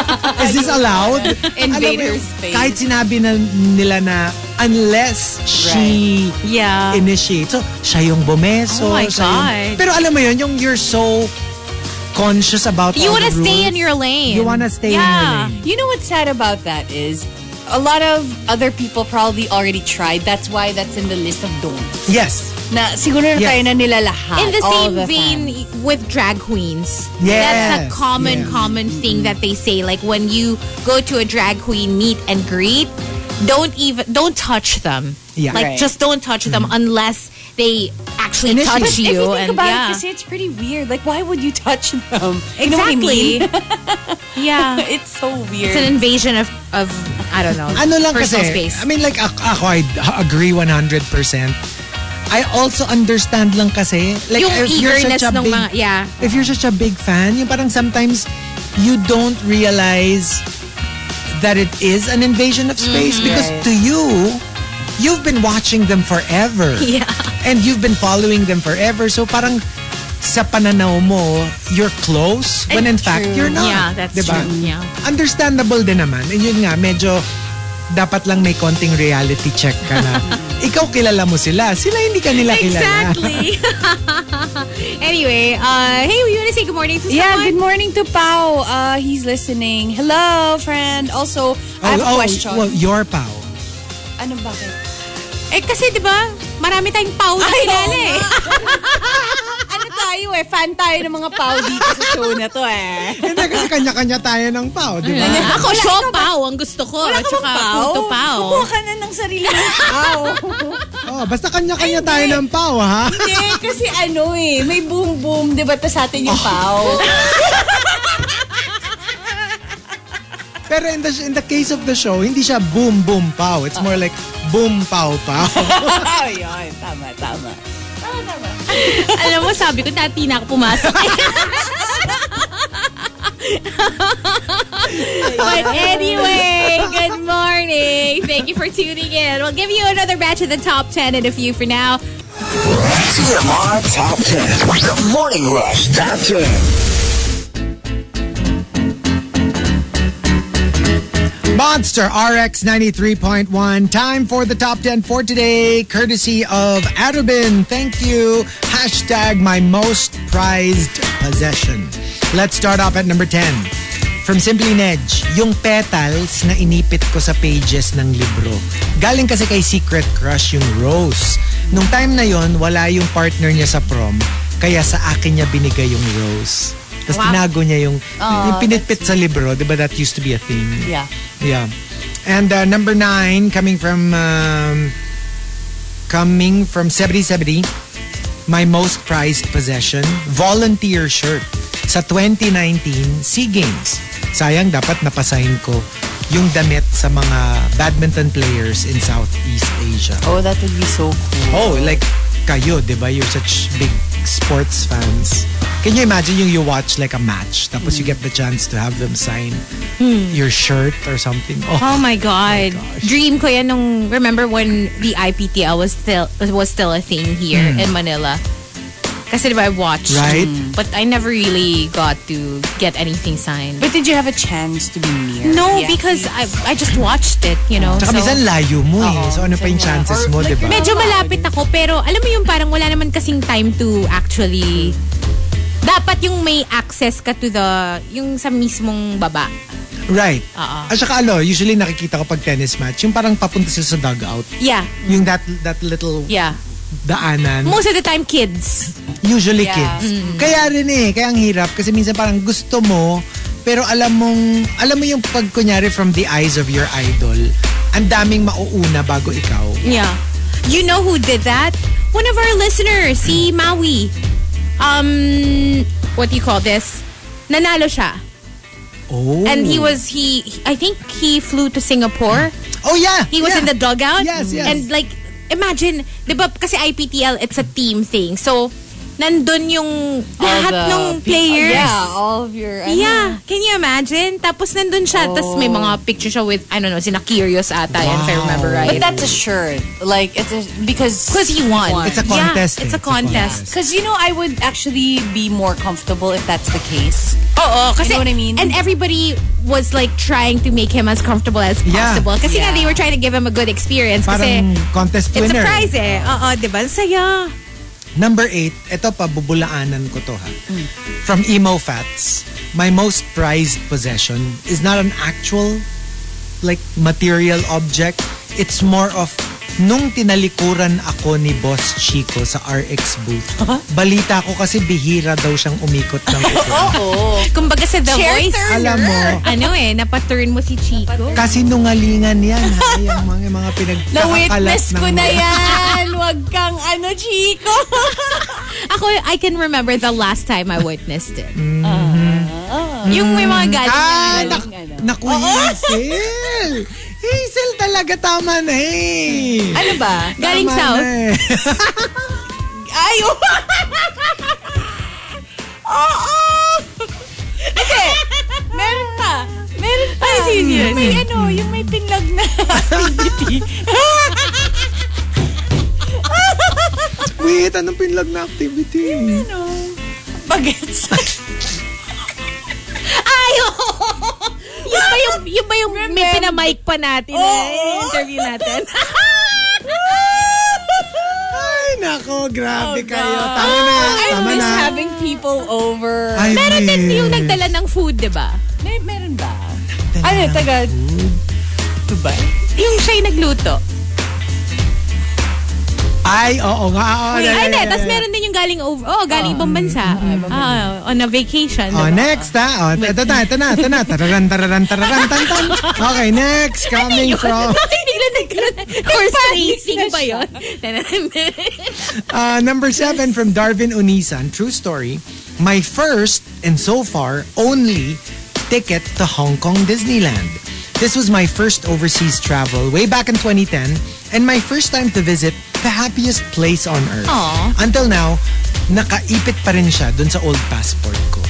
B: is this allowed? Alam mo
G: Invader
B: yung-
G: space.
B: Kahit sinabi na nila na unless she
E: Yeah.
B: initiate. So, siya yung bumeso.
E: Oh my
B: siya yung-
E: God.
B: pero alam mo yun, yung you're so conscious about
E: You
B: all
E: wanna
B: the rules.
E: stay in your lane.
B: You wanna stay in your
E: Yeah.
B: lane.
G: You know what's sad about that is a lot of other people probably already tried. That's why that's in the list of don'ts.
B: Yes.
G: Na siguro
B: Yes.
G: na tayo na nila lahat.
E: In the
G: all
E: same
G: the
E: vein
G: time.
E: with drag queens.
B: Yes.
E: That's a common,
B: Yeah.
E: common thing that they say. Like when you go to a drag queen meet and greet, don't even don't touch them.
B: Yeah. Mm-hmm.
E: Like
G: Right.
E: just don't touch them unless they actually
B: Initiate.
E: touch
G: But
E: you.
G: if you think
E: and
G: about
E: yeah.
G: it, kasi it's pretty weird. Like, why would you touch them? You know what I
E: Exactly.
G: mean?
E: yeah.
G: it's so weird.
E: It's an invasion of, of I don't know.
B: ano lang
E: personal
B: kasi,
E: space.
B: I mean like ako, ako I agree 100%. I also understand lang kasi like
E: yung
B: if you're
E: eagerness
B: such a
E: ng
B: big,
E: mga, yeah.
B: if you're such a big fan, yung parang sometimes you don't realize that it is an invasion of space
E: Mm-hmm.
B: because to you, you've been watching them forever.
E: Yeah.
B: And you've been following them forever. So parang sa pananaw mo, you're close when in fact you're not.
E: Yeah, that's
B: Diba?
E: true. Yeah.
B: Understandable din naman. And yun nga, medyo dapat lang may konting reality check ka na. Ikaw kilala mo sila. Sila hindi ka nila kilala.
E: Exactly. anyway, uh, hey, you want to say good morning to
G: Yeah,
E: someone?
G: good morning to Pao. Uh, he's listening. Hello, friend. Also, I have a
B: Oh, oh,
G: question.
B: Well, your pao.
G: ano bakit?
E: Eh, kasi di ba, marami tayong pau na kilala eh.
G: ano tayo eh? Fan tayo ng mga Pao dito sa show na to eh.
B: Hindi kasi kanya-kanya tayo ng pao, di ba?
E: Ako, show pau ang gusto ko.
G: Wala
E: Wala
G: ka bang
E: Tsaka
G: Pao?
E: puto pau.
G: Kumuha ka na ng sarili ng Pao.
B: Oh, basta kanya-kanya tayo ng pao, ha?
G: Hindi, kasi ano eh, may boom boom, di ba? Tapos sa atin yung Pao.
B: Pero in the, in the case of the show, hindi siya boom boom pow. It's more like boom pow pow.
G: Ayun, tama, tama.
E: Alam mo, sabi ko, dati na ako pumasok. But anyway, good morning. Thank you for tuning in. We'll give you another batch of the top 10 and a few for now.
A: TMR Top 10. The Morning Rush Top 10.
B: Monster RX 93.1. Time for the top 10 for today, courtesy of Adobin. Thank you. Hashtag my most prized possession. Let's start off at number 10. From Simply Nedge, yung petals na inipit ko sa pages ng libro. Galing kasi kay Secret Crush yung Rose. Nung time na yon, wala yung partner niya sa prom, kaya sa akin niya binigay yung Rose. Tapos tinago niya yung, yung pinitpit sa libro. Diba that used to be a thing?
G: Yeah.
B: Yeah. And uh, number nine, coming from um, coming from 7070, my most prized possession, volunteer shirt sa 2019 SEA Games. Sayang dapat napasign ko yung damit sa mga badminton players in Southeast Asia.
G: Oh, that would be so cool.
B: Oh, like kayo, di ba? You're such big sports fans. Can you imagine yung you watch like a match tapos you
G: Hmm.
B: get the chance to have them sign your shirt or something? Oh,
E: Oh my God. Dream ko yan nung, remember when the IPTL was still, was still a thing here in Manila. Kasi diba, I watched. Hmm.
B: Right.
E: But I never really got to get anything signed.
G: But did you have a chance to be near?
E: No,
G: Yeah.
E: because I, I just watched it, you know.
B: Tsaka
E: so-
B: minsan layo mo eh.
G: Oo,
B: So ano pa yung
G: minsan wala.
B: chances
G: Or
B: mo, diba?
G: like,
B: di ba?
E: Medyo malapit ako, pero alam mo yung parang wala naman kasing time to actually... Dapat yung may access ka to the... Yung sa mismong baba.
B: Right.
E: Oo.
B: At saka ano, usually nakikita ko pag tennis match, yung parang papunta sila sa dugout.
E: Yeah,
B: Yung that that little
E: yeah.
B: daanan.
E: Most of the time, kids.
B: usually
G: Yeah.
B: kids.
E: Mm-hmm.
B: Kaya rin eh, kaya ang hirap. Kasi minsan parang gusto mo, pero alam mong, alam mo yung pag kunyari from the eyes of your idol, ang daming mauuna bago ikaw.
E: Yeah. You know who did that? One of our listeners, si Maui. Um, what do you call this? Nanalo siya.
B: Oh.
E: And he was, he, I think he flew to Singapore.
B: Oh yeah.
E: He was
B: yeah.
E: in the dugout.
B: Yes, yes.
E: And like, imagine, di ba, kasi IPTL, it's a team thing. So, nandun yung lahat
G: the
E: ng
G: people-
E: players.
G: Yeah, all of your... ano,
E: Yeah, can you imagine? Tapos nandun siya, tapos may
G: Oh.
E: mga picture siya with, I don't know, sina Curious ata, if I remember
G: But
E: right.
G: that's a shirt. Like, it's a, because...
E: Because he won.
B: It's a contest,
E: Yeah,
B: eh.
E: it's a contest.
G: Because, you know, I would actually be more comfortable if that's the case.
E: Oo, kasi,
G: You know what I mean?
E: and everybody was like trying to make him as comfortable as
B: Yeah.
E: possible. Kasi nga,
G: Yeah.
E: they were trying to give him a good experience.
B: Parang
E: kasi,
B: contest
E: it's a
B: winner.
E: prize eh. Oo, di ba? Ang Saya.
B: Number eight, ito pa, bubulaanan ko to ha. From Emo Fats, my most prized possession is not an actual, like, material object. It's more of, nung tinalikuran ako ni Boss Chico sa RX booth, balita ko kasi bihira daw siyang umikot ng upo.
G: Oh,
E: Kumbaga sa The
G: Chair
E: Voice.
G: turner.
B: Alam mo,
E: ano eh, napaturn mo si Chico.
B: kasinungalingan yan ha, yung mga, yung mga pinagkakakalat
G: Na-witness
B: ng...
G: ko na yan. Huwag kang ano, Chico.
E: Ako, I can remember the last time I witnessed it.
G: Mm-hmm.
E: Yung may mga galing.
B: Ah,
E: na-
B: nak naku, Hazel! Hazel talaga tama na eh!
G: ano ba?
E: galing
B: Tama
E: south.
B: na eh.
G: Ay, oh. Oo. Hindi. Meron pa. Meron pa. Ay, serious. May ano,
E: Hmm.
G: yung may pinlag na activity.
B: ano Wait, anong pinlag na activity?
G: ano? bagets.
E: Ay, oo! Yun ba yung, yun ba yung may pinamike pa natin na interview natin?
B: Ay, nako,
E: Oh,
B: grabe kayo. Tama na,
G: I
B: tama
G: miss
B: na. Ah.
G: having people over.
B: Ay,
E: Meron din
B: weird.
E: yung nagdala ng food, di ba?
G: May, meron ba? Ano, taga Dubai?
E: Yung siya'y nagluto.
B: Ay, oo nga. oo,
G: Ah,
B: yeah,
E: Ay,
B: yeah,
E: hindi.
B: yeah,
E: Tapos
B: yeah.
E: meron din yung galing over. Oh, galing ibang bansa. Ah, on a vacation.
B: Oh,
E: diba?
B: next ha. Oh, ito na, ito na, ito na. Tararan, tararan, tararan, tan, tan. Okay,
E: Ano
B: next. Coming from
E: Bakit bigla nagkaroon ng horse racing ba yun?
B: uh, number seven from Darwin Unisan. True story. My first and so far only ticket to Hong Kong Disneyland. This was my first overseas travel way back in 2010 and my first time to visit the happiest place on earth.
E: Aw.
B: Until now, nakaipit pa rin siya dun sa old passport ko.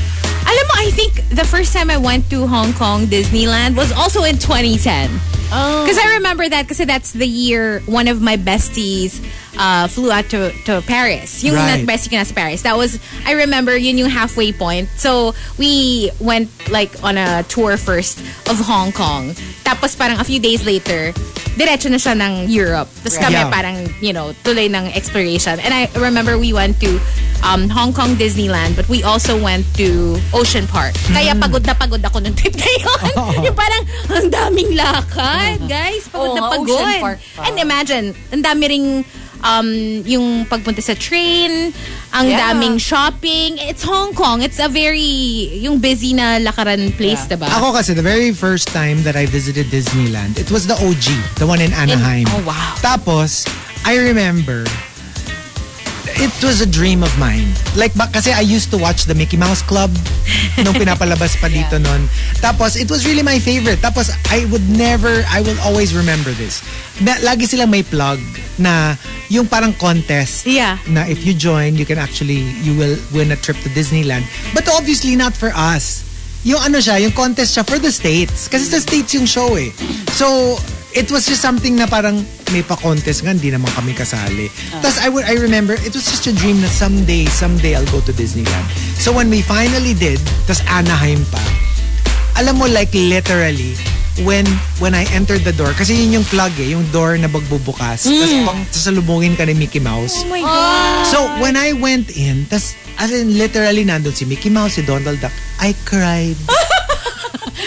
E: Alam mo, I think the first time I went to Hong Kong Disneyland was also in 2010. Because I remember that kasi that's the year one of my besties uh, flew out to, to Paris. Yung
B: Right.
E: not bestie ko na sa Paris. That was, I remember yun yung halfway point. So, we went like on a tour first of Hong Kong. Tapos parang a few days later, diretso na siya ng Europe. Tapos kami
B: Yeah.
E: parang, you know, tuloy ng exploration. And I remember we went to um, Hong Kong Disneyland but we also went to Ocean Park. Kaya pagod na pagod ako nung trip na yun. yung parang, ang daming lakad, guys. Pagod
G: Oo
E: na
G: nga,
E: pagod.
G: Ocean Park pa.
E: And imagine, ang dami ring um, yung pagpunta sa train, ang
G: Yeah.
E: daming shopping. It's Hong Kong. It's a very, yung busy na lakaran place, diba?
B: Ako kasi, the very first time that I visited Disneyland, it was the OG, the one in Anaheim.
E: oh, wow.
B: Tapos, I remember, it was a dream of mine. Like, ba, kasi I used to watch the Mickey Mouse Club nung pinapalabas pa dito nun. Tapos, it was really my favorite. Tapos, I would never, I will always remember this. Na, lagi silang may plug na yung parang contest
E: Yeah.
B: na if you join, you can actually, you will win a trip to Disneyland. But obviously not for us. Yung ano siya, yung contest siya for the States. Kasi sa States yung show eh. So, it was just something na parang may pa-contest nga, hindi naman kami kasali. Tapos I, would, I remember, it was just a dream na someday, someday I'll go to Disneyland. So when we finally did, tapos Anaheim pa, alam mo like literally when when I entered the door kasi yun yung plug eh yung door na magbubukas tas pang sasalubungin ka ni Mickey Mouse oh my god
E: Ah,
B: so when I went in tas as in literally nandun si Mickey Mouse si Donald Duck I cried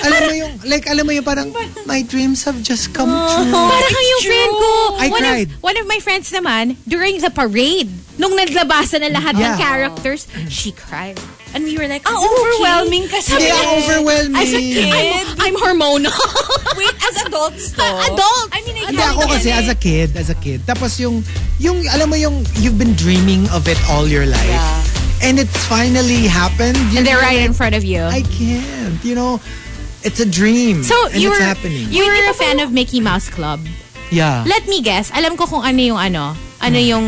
B: alam mo yung like alam mo yung parang my dreams have just come
E: Ah.
B: true
E: Parang yung friend ko.
B: I
E: one
B: cried.
E: Of, one of my friends naman, during the parade, nung naglabasan na lahat ng
B: Yeah.
E: characters, she cried. Ah, And we were like,
G: Ang
E: "Are you okay?"
G: overwhelming kasi.
B: Hindi, ang overwhelming.
E: As a kid, I'm hormonal.
G: Wait, as adults to?
E: Ah, Adults.
G: I mean, I
B: Hindi ako kasi as a
E: eh.
B: kid, as a kid. Tapos yung, yung alam mo yung, you've been dreaming of it all your life. And it's finally happened. You
E: And they're
B: know,
E: right in front of you.
B: I can't. You know, it's a dream.
E: so,
B: and
E: you
B: it's
E: were,
B: happening.
E: you were a fan of Mickey Mouse Club.
B: yeah.
E: Let me guess, alam ko kung ano yung ano. Ano
B: Hmm.
E: yung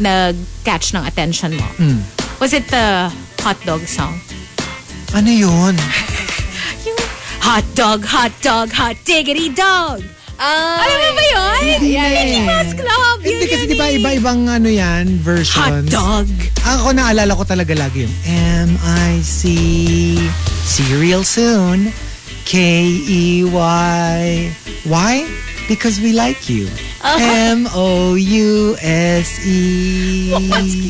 E: nag-catch ng attention mo.
B: Hmm.
E: Was it the hot dog song?
B: ano yun?
E: Yung hot dog, hot dog, hot diggity dog. Alam mo ba yun?
B: Hindi na eh.
E: Mickey Mouse Club.
B: Hindi
E: yun
B: kasi
E: yun
B: di ba
E: eh.
B: iba-ibang ano yan,
E: Hot
B: versions.
E: dog.
B: Ang ako naalala ko talaga lagi yung M-I-C, see you real soon, K-E-Y. Why? Because we like you.
E: Oh.
B: M-O-U-S-E.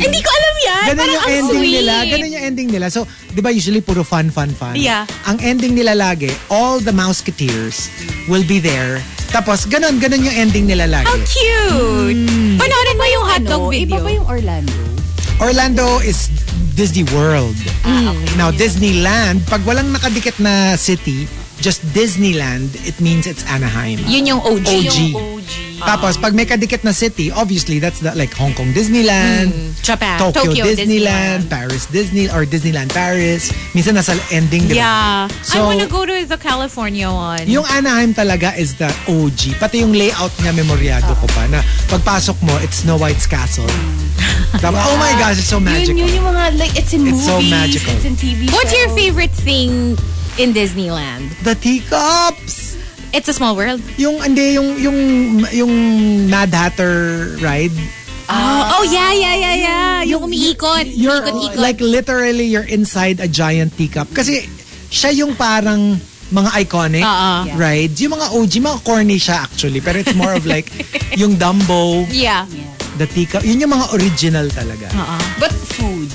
E: Hindi ko alam yan.
B: Ganun
E: Parang
B: yung
E: ang
B: E. ending
E: sweet.
B: nila. Ganun yung ending nila. So, di ba usually puro fun, fun, fun?
E: Yeah.
B: Ang ending nila lagi, all the Mouseketeers will be there. Tapos, ganun, ganun yung ending nila lagi.
E: How cute.
B: Hmm.
E: Panorin mo yung hot dog video.
G: Iba ba yung Orlando?
B: Orlando is Disney World.
E: Ah,
B: Now, Disneyland, pag walang nakadikit na city, just Disneyland, it means it's Anaheim.
E: Yun yung ah, OG.
B: OG. Tapos, pag may kadikit na city, obviously, that's the, like Hong Kong Disneyland,
E: Japan.
B: Tokyo,
E: Hmm. Ah, Tokyo
B: Disneyland, Paris Disney, or Disneyland Paris. Minsan nasa ending, di ba?
E: Yeah. I
B: So-
E: wanna go to the California one.
B: Yung Anaheim talaga is the OG. Pati yung layout niya, memoryado ko pa, na pagpasok mo, it's Snow White's castle.
E: Hmm.
B: Tama? Oh my gosh, it's so magical.
G: Yun, yun yung mga, like, it's in
B: It's
G: movies.
B: so magical.
G: It's in TV shows.
E: What's your favorite thing in Disneyland?
B: The teacups!
E: It's a small world.
B: Yung, hindi, yung, yung, yung Mad Hatter ride.
E: Oh, oh yeah, yeah, yeah, yeah. Yung umiikot.
B: You're
E: Ikot-ikot.
B: like literally you're inside a giant teacup. Kasi siya yung parang mga iconic
E: Oo.
B: rides. Yung mga OG, mga corny siya actually. Pero it's more of like yung Dumbo,
E: yeah.
B: the teacup. Yun yung mga original talaga.
G: But food.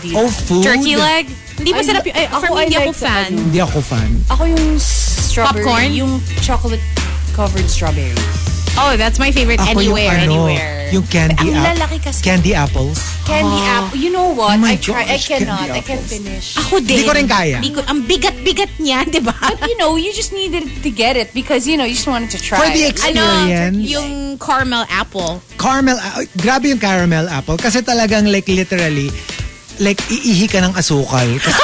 G: Hindi.
B: Oh, food.
E: Ah, Turkey leg. Hindi masarap yun. Ay,
G: Ako,
E: for me,
G: I
E: hindi ako
G: like the
E: fan.
B: Hindi ako fan.
G: Ako yung strawberry.
E: Popcorn?
G: Yung chocolate covered strawberry.
E: Oh, that's my favorite
B: Ako yung
E: anywhere,
B: ano,
E: anywhere.
B: Yung candy
G: Ang
B: apple.
G: lalaki kasi.
B: Candy apples.
G: Candy apple. You know
B: Oh
G: what?
B: my
G: I try. I
B: gosh,
G: cannot.
B: candy
G: I can't finish.
E: Ako din.
B: Hindi ko rin kaya.
E: Hindi ko- ang bigat-bigat niya, di ba?
G: But you know, you just needed to get it because you know you just wanted to try.
B: For the
G: it.
E: Ano,
B: experience.
E: yung caramel apple.
B: caramel, uh, grabe yung caramel apple kasi talagang like literally, like iihi ka ng asukal. Kasi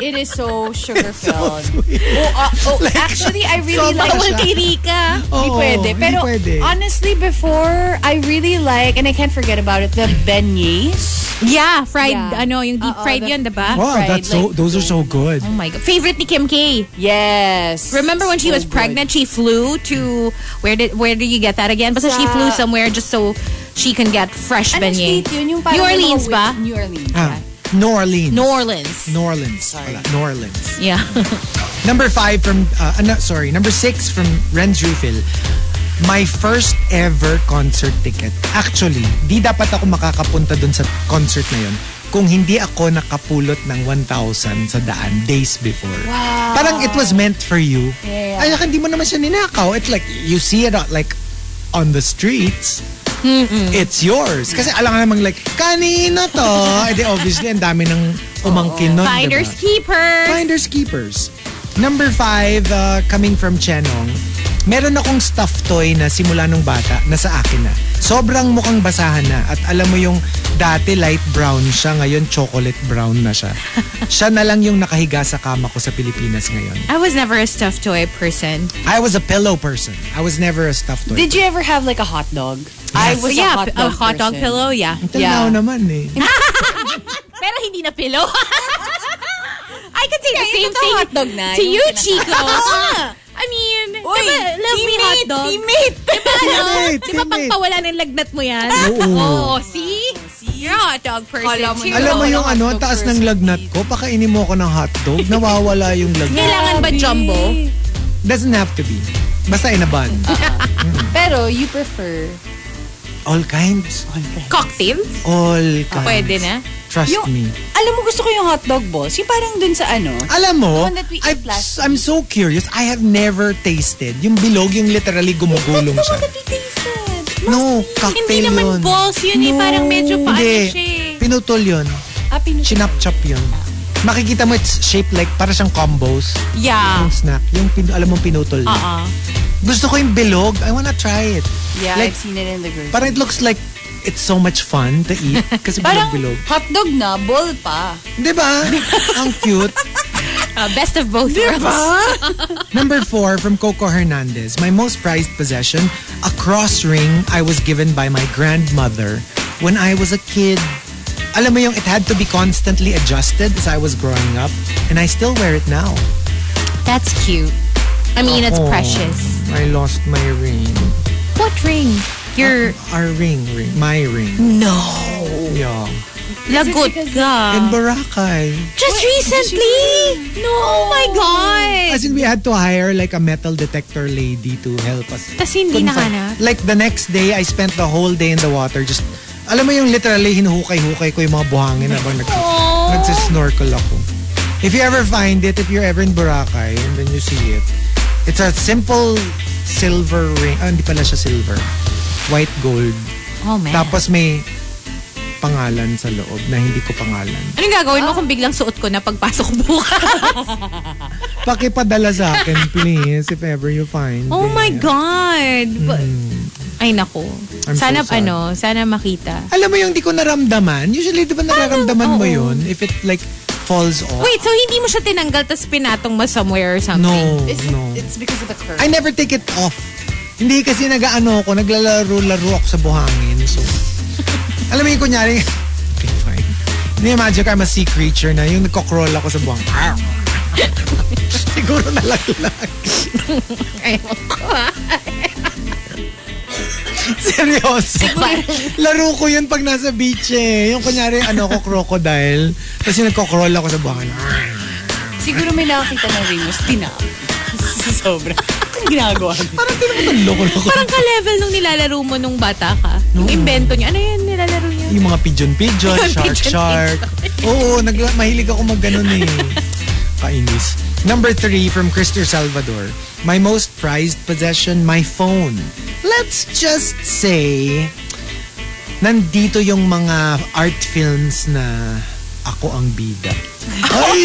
G: It is so sugar filled. oh, uh, oh actually, I really
B: Sobrang
G: like.
E: Bawal kay Rika.
B: oo,
G: Hindi pwede.
B: hindi
G: Pero
B: pwede.
G: honestly, before I really like, and I can't forget about it, the beignets.
E: Yeah, fried,
G: Yeah.
E: ano, yung deep
G: Oo,
E: fried
G: the-
E: yun, di ba?
B: wow,
G: fried,
B: that's so,
G: like-
B: those are so good.
E: Oh my God. Favorite ni Kim K.
G: Yes.
E: Remember when she
G: So
E: was
G: good.
E: pregnant, she flew to, where did where did you get that again? Basta she
G: Sa-
E: flew somewhere just so she can get fresh
G: Ano
E: beignet.
G: state yun? Yung parang
E: New
G: may mga
E: Orleans
G: wi-
E: ba?
G: New Orleans.
B: Ah,
G: yeah.
B: New Orleans.
E: New Orleans.
B: New Orleans. Wala, New Orleans.
E: Yeah.
B: Number five from, uh, uh, no, sorry, number six from Renz Rufil. My first ever concert ticket. Actually, di dapat ako makakapunta dun sa concert na yun kung hindi ako nakapulot ng 1,000 sa daan days before. Parang it was meant for you. Ay, hindi mo naman siya ninakaw. It's like, you see it uh, like on the streets. It's yours. Kasi alam ka namang like, kanino to? Eh di obviously, ang dami ng umangkin nun.
E: Finders
B: diba?
E: keepers.
B: Finders keepers. Number five, uh, coming from Chenong, meron akong stuffed toy na simula nung bata, nasa akin na. Sobrang mukhang basahan na. At alam mo yung dati light brown siya, ngayon chocolate brown na siya. siya na lang yung nakahiga sa kama ko sa Pilipinas ngayon.
E: I was never a stuffed toy person.
B: I was a pillow person. I was never a stuffed toy.
G: Did you ever have like a hot dog? I was
E: yeah,
G: a hot dog.
E: a hot dog
G: person.
E: pillow, yeah.
B: Until
G: yeah.
B: now naman eh.
E: Pero hindi na pillow. I could say the same
G: ito
E: thing
G: hot dog na,
E: to
G: yung
E: you,
G: pinaka-
E: Chico. I mean,
G: Uy,
E: diba, love me hot
G: teammate,
E: dog.
G: teammate.
E: Diba, ano?
B: Teammate,
E: Diba pag
B: teammate.
E: pawala ng lagnat mo yan?
B: Oo.
E: Oh, see? You're a hot dog person
G: Alam mo
E: too.
G: na-
B: Alam mo
G: Ako
B: yung
G: ng
B: ano,
G: hotdog
B: taas
G: person,
B: ng lagnat ko, pakainin mo ako ng hotdog, nawawala yung lagnat.
E: Kailangan ba jumbo?
B: Doesn't have to be. Basta in a bun.
G: Pero you prefer
B: All kinds.
E: Cocktail?
B: All kinds.
E: Pwede na?
B: Trust
G: Yung-
B: me.
G: Alam mo gusto ko yung hot dog boss. Yung parang dun sa ano.
B: Alam mo,
G: one that we
B: I've,
G: ate last
B: I'm so curious. I have never tasted yung bilog, yung literally gumugulong siya. No, cocktail
E: Hindi naman
B: yun.
E: balls yun eh. Parang medyo paano
B: Hindi.
E: siya eh.
B: Pinutol yun.
G: Ah, pinus-
B: Chinap-chop yun. Makikita mo, it's shaped like, para siyang combos.
E: Yeah.
G: Ah.
B: Yung snack. Yung, pin, alam mo, pinutol. na.
E: Oo.
B: Gusto ko yung bilog. I wanna try it.
G: Yeah,
B: like,
G: I've seen it in the grocery.
B: Parang it looks like it's so much fun to eat. Kasi
G: Parang
B: bilog-bilog.
G: hot dog na, ball pa.
B: Di ba? Ang cute.
E: Uh, best of both
B: Diba?
E: worlds.
B: Number four from Coco Hernandez. My most prized possession, a cross ring I was given by my grandmother when I was a kid. Alam mo yung it had to be constantly adjusted as I was growing up, and I still wear it now.
E: That's cute. I mean, it's
B: Oh,
E: precious.
B: I lost my ring.
E: What ring? Your
B: Our ring, ring. My ring.
E: no. Ah.
B: Yeah.
E: Lagot
B: In
E: ka.
B: Boracay.
E: Just recently? No. Oh my God.
B: As in, we had to hire like a metal detector lady to help us.
E: Tas hindi
B: Couldn't find-
E: nahanap?
B: Like the next day, I spent the whole day in the water just, alam mo yung literally hinuhukay-hukay ko yung mga buhangin habang nag, nagsisnorkel ako. If you ever find it, if you're ever in Boracay and then you see it, it's a simple silver ring. Ah, hindi pala siya silver. White gold.
E: Oh man.
B: Tapos may pangalan sa loob na hindi ko pangalan.
E: Anong gagawin
B: Ah.
E: mo kung biglang suot ko na pagpasok bukas?
B: Pakipadala sa akin, please, if ever you find
E: Oh
B: it.
E: my God. Ba- Ay nako.
B: Hmm. I'm so
E: sana
B: sad.
E: ano, sana makita.
B: Alam mo yung di ko naramdaman? Usually, di ba nararamdaman
E: Parang,
B: mo
E: oo.
B: yun? If it like falls off.
E: Wait, so hindi mo siya tinanggal tapos pinatong mo somewhere or something?
B: No,
G: It's,
B: no.
G: it's because of the curve.
B: I never take it off. Hindi kasi nag-ano ako, naglalaro-laro ako sa buhangin. So, alam mo yung kunyari, okay, fine. Ini-imagine ko I'm a sea creature na yung nagko-crawl ako sa buhangin. Arr! Siguro nalaglag.
E: Ayaw ko ah.
B: Seryoso. Laro ko yun pag nasa beach eh. Yung kunyari, ano ko, crocodile. Tapos yung nagko-crawl ako sa buwan.
G: Siguro may nakakita ng Remus. Tinap. Sobra. Anong ginagawa mo?
B: Parang tinatang loko-loko.
E: Parang ka-level nung nilalaro mo nung bata ka. Yung invento niya. Ano yan nilalaro niya?
B: Yung mga pigeon-pigeon,
E: Yung
B: shark-shark. Oo, nagla- mahilig ako mag ganun eh. Kainis. Number three from Christopher Salvador. My most prized possession, my phone. Let's just say, nandito yung mga art films na ako ang bida. Ay!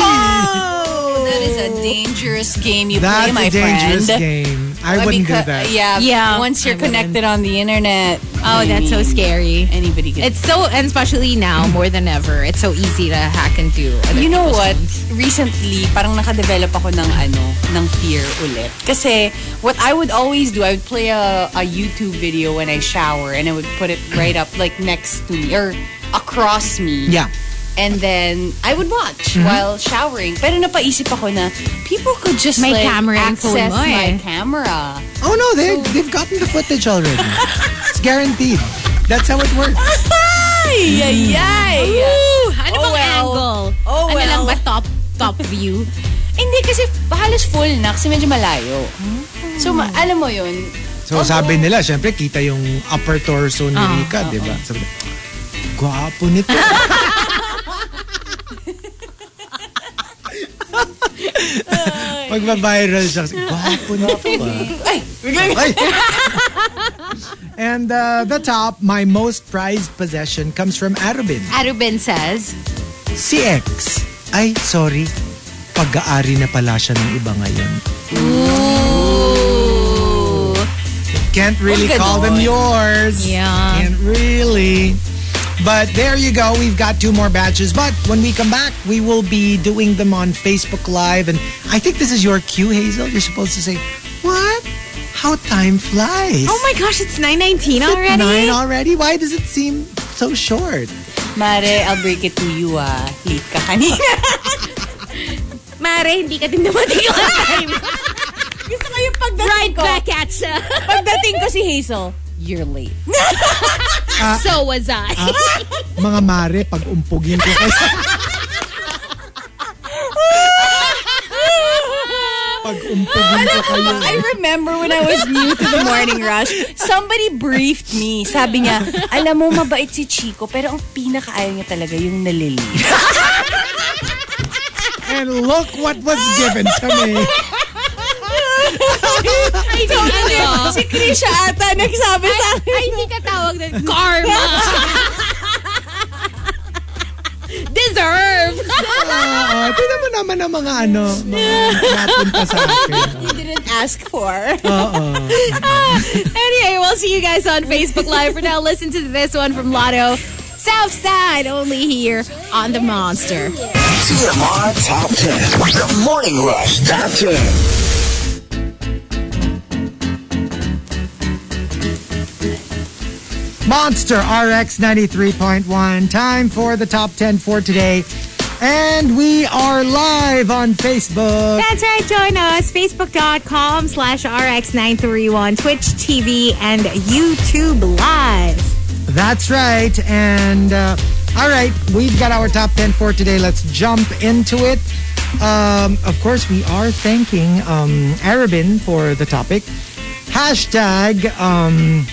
G: That is a dangerous game you
B: That's
G: play,
B: a
G: my
B: dangerous
G: friend.
B: game. I
G: Uh,
B: wouldn't do
G: because-
B: that.
G: Yeah,
E: Yeah,
G: Once you're
E: I wouldn't.
G: connected on the internet.
E: Oh,
G: I
E: that's so
G: mean,
E: scary.
G: Anybody can.
E: It's so, and especially now, more than ever, it's so easy to hack into. other
G: You know
E: people's
G: what?
E: phones.
G: Recently, parang nakadevelop ako ng ano, ng fear ulit. Kasi, what I would always do, I would play a, a YouTube video when I shower and I would put it right up like next to me or across me.
B: Yeah. Mm-hmm.
G: And then, I would watch while showering. Pero napaisip ako na, people could just
E: May
G: like,
E: camera yung phone
G: access
E: mo eh.
G: my camera.
B: Oh no, they, they've gotten the footage already. it's guaranteed. That's how it works.
G: Ay, ay, ay.
E: Ooh, ano
G: Oh,
E: bang
G: well.
E: angle?
G: Oh,
E: Ano lang ba
G: well.
E: top top view?
G: Hindi, kasi halos full na kasi medyo malayo.
E: Hmm.
G: So, ma- alam mo yun,
B: So sabi nila, syempre kita yung upper torso ni Rika, di ba? Sabi, gwapo nito. Magba-viral siya. kasi, Gwapo nito ah.
G: ay, biglang
B: Ay! And uh, the top, my most prized possession comes from Arubin.
E: Arubin says,
B: Si X, ay sorry, pag-aari na pala siya ng iba ngayon.
E: Ooh.
B: Can't really
G: Huwag
B: call them
G: ganon.
B: yours.
E: Yeah.
B: Can't really. But there you go. We've got two more batches. But when we come back, we will be doing them on Facebook Live. And I think this is your cue, Hazel. You're supposed to say, What? How time flies.
E: Oh my gosh, it's 9.19
B: Is it
E: already?
B: Nine already? Why does it seem so short?
G: Mare, I'll break it to you ah. Late ka kanina.
E: Mare, hindi ka din dumating on time.
G: Gusto ko yung pagdating
E: right back at ya.
G: Pagdating ko si Hazel, you're late.
E: so was Uh, I.
B: Mga mare, pag umpugin ko kayo. pag umpugin ko
E: Ano?
B: kayo.
G: Ano? I remember when I was new to the morning rush, somebody briefed me. Sabi niya, alam mo, mabait si Chico, pero ang pinakaayaw niya talaga yung nalilate.
B: And look what was given to me.
E: I don't know.
G: si Krisha ata nagsabi sa akin.
E: Ay, hindi ka tawag na karma. Deserve.
B: Oo, tignan mo naman ang mga ano, mga napunta sa akin.
G: didn't ask for.
E: anyway, we'll see you guys on Facebook Live. For now, listen to this one from Lotto. Southside, only here on The Monster.
A: TMR Top 10. The Morning Rush Top 10.
B: Monster RX 93.1. Time for the top 10 for today. And we are live on Facebook.
E: That's right, join us. Facebook.com slash RX931, Twitch TV, and YouTube Live.
B: That's right. And uh, all right, we've got our top 10 for today. Let's jump into it. Um, of course, we are thanking um, Arabin for the topic. Hashtag um,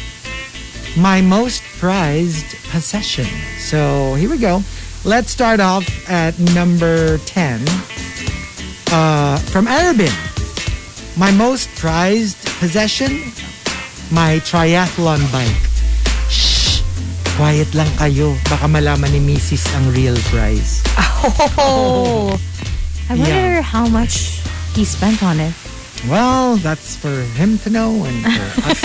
B: my most prized possession. So here we go. Let's start off at number 10 uh, from Arabin. My most prized possession, my triathlon bike. Shh! Quiet lang kayo. Baka malaman ni Mrs. ang real price.
E: Oh. I wonder
B: Yeah.
E: how much he spent on it.
B: Well, that's for him to know and for us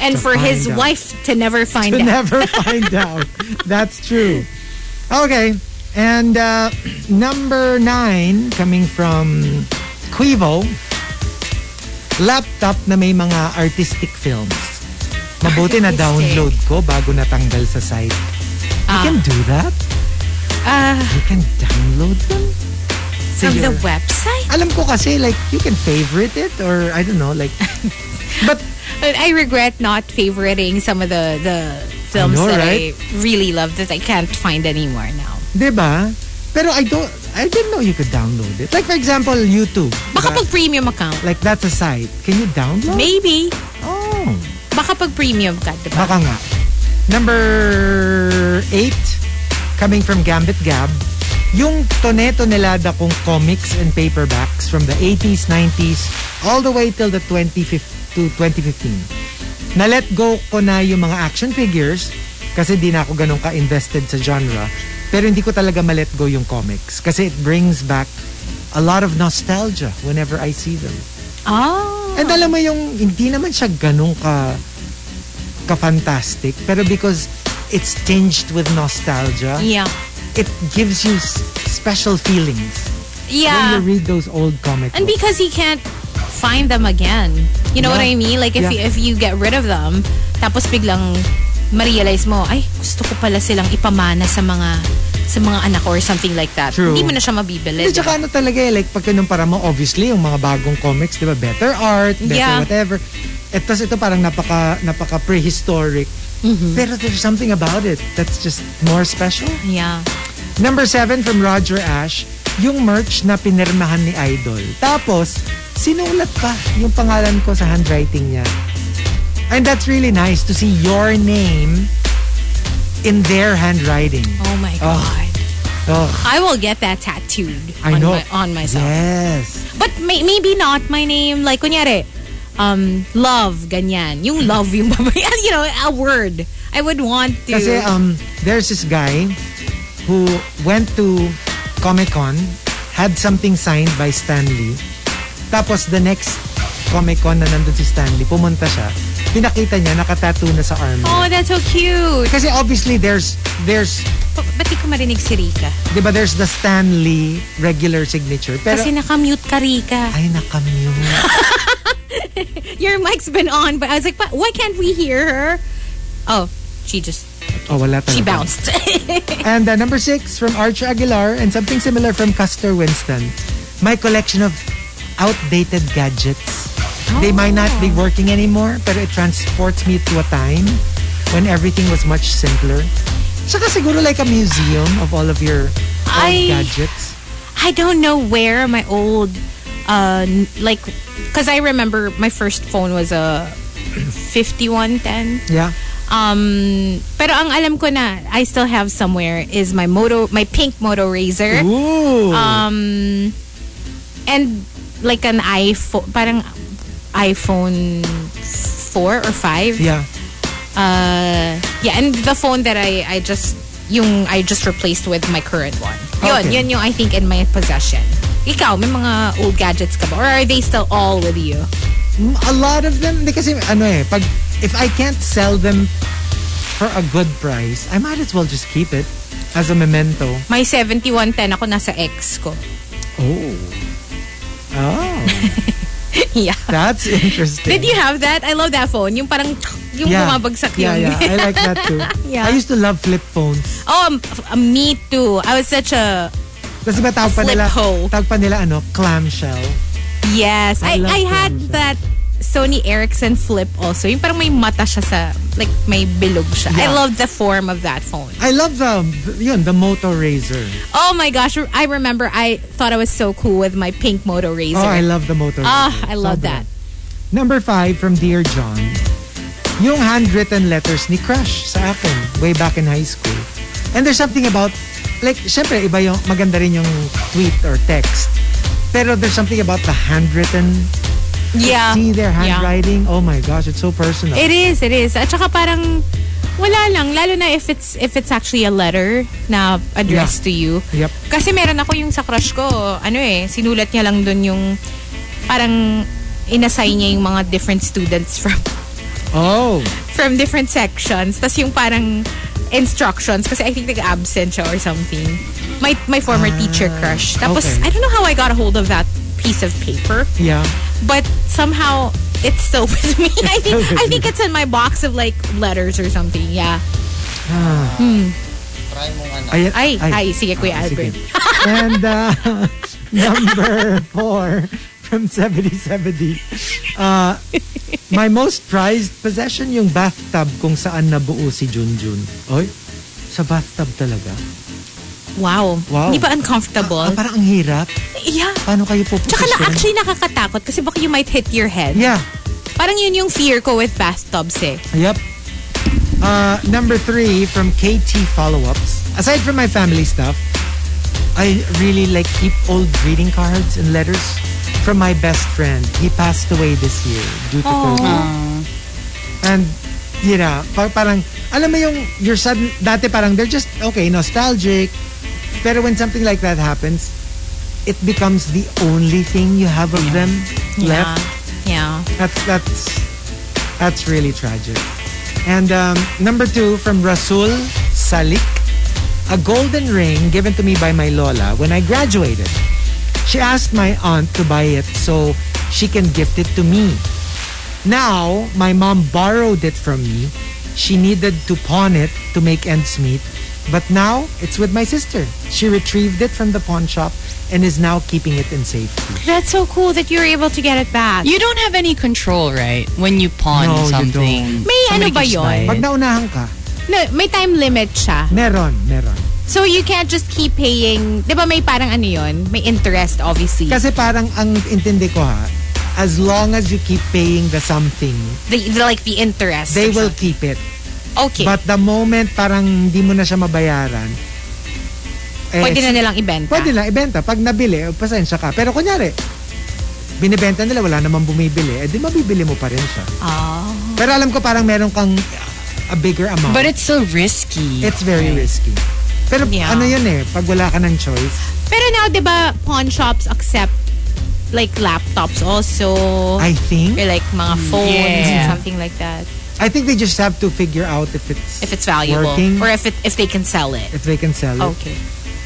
E: And for
B: find
E: his
B: out.
E: wife to never find
B: to
E: out.
B: never find out. That's true. Okay. And uh, number nine, coming from Quivo, laptop na may mga artistic films. Mabuti na download ko bago natanggal sa site. You can do that? you can download them? Sa
E: From the
B: your-
E: website?
B: alam ko kasi like you can favorite it or I don't know like but
E: But I regret not favoriting some of the, the films
B: know,
E: that
B: right?
E: I really love that I can't find anymore now.
B: Diba? Pero I don't, I didn't know you could download it. Like for example, YouTube.
E: Baka
B: diba?
E: pag premium account.
B: Like that's a site. Can you download?
E: Maybe.
B: Oh,
E: Baka pag premium ka, diba?
B: baka nga. Number eight, coming from Gambit Gab, yung Toneto Nelada kong comics and paperbacks from the 80s, 90s, all the way till the 2015, to 2015. Na let go ko na yung mga action figures kasi di na ako ganun ka-invested sa genre. Pero hindi ko talaga ma-let go yung comics kasi it brings back a lot of nostalgia whenever I see them.
E: Ah.
B: And Eh, alam mo yung, hindi naman siya ganun ka ka-fantastic, pero because it's tinged with nostalgia,
E: Yeah.
B: it gives you s- special feelings when you
E: Yeah.
B: read those old comic
E: And
B: books.
E: because he can't find them again. You know what I
B: Yeah.
E: mean? Like if
B: Yeah.
E: you, if you get rid of them, tapos biglang ma-realize mo, ay, gusto ko pala silang ipamana sa mga sa mga anak ko or something like that.
B: True.
E: Hindi mo na siya mabibili.
B: At saka ano talaga eh, like pag kinumpara mo, obviously, yung mga bagong comics, di ba, better art, better
E: Yeah.
B: whatever. At tas ito parang napaka, napaka prehistoric.
E: Mm-hmm.
B: Pero there's something about it that's just more special.
E: Yeah.
B: Number seven from Roger Ash, yung merch na pinirmahan ni Idol. Tapos, sinulat pa yung pangalan ko sa handwriting niya. And that's really nice to see your name in their handwriting.
E: Oh my
B: Oh.
E: God.
B: Ugh,
E: I will get that tattooed
B: I
E: Oh, on,
B: know.
E: my, on myself.
B: Yes.
E: But may, maybe not my name. Like, kunyari, um, love, ganyan. Yung love, yung babayan, you know, a word. I would want to.
B: Kasi um, there's this guy who went to Comic-Con, had something signed by Stan Lee. Tapos the next Comic-Con na nandun si Stan Lee, pumunta siya. Pinakita niya, nakatattoo na sa arm niya.
E: oh, that's so cute.
B: Kasi obviously there's there's
E: Pa- Ba't di ko marinig si Rika?
B: 'di ba there's the Stan Lee regular signature. Pero
E: Kasi nakamute ka, Rika.
B: ay nakamute.
E: Your mic's been on, but I was like, "Pa- why can't we hear her? Oh, she just,
B: Oh, wala talaga.
E: she bounced.
B: And uh, number six from Archer Aguilar and something similar from Custer Winston. My collection of outdated gadgets. They might not be working anymore, but it transports me to a time when everything was much simpler. Saka siguro like a museum of all of your old
E: Ay.
B: gadgets.
E: I don't know where my old, uh, n- like, because I remember my first phone was a 5110.
B: Yeah.
E: Um, pero ang alam ko na I still have somewhere is my moto, my pink moto razor.
B: Ooh.
E: Um, and like an iPhone, parang iPhone 4 or 5.
B: yeah.
E: Uh, yeah, and the phone that I, I just, yung I just replaced with my current one. Yun,
B: Okay.
E: yun yung I think in my possession. Ikaw, may mga old gadgets ka ba? Or are they still all with you?
B: a lot of them hindi kasi ano eh pag if I can't sell them for a good price I might as well just keep it as a memento
E: My 7110 ako nasa ex ko.
B: oh oh
E: yeah.
B: that's interesting
E: Did you have that? I love that phone. Yung parang yung bumabagsak
B: yeah
E: yung.
B: yeah I like that too
E: Yeah.
B: I used to love flip phones
E: oh, um, f- um, me too. I was such a
B: tapos iba tawag pa
E: Flip
B: nila
E: hoe.
B: tawag pa nila ano clamshell
E: yes.
B: I
E: I
B: love
E: I, had
B: phones.
E: that Sony Ericsson flip also. Yung parang may mata siya sa like may bilog siya. I
B: Yeah.
E: love the form of that phone.
B: I love the yun the motor razor
E: Oh my gosh, I remember I thought I was so cool with my pink Moto Razor.
B: oh I love the motor
E: Ah,
B: razor
E: I love that.
B: number five from Dear John yung handwritten letters ni Crush sa akin way back in high school. And there's something about, like, syempre, iba yung, maganda rin yung tweet or text. Pero there's something about the handwritten,
E: Yeah.
B: see their
E: Ah, Yeah.
B: handwriting, oh my gosh, it's so personal.
E: It is, it is. At saka parang wala lang lalo na if it's if it's actually a letter na addressed
B: Yeah.
E: to you.
B: Yep.
E: Kasi meron ako yung sa crush ko, ano eh, sinulat niya lang doon yung parang inassign niya yung mga different students from
B: oh,
E: from different sections. Tapos yung parang instructions kasi I think nag-absent siya or something. My my former teacher crush. Tapos
B: Ah, okay.
E: I don't know how I got a hold of that piece of paper
B: yeah.
E: but somehow it's still with me. I think
B: still with
E: I think it's in my box of like letters or something. Yeah.
B: Ayan,
E: Ay, ay, sige, Kuya
B: Ah, sige.
E: Albert.
B: And uh, number four from 7070. Uh, My most prized possession yung bathtub kung saan nabuo si Junjun. Oy, sa bathtub talaga.
E: Wow.
B: Wow.
E: Hindi ba uncomfortable?
B: Ah, parang ang hirap.
E: yeah.
B: Paano kayo puputusin?
E: Tsaka na actually nakakatakot kasi baka you might hit your head.
B: Yeah.
E: Parang yun yung fear ko with bathtubs eh.
B: Yep. Uh, number three from KT follow-ups. Aside from my family stuff, I really like keep old greeting cards and letters from my best friend. He passed away this year due to COVID. And you know, par- parang alam mo yung your sudden dati parang they're just okay, nostalgic. Pero when something like that happens, it becomes the only thing you have of them left.
E: Yeah.
B: That's that's that's really tragic. And um, number two from Rasul Salik, a golden ring given to me by my lola when I graduated. She asked my aunt to buy it so she can gift it to me. Now my mom borrowed it from me. She needed to pawn it to make ends meet. But now it's with my sister. She retrieved it from the pawn shop and is now keeping it in safety.
E: That's so cool that you're able to get it back.
G: You don't have any control, right? When you pawn
B: No, you
G: something.
B: don't.
E: May ano
G: Somebody
E: ba
G: can
E: yun?
G: spy it.
B: Pag naunahan ka,
E: No, may time limit siya.
B: meron, meron.
E: So you can't just keep paying. Di ba may parang ano yun? May interest obviously.
B: Kasi parang ang intindi ko ha, as long as you keep paying the something,
E: The, the- like the interest.
B: they
E: or
B: will
E: something.
B: keep it.
E: Okay.
B: But the moment parang hindi mo na siya mabayaran, eh,
E: pwede na nilang ibenta.
B: Pwede lang, ibenta. Pag nabili, oh, pasensya ka. Pero kunyari, binibenta nila, wala namang bumibili, eh di mabibili mo pa rin siya.
E: Oh.
B: Pero alam ko parang meron kang a bigger amount.
G: But it's so risky.
B: It's very risky. Pero
E: Yeah.
B: ano yun eh, pag wala ka ng choice,
E: Pero now, di ba, pawn shops accept like laptops also.
B: I Mm, think,
E: or like mga phones
G: Yeah.
E: or something like that.
B: I think they just have to figure out if it's
E: If it's valuable.
B: working,
E: Or if it, if they can sell it.
B: if they can sell it.
E: Okay.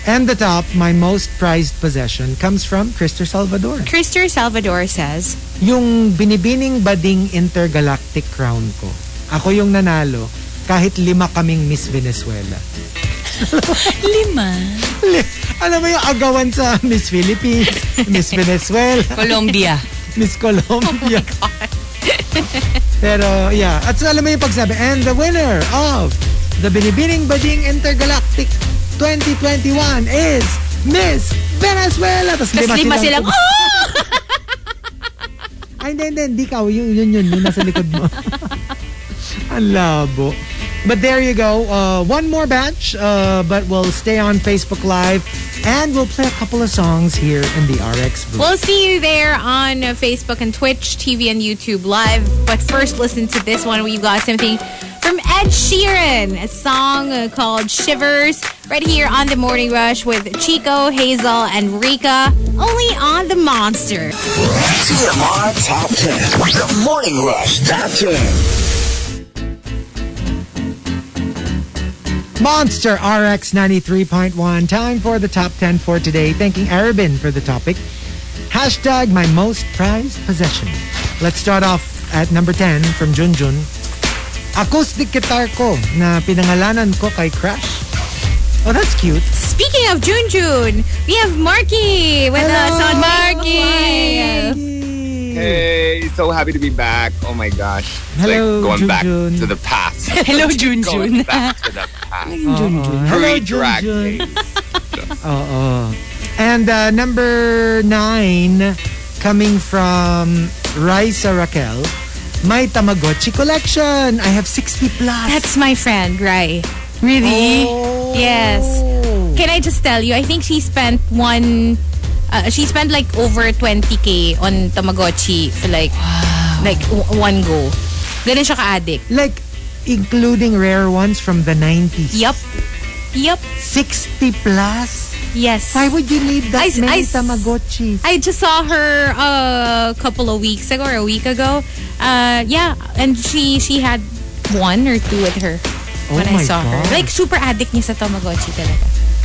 B: And the top, my most prized possession, comes from Crister Salvador.
E: Christopher Salvador says,
B: Yung binibining bading intergalactic crown ko. Ako yung nanalo kahit lima kaming Miss Venezuela.
G: lima.
B: Li- Alam mo yung agawan sa Miss Philippines, Miss Venezuela,
G: Colombia.
B: Miss
E: Oh
B: Colombia. Pero yeah, at so, alam mo yung pagsabi, and the winner of the Binibining Bading Intergalactic 2021 is Miss Venezuela. Tapos
E: Tapos lima silang, oh!
B: Ay, hindi, hindi, hindi ka. Yun, yun, yun, yun, nasa likod mo. Ang labo. But there you go. Uh, one more batch, uh, but we'll stay on Facebook Live and we'll play a couple of songs here in the RX booth.
E: We'll see you there on uh, Facebook and Twitch, TV and YouTube Live. But first, listen to this one. We've got something from Ed Sheeran, a song uh, called Shivers, right here on The Morning Rush with Chico, Hazel, and Rika, only on The Monster.
A: TMR Top 10. The Morning Rush Top 10.
B: Monster RX 93.1. Time for the top 10 for today. Thanking Arabin for the topic. Hashtag my most prized possession. Let's start off at number 10 from Junjun. Acoustic guitar ko na pinangalanan ko kay Crash. Oh, that's cute.
E: Speaking of Junjun, we have Marky with us on Marky.
C: Hey, so happy to be back. Oh my gosh. It's
B: Hello,
C: like going back
B: Junjun.
C: to the past.
G: Hello, Junjun.
C: going back to the past.
B: Junjun. Hello,
C: Pre-drag
B: Junjun.
C: days.
B: Oo. And uh, number nine, coming from Raisa Raquel, my Tamagotchi collection. I have 60 plus.
E: That's my friend, Rai.
G: Really?
B: Oh.
E: Yes. Can I just tell you? I think she spent one. Uh, she spent like over 20k on Tamagotchi for like like w- one go. Ganun siya ka-addict.
B: Like, including rare ones from the 90s.
E: Yup. Yup.
B: 60 plus?
E: Yes.
B: Why would you need that
E: I s- I
B: many
E: s-
B: Tamagotchis?
E: I just saw her uh, a couple of weeks ago or a week ago. Uh, yeah, and she she had one or two with her
B: Oh
E: when
B: my
E: I saw
B: God.
E: her. Like super addict niya sa Tamagotchi talaga.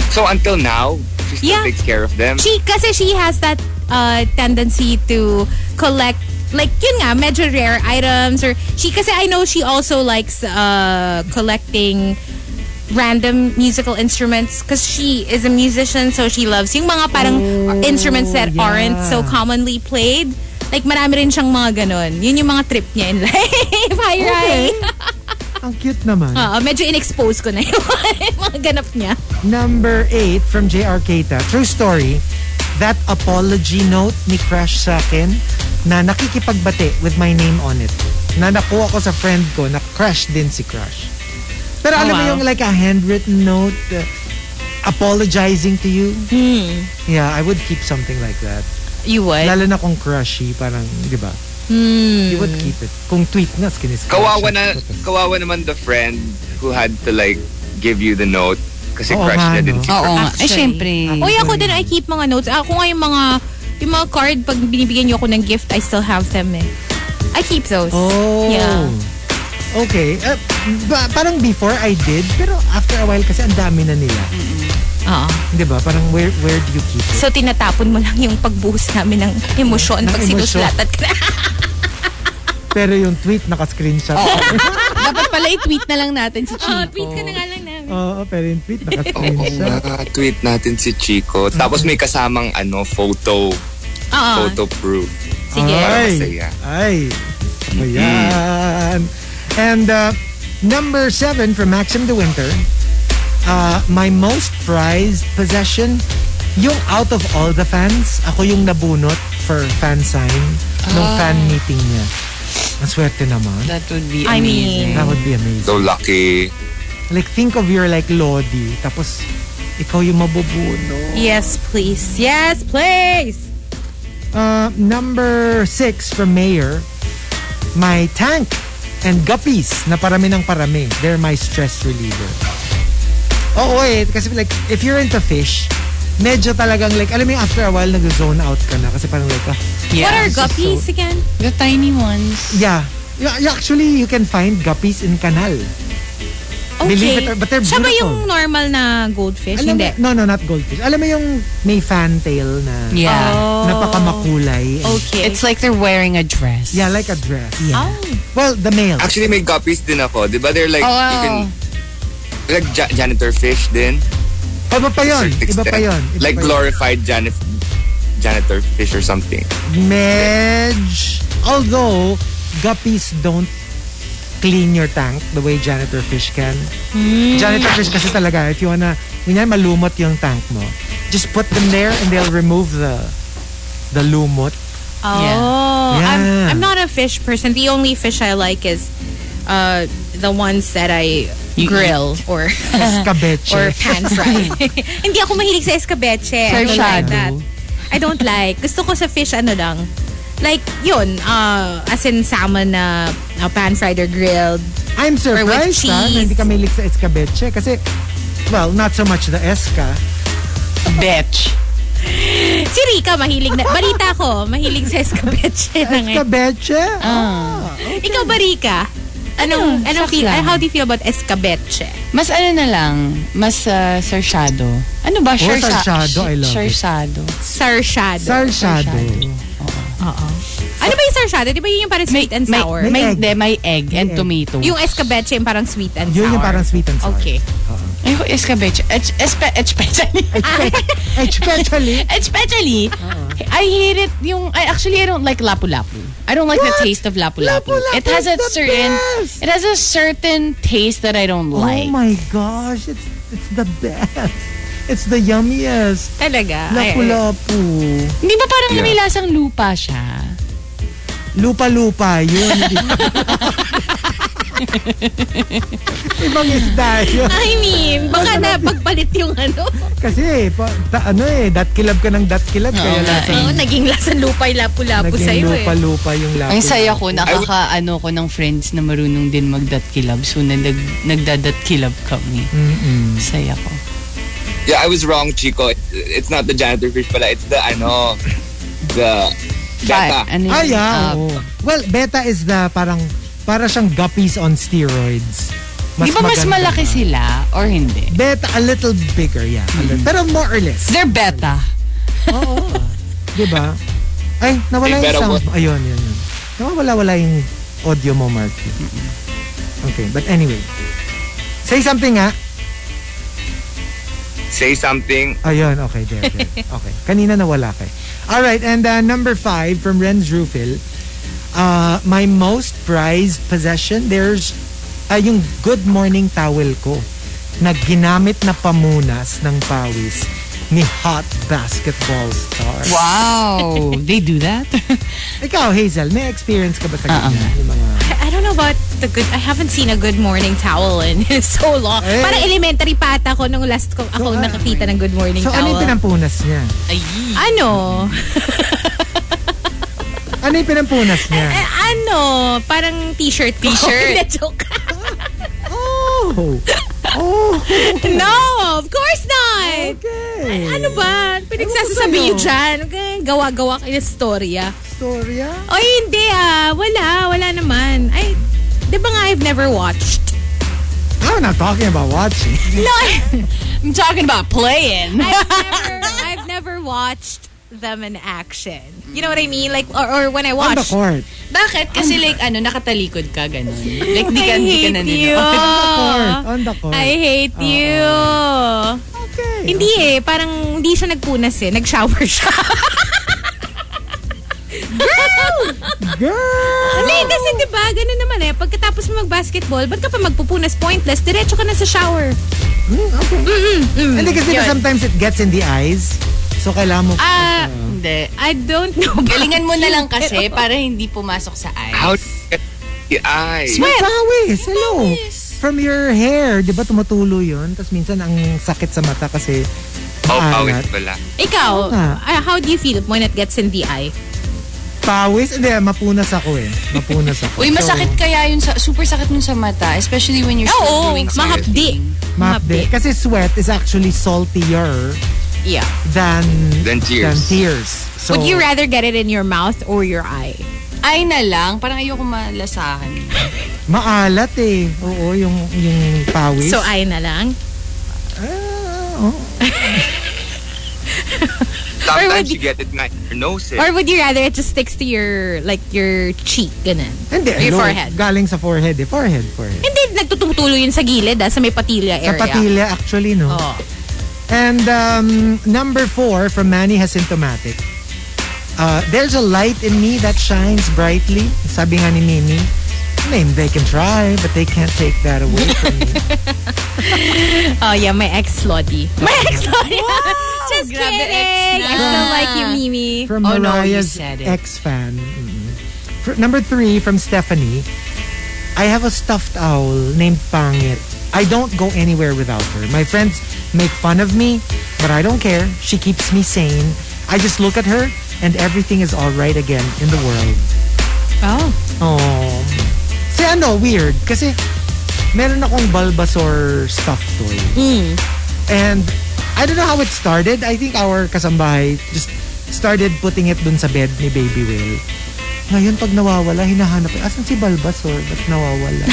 C: So until now, she still
E: Yeah.
C: takes care of them.
E: She, kasi she has that uh, tendency to collect like yun nga medyo rare items or she kasi I know she also likes uh, collecting random musical instruments because she is a musician so she loves yung mga parang instruments that aren't so commonly played Like, marami rin siyang mga ganun. Yun yung mga trip niya in life. Hi, Rai.
B: Ang cute naman.
E: Oo, medyo in-expose ko na yung mga ganap niya.
B: Number 8 from JR Keita. True story, that apology note ni Crush sa akin na nakikipagbate with my name on it. Na nakuha ko sa friend ko na crush din si Crush. Pero alam mo
E: Oh, wow.
B: yung like a handwritten note uh, apologizing to you? Yeah, I would keep something like that.
E: Hmm. You would? Hmm.
B: Lalo na kung crushy, parang, di ba? You would keep it. Kung tweet na, skinis.
C: Kawawa na, kawawa naman the friend who had to like give you the note kasi
B: Oo
C: crush
B: nga,
C: niya din
B: no?
C: si
E: Oh,
G: Oo nga. Eh,
E: Actually.
G: syempre.
E: Uy, ako din, I keep mga notes. Ako nga yung mga, yung mga card, pag binibigyan niyo ako ng gift, I still have them eh. I keep those.
B: Oh.
E: Yeah.
B: Okay. Uh, ba- parang before I did, pero after a while kasi ang dami na nila.
E: Oo.
B: Di ba? Parang where, where do you keep it?
E: So, tinatapon mo lang yung pagbuhos namin ng emosyon
B: Ng
E: pag
B: emosyon.
E: sinusulatan ka na.
B: Pero yung tweet, naka-screenshot.
G: Dapat pala i-tweet na lang natin si Chico.
E: Oh, tweet ka na nga lang namin.
B: Oo, pero yung tweet, naka-screenshot.
C: tweet natin si Chico. Tapos may kasamang ano, photo,
E: Oo.
C: photo proof.
E: Sige.
C: Para
B: Ay.
C: masaya.
B: Ay. Ayan. And uh, number seven from Maxim De Winter. Uh, my most prized possession, yung out of all the fans, ako yung nabunot for fan sign nung fan meeting niya. Ang swerte naman.
G: That would be
E: I
G: amazing.
E: mean,
B: That would be amazing.
C: So lucky.
B: Like, think of your like Lodi, tapos ikaw yung mabubuno.
E: Yes, please. Yes, please.
B: Uh, number six from Mayor, my tank and guppies na parami ng parami. They're my stress reliever. Oo eh, kasi like, if you're into fish, medyo talagang like, alam mo yung after a while, nag-zone out ka na. Kasi parang like, ah,
E: What are
G: Yeah.
E: guppies again?
G: The tiny ones.
B: yeah. You, you- actually, you can find guppies in canal. Believe it or- but they're
E: Siya ba
B: beautiful.
E: yung normal na goldfish?
B: Alam mo-
E: Hindi.
B: no, no, not goldfish. Alam mo yung may fantail na
G: Yeah.
E: Oh.
B: napakamakulay. and-
E: Okay.
G: It's like they're wearing a dress.
B: Yeah, like a dress.
E: Oh.
B: Well, the male.
C: Actually, may guppies din ako. Di ba they're like,
G: Oh, wow.
C: you can, like ja- janitor fish din.
B: Iba pa yun.
C: certain
B: Iba
C: extent.
B: pa yun. Iba
C: like
B: pa yun.
C: glorified janif- janitor fish or something.
B: Medj. Although, guppies don't clean your tank the way janitor fish can.
E: Hmm.
B: Janitor fish kasi talaga, if you wanna, kunyari malumot yung tank mo, just put them there and they'll remove the the lumot.
E: Oh,
B: Yeah.
E: I'm, I'm not a fish person. The only fish I like is uh, the ones that I grill or
B: Escabeche.
E: Ah. or pan fry. Hindi ako mahilig sa escabeche. I don't like
G: Sarsyado.
E: that. I don't like. Gusto ko sa fish ano lang. Like, yun. Uh, as in salmon na uh, pan fried or grilled.
B: I'm surprised
E: with
B: ha, na hindi
E: cheese.
B: ka mahilig sa escabeche kasi, well, not so much the esca.
G: Bitch.
E: Si Rika mahilig na. Balita ko, mahilig sa escabeche na ngayon.
B: Escabeche?
E: Ah. Ikaw ba, Rika? Anong, anong
G: shucks
E: feel,
G: lang.
E: how do you feel about escabeche?
G: Mas ano na lang, mas uh, sarsyado. Ano ba? Sarsa-
B: Oh, sarsyado, I love it.
G: Sarsyado.
E: Sarsyado.
B: Sarsyado.
E: Ano ba yung sarsyado? Di ba yun yung parang sweet and
G: may,
E: sour?
G: May,
B: May egg.
G: de, may egg and
B: egg.
G: tomato.
E: yung escabeche yung parang sweet and sour.
B: Yun yung parang sweet and sour.
E: Okay.
G: Ayoko, escabeche. Es- espe- Especially.
E: Ah.
B: Espe- Especially,
G: Especially,
E: Uh-huh.
G: I hate it yung, I actually, I don't like lapu-lapu. I don't like the taste of lapu-lapu.
B: Lapu-lapu
G: it has
B: is
G: a
B: the
G: certain,
B: best!
G: it has a certain taste that I don't like.
B: Oh my gosh, it's it's the best. It's the yummiest.
E: Talaga. Ay, ay.
B: Lapu-lapu.
G: Hindi ba parang
C: Yeah.
G: may lasang lupa siya?
B: Lupa-lupa, yun. Ibang isda yun.
E: I mean, baka na pagpalit yung ano.
B: Kasi, pa, ta, ano eh, datkilab ka ng datkilab. kaya
G: nga eh.
B: lasang,
E: Oo, naging lasa lupay lapu-lapu
B: naging
E: sa'yo eh.
B: lupa-lupa yung lapu
G: Ang saya ko,
C: would-
H: ano
G: nakaka-ano ko ng friends na marunong din magdatkilab. So, nag, nagdadatkilab kami. Saya ko.
C: Yeah, I was wrong, Chico. It's not the janitor fish pala. It's the, ano, the,
E: uh,
G: Ba-
C: beta.
G: ano yun?
B: Ah, yeah.
G: Ah,
B: oo. Well, beta is the parang, para siyang guppies on steroids.
G: Di ba mas
B: maganda.
G: malaki sila or hindi?
B: Beta, a little bigger, yeah. A
G: Hmm.
B: little- Pero more or less.
G: They're beta.
B: Diba? Ay, nawala
C: Ay,
B: yung
C: pero
B: sound
C: what-
B: mo. Ayun, yun, yun. Nawawala-wala yung audio mo, Mark. Okay, but anyway. Say something, ha?
C: Say something.
B: Ayun, okay, there, there. Okay. Kanina nawala kay. All right, and uh, number five from Renz Rufil. Uh, my most prized possession, there's ay yung good morning towel ko na ginamit na pamunas ng pawis ni hot basketball star.
H: Wow. they do that?
B: Ikaw, Hazel, may experience ka ba sa ganyan? Yung mga-
E: I, I don't know about the good... I haven't seen a good morning towel in so long.
B: Eh.
E: Parang elementary pata ko nung last ko ako
B: So, ah,
E: nakakita ng good morning
B: So, ano
E: towel.
B: yung pinampunas niya?
E: ano?
B: Ano yung pinampunas niya?
E: Eh, ano? Parang t-shirt ko.
H: T-shirt?
E: Na joke.
B: Oh! Oh!
E: no, of course not.
B: Okay! Ano
E: Ano ba? Pinagsasasabi
B: sa'yo.
E: niyo dyan. Huwag kayong Gawa-gawa kayo ng storya.
B: Storya?
E: O hindi ah. Wala. Wala naman. Ay, di ba nga I've never watched?
B: I'm not talking about watching.
E: No, I-
H: I'm talking about playing.
E: I've never, I've never watched them in action. You know what I mean? Like, or, or when I
B: On the
E: watch.
B: court.
H: Bakit? Kasi like ano, nakatalikod ka, ganun. Like di
E: I
H: ka, di ka
E: hate you.
H: nanonood.
B: Court.
E: Uh-huh.
B: On the court.
E: I hate you.
B: okay.
E: Hindi eh. Parang hindi siya nagpunas eh. Nag-shower siya.
B: Girl!
E: Hindi, kasi diba, ganun naman eh. Pagkatapos mo mag-basketball, ba't ka pa magpupunas pointless? Diretso ka na sa shower.
B: Hmm, Hindi kasi diba sometimes it gets in the eyes. So kailangan mo...
E: Ah,
H: Hindi.
E: I don't know.
H: Galingan mo na lang kasi para hindi pumasok sa
C: How
H: eyes.
C: do you get the eye?
B: May pawis. Hello. From your hair. Di ba tumutulo yun? Tapos minsan ang sakit sa mata kasi
C: Oh,
B: maalat.
C: pawis pala.
E: Ikaw,
B: nga.
E: ah, how do you feel when it gets in the eye?
B: Pawis? Hindi, mapunas ako eh. Mapunas ako.
H: Uy, masakit kaya yun sa, super sakit nun sa mata, especially when you're still
E: Oo,
H: doing something.
E: mahapdi.
B: Mapde. Kasi sweat is actually saltier
H: Yeah.
B: than...
C: Than tears.
B: Than tears. So,
E: Would you rather get it in your mouth or your eye?
H: Ay na lang, parang ayoko malasahan.
B: Maalat eh. Oo, yung, yung pawis.
E: So, eye na lang?
B: Ah, oo.
E: would
C: Sometimes
E: you-
C: you get it in your nose. eh.
E: Or would you rather it just sticks to your, like, your cheek, ganun?
B: Hindi,
E: Or your
B: hello.
E: forehead.
B: Galing sa forehead eh. Forehead, forehead.
E: Hindi, nagtututulo yun sa gilid, ah, sa may patilya
B: Sa
E: area. Oh.
B: patilya actually, no?
E: Oo.
B: And um, number four from Manny Asymptomatic. Uh, there's a light in me that shines brightly. Sabi nga ni Mimi. I mean, they can try, but they can't take that away from me.
E: Oh, yeah, my ex Lottie. My ex Lottie. Just
H: grabe,
E: kidding.
H: ex na.
E: I still like you, Mimi.
B: From
H: Oh, no, you
B: Mariah's
H: said it.
B: ex-fan. Mm. Fr- number three from Stephanie. I have a stuffed owl named Pangit. I don't go anywhere without her. My friends make fun of me, but I don't care. She keeps me sane. I just look at her, and everything is all right again in the world.
E: Oh.
B: Oh. Si ano, weird. Kasi meron akong Bulbasaur stuffed toy.
E: Hmm.
B: And I don't know how it started. I think our kasambahay just started putting it dun sa bed ni Baby Will. Ngayon, pag nawawala, hinahanap. Asan si Bulbasaur? Ba't nawawala?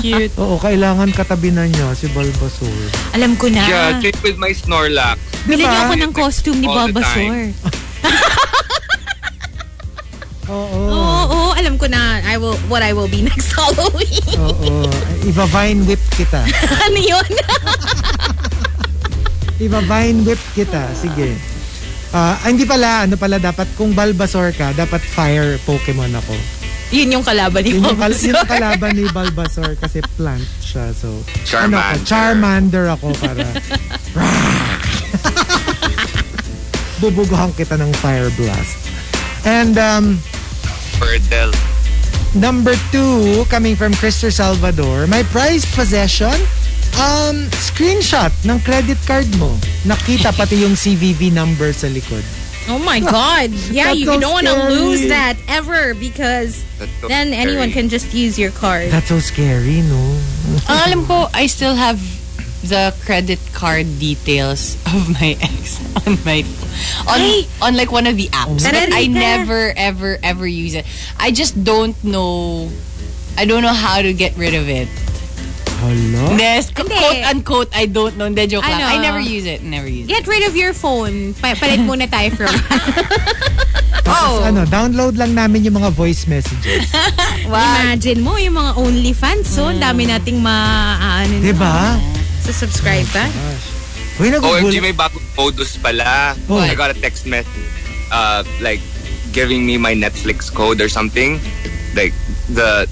H: Cute.
B: Oo, kailangan katabi na niya si Bulbasaur.
E: Alam ko na.
C: Yeah, same with my Snorlax.
E: Bilhin niyo ako
B: Diba?
E: ng costume ni
C: All the
E: Bulbasaur.
B: Oo.
E: Oo, oo, alam ko na I will, what I will be next Halloween.
B: Oo. Iba-vine whip kita.
E: ano yun?
B: Iba-vine whip kita. Sige. Ah, hindi pala, ano pala, dapat kung Bulbasaur ka, dapat fire Pokemon ako.
E: yun yung kalaban ni
B: Yun yung, kal- yun
E: Bulbasaur.
B: yung kalaban ni Bulbasaur kasi plant siya. So, Ano
C: Charmander.
B: ko, Charmander ako para. Bubuguhan kita ng fire blast. And um,
C: Birdel.
B: number two, coming from Christopher Salvador, my prized possession, um, screenshot ng credit card mo. Nakita pati yung CVV number sa likod.
E: Oh my God. Yeah,
B: That's
E: you
B: so
E: don't want to
B: scary.
E: lose that ever because
C: That's so
E: then anyone
C: scary.
E: can just use your card.
B: That's so scary, no?
H: Ang alam ko, I still have the credit card details of my ex on my on
E: Ay!
H: on like one of the apps.
E: Tara,
H: But I
E: Rita.
H: never ever ever use it. I just don't know I don't know how to get rid of it.
B: Hello?
H: Yes, qu-
E: Hindi.
H: quote unquote, I don't know. Hindi, joke
E: I
H: lang.
E: know.
H: I never use it. Never use it.
E: Get rid of your phone. Pa palit muna tayo from.
B: Tapos ano, download lang namin yung mga voice messages.
E: Imagine mo yung mga OnlyFans. So, ang dami nating maaanin.
B: Hmm. Diba?
E: Sa subscribe ba?
C: Oh,
B: Uy, nagugulat.
C: OMG, may bagong modus pala.
B: What?
C: I got a text message. uh, like giving me my Netflix code or something, like the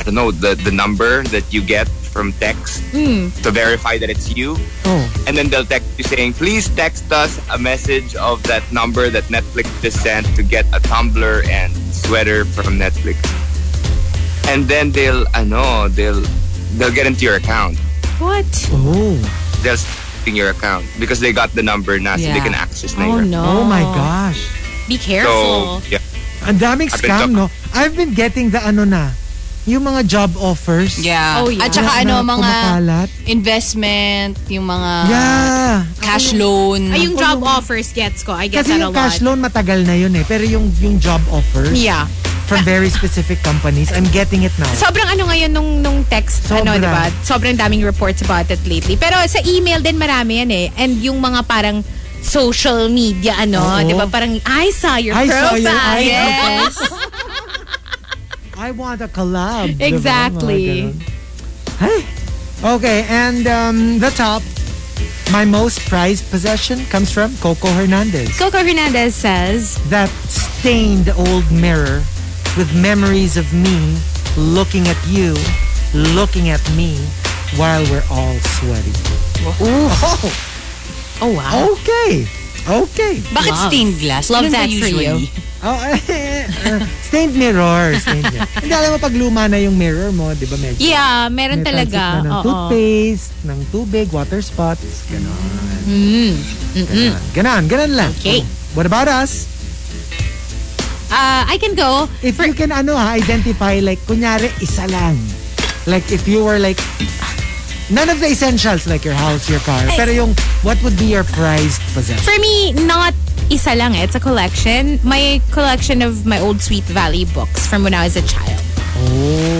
C: I don't know the the number that you get from text to verify that it's you.
B: Oh,
C: And then they'll text you saying, "Please text us a message of that number that Netflix just sent to get a tumbler and sweater from Netflix." And then they'll I know they'll they'll get into your account.
E: What?
B: Oh,
C: They'll s- in your account because they got the number now, so they
G: Yeah.
C: can access na your
E: Oh
B: oh
E: no.
B: my gosh.
E: Be
C: So
E: careful.
C: yeah.
B: Ang daming
C: I've been
B: scam,
C: talk-
B: no? I've been getting the ano na, yung mga job offers.
H: Yeah.
E: Oh, yeah.
H: At
B: Na
H: saka ano, mga
B: kumakalat.
H: investment, yung mga
E: ah,
B: yeah.
H: cash loan.
E: Ay, yung job offers gets ko. I get
B: Kasi
E: that a
B: yung
E: lot.
B: cash loan matagal na yun eh. Pero yung yung job offers
E: Yeah.
B: from very specific companies, I'm getting it now.
E: Sobrang ano ngayon nung, nung text, ano,
B: Sobra.
E: di ba? Sobrang daming reports about it lately. Pero sa email din marami yan eh. And yung mga parang social media, ano,
B: Oo.
E: di ba? Parang, I saw your
B: I saw
E: profile.
B: your- I-
E: yes.
B: I want a collab. diba?
E: Exactly.
B: Mga ganun. Ay. Okay, and um, the top, my most prized possession comes from Coco Hernandez.
E: Coco Hernandez says,
B: that stained old mirror with memories of me looking at you, looking at me while we're all sweaty. Oh,
E: oh wow.
B: okay. Okay.
H: Bakit stained glass?
E: Love
H: Ganun ba
E: that for
H: usually?
B: Oh, eh, eh, stained mirror. Stained mirror. Hindi alam mo pag luma na yung mirror mo, di ba? Medyo
E: Yeah, meron
B: may transit
E: talaga.
B: Na ng
E: Oo.
B: toothpaste, ng tubig, water spots, ganon. Mm. Ganon, ganon lang.
E: Okay.
B: What about us?
E: Uh, I can go.
B: If you can, ano ha, identify, like, kunyari, isa lang. Like, if you were like, none of the essentials, like your house, your car, pero yung, what would be your prized possession?
E: For me, not isa lang eh. It's a collection. My collection of my old Sweet Valley books from when I was a child.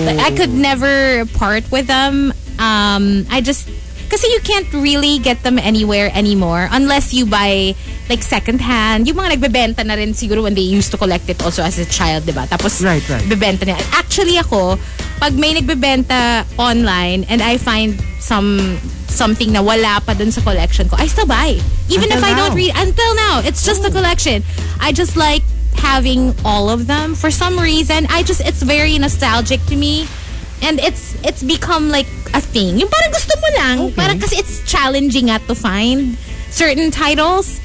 E: Like, I could never part with them. Um, I just kasi you can't really get them anywhere anymore unless you buy like secondhand. Yung mga nagbebenta na rin siguro when they used to collect it also as a child, diba? Tapos
B: Right, right.
E: bebenta niya. Actually ako, pag may nagbebenta online and I find some something na wala pa dun sa collection ko, I still buy. Even
B: Until
E: if I
B: now.
E: don't read until now, it's just a collection. I just like having all of them for some reason. I just it's very nostalgic to me. And it's it's become like a thing. Yung parang gusto mo lang, parang kasi it's challenging nga to find certain titles.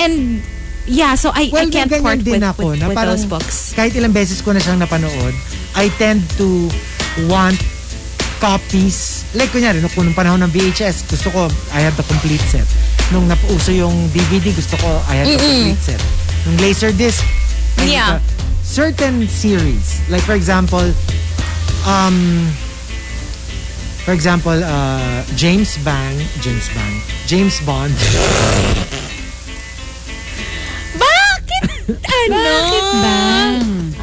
E: And yeah, so I, I
B: Well, may
E: can't
B: ganyan
E: part
B: din
E: with,
B: ako,
E: with,
B: na
E: with
B: parang
E: those books.
B: Kahit ilang beses ko na siyang napanood, I tend to want copies. Like, kunyari, no, kung nung panahon ng VHS, gusto ko, I had the complete set. Nung napauso yung DVD, gusto ko, I had the complete set. Nung Laserdisc, I had
E: Yeah.
B: the- certain series. Like, for example, um, for example, uh, James Bang, James Bang, James Bond.
E: Bakit? ano? Bakit ba?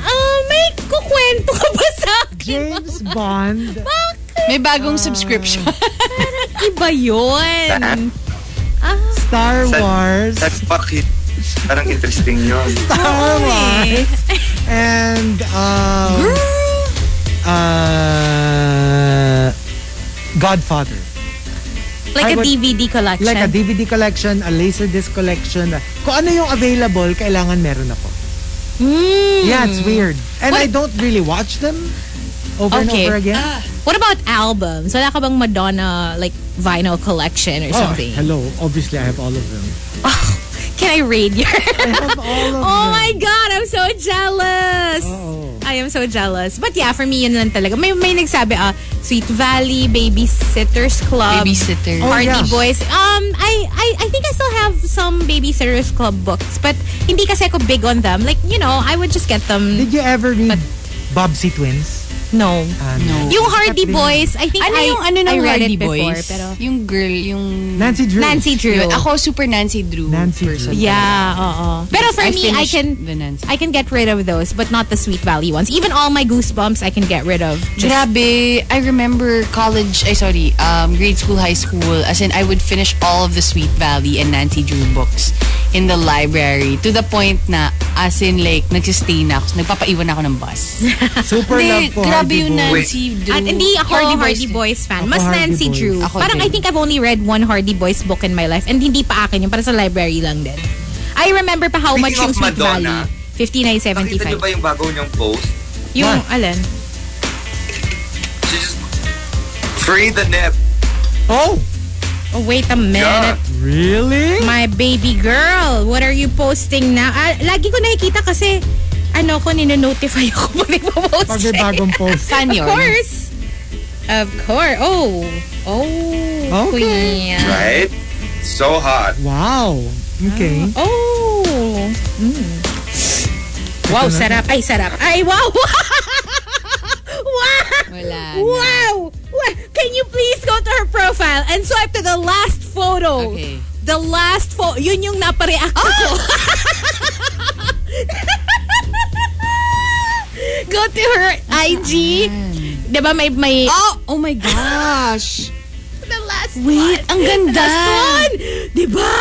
E: Ah, may kukwento ka ba sa akin?
B: James Bond.
H: May bagong subscription.
E: Iba yun.
B: Star
C: Sa-
B: Wars.
C: That's bakit. Parang interesting yun.
B: Star Wars. And um, uh, Godfather. I
E: Like a
B: would-
E: DVD collection.
B: Like a DVD collection, a Laserdisc collection. uh, Kung ano yung available, kailangan meron ako.
E: Hmm.
B: Yeah, it's weird. And I don't really watch them over and
E: Okay. Uh,
B: over again.
E: What about albums? Wala ka bang Madonna like vinyl collection or
B: oh,
E: something?
B: hello. Obviously, I have all of them.
E: Can I read your?
B: I have all of
E: oh
B: them.
E: my god, I'm so jealous.
B: Oo.
E: I am so jealous. But yeah, for me yun lang talaga. May may nagsabi ah, Sweet Valley, Babysitters Club,
H: Babysitter.
B: Oh,
E: Party
B: yeah.
E: Boys. Um, I, I I think I still have some Babysitters Club books, but hindi kasi ako big on them. Like you know, I would just get them.
B: Did you ever read Bobsy Twins?
E: No.
B: Ah,
H: No.
E: Yung Hardy Boys, I think
H: Ano
E: I,
H: yung ano
E: I
H: ng
E: read it
H: Hardy
E: before,
H: Boys?
E: pero
H: Yung girl, yung...
B: Nancy Drew.
E: Nancy Drew.
H: Yun. Ako, super Nancy Drew
B: Nancy
H: person.
B: Drew.
E: Yeah, oo. Pero for me, I
H: finished
E: can
H: The Nancy.
E: I can get rid of those, but not the Sweet Valley ones. Even all my goosebumps, I can get rid of. Just-
H: Grabe, I remember college, I sorry, um, grade school, high school, as in I would finish all of the Sweet Valley and Nancy Drew books in the library to the point na as in like nagsistay na ako, so nagpapaiwan ako ng bus.
B: Super
H: Hindi,
B: love po.
H: grabe
B: Hardy
H: yung
B: Boys.
H: Nancy Drew.
E: At hindi ako Hardy Boys, fan.
B: Ako
E: Mas
B: Hardy
E: Nancy
B: Boys.
E: Drew.
H: Ako
E: parang
H: din.
E: I think I've only read one Hardy Boys book in my life and hindi pa akin yun. Para sa library lang din. I remember pa how much
C: Speaking
E: yung
C: of
E: Sweet
C: Madonna,
E: Valley. 59,
C: Nakita niyo ba
E: 75.
C: yung bago niyang post?
E: Yung,
B: Ma?
E: alin?
C: She just free the nip.
B: Oh,
E: Oh, wait a minute.
B: really?
E: My baby girl, what are you posting now? Ah, lagi ko nakikita kasi, ano ko, ninonotify ako pag nagpo-post.
B: Pag
E: siya.
B: may bagong post.
H: Fan
E: Of
H: yun.
E: course. Of course. Oh. Oh.
B: Okay.
E: kuya.
C: Right? So hot.
B: Wow. Okay.
E: Oh. Mm. Wow, sarap. Ay, sarap. Ay, wow. wow.
H: Wala na.
E: Wow. Wha- Can you please go to her profile and swipe to the last photo?
H: Okay.
E: The last photo. Yun yung napareact
H: Oh!
E: ko. go to her IG. Diba may, may
H: Mm. Oh, oh my gosh.
E: the last
H: Wait, ang ganda.
E: Last one! Diba?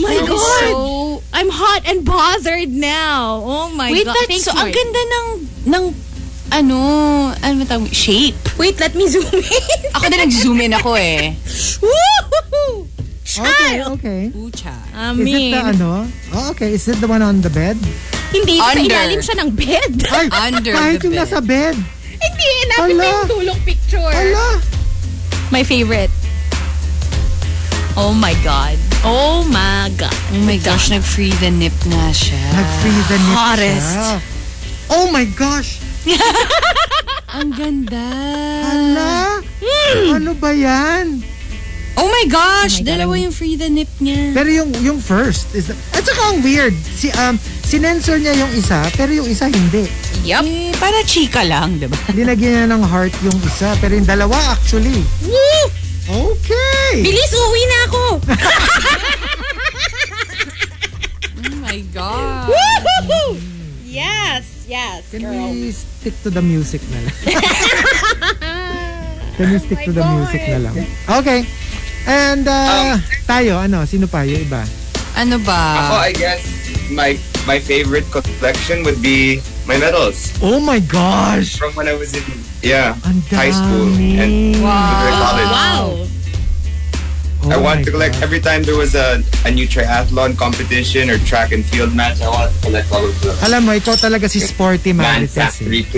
E: My
H: That is
E: God!
H: so-
E: I'm hot and bothered now. Oh my
H: Wait,
E: God.
H: that's
E: Thanks,
H: so,
E: Lord.
H: ang ganda ng, ng, ano, ano ba tawag, shape.
E: Wait, let me zoom in.
H: Ako na nag-zoom in ako eh.
E: Woo!
B: Okay,
E: Child!
B: okay.
H: Ucha.
B: Is it
E: I Ah. mean,
B: the ano? Oh, okay. Is it the one on the bed?
E: hindi sa
H: Under.
E: ilalim siya ng bed.
B: Ay,
H: Under
B: kahit yung
H: the bed.
B: nasa bed.
E: hindi, hanapin mo
B: Ala.
E: yung tulong picture.
B: Ala.
E: My favorite. Oh my God. Oh my God.
H: Oh my gosh, nag-free the nip nga siya.
B: Nag-free the nip
E: Hottest.
B: siya. Oh my gosh.
H: Ang ganda.
B: Ala. Ano ba yan?
H: Oh my gosh,
E: Oh my God.
H: dalawa yung free the nip niya.
B: Pero yung yung first is the, at saka ang weird si um sinensor niya yung isa pero yung isa hindi.
H: Yup. Eh, para chika lang, diba?
B: Linagyan niya ng heart yung isa pero yung dalawa actually.
E: Woo!
B: Okay.
E: Bilis, uwi na ako.
H: Oh my God.
E: Woo! Yes, yes,
B: Can
E: girl.
B: we stick to the music na lang? Can we stick to the music na lang? Okay. And uh,
C: Um,
B: tayo ano sino pa yung iba?
H: Ano ba?
C: Ako, I guess, my my favorite collection would be my medals
B: Oh my gosh.
C: from when I was in yeah
B: Ang
C: high school and
H: Wow.
C: college.
E: Wow.
B: Oh
C: I
B: my
C: want to collect
B: God.
C: every time there was a, a new triathlon competition or track and field match. I want to collect all of those.
B: Alam mo, ikaw talaga si Sporty
C: Man
B: Marites. eh.
C: Factory K,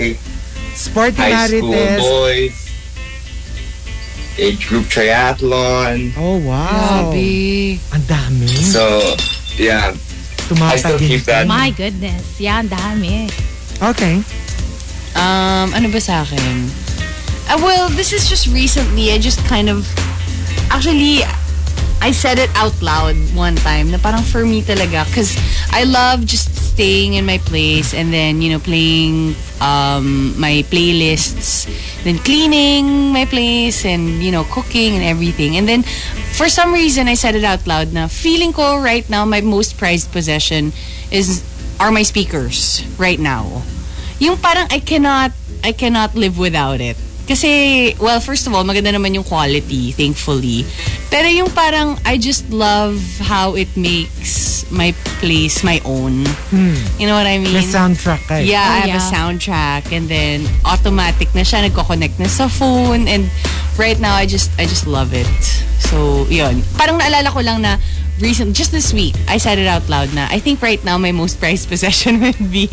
B: Sporty
C: high school
B: Marites.
C: boys, age group triathlon.
B: Oh, wow.
H: Grabe.
B: Ang dami.
C: So yeah, I
B: Tumatagin.
C: still keep that.
E: My goodness. Yeah, ang dami.
B: Okay.
H: Um, ano ba sa akin? Ah, well, this is just recently. I just kind of... Actually, I said it out loud one time na parang for me talaga. Because I love just staying in my place and then, you know, playing um, my playlists. Then cleaning my place and, you know, cooking and everything. And then, for some reason, I said it out loud na feeling ko right now my most prized possession is are my speakers right now. Yung parang I cannot, I cannot live without it. Kasi, well, first of all, maganda naman yung quality, thankfully. Pero yung parang, I just love how it makes my place my own. You know what I mean?
B: May soundtrack ka eh.
H: Yeah,
E: Oh,
H: I have a
E: yeah.
H: soundtrack and then automatic na siya, nagko-connect na sa phone and right now I just I just love it. So, yun. Parang naalala ko lang na recent just this week, I said it out loud na I think right now my most prized possession would be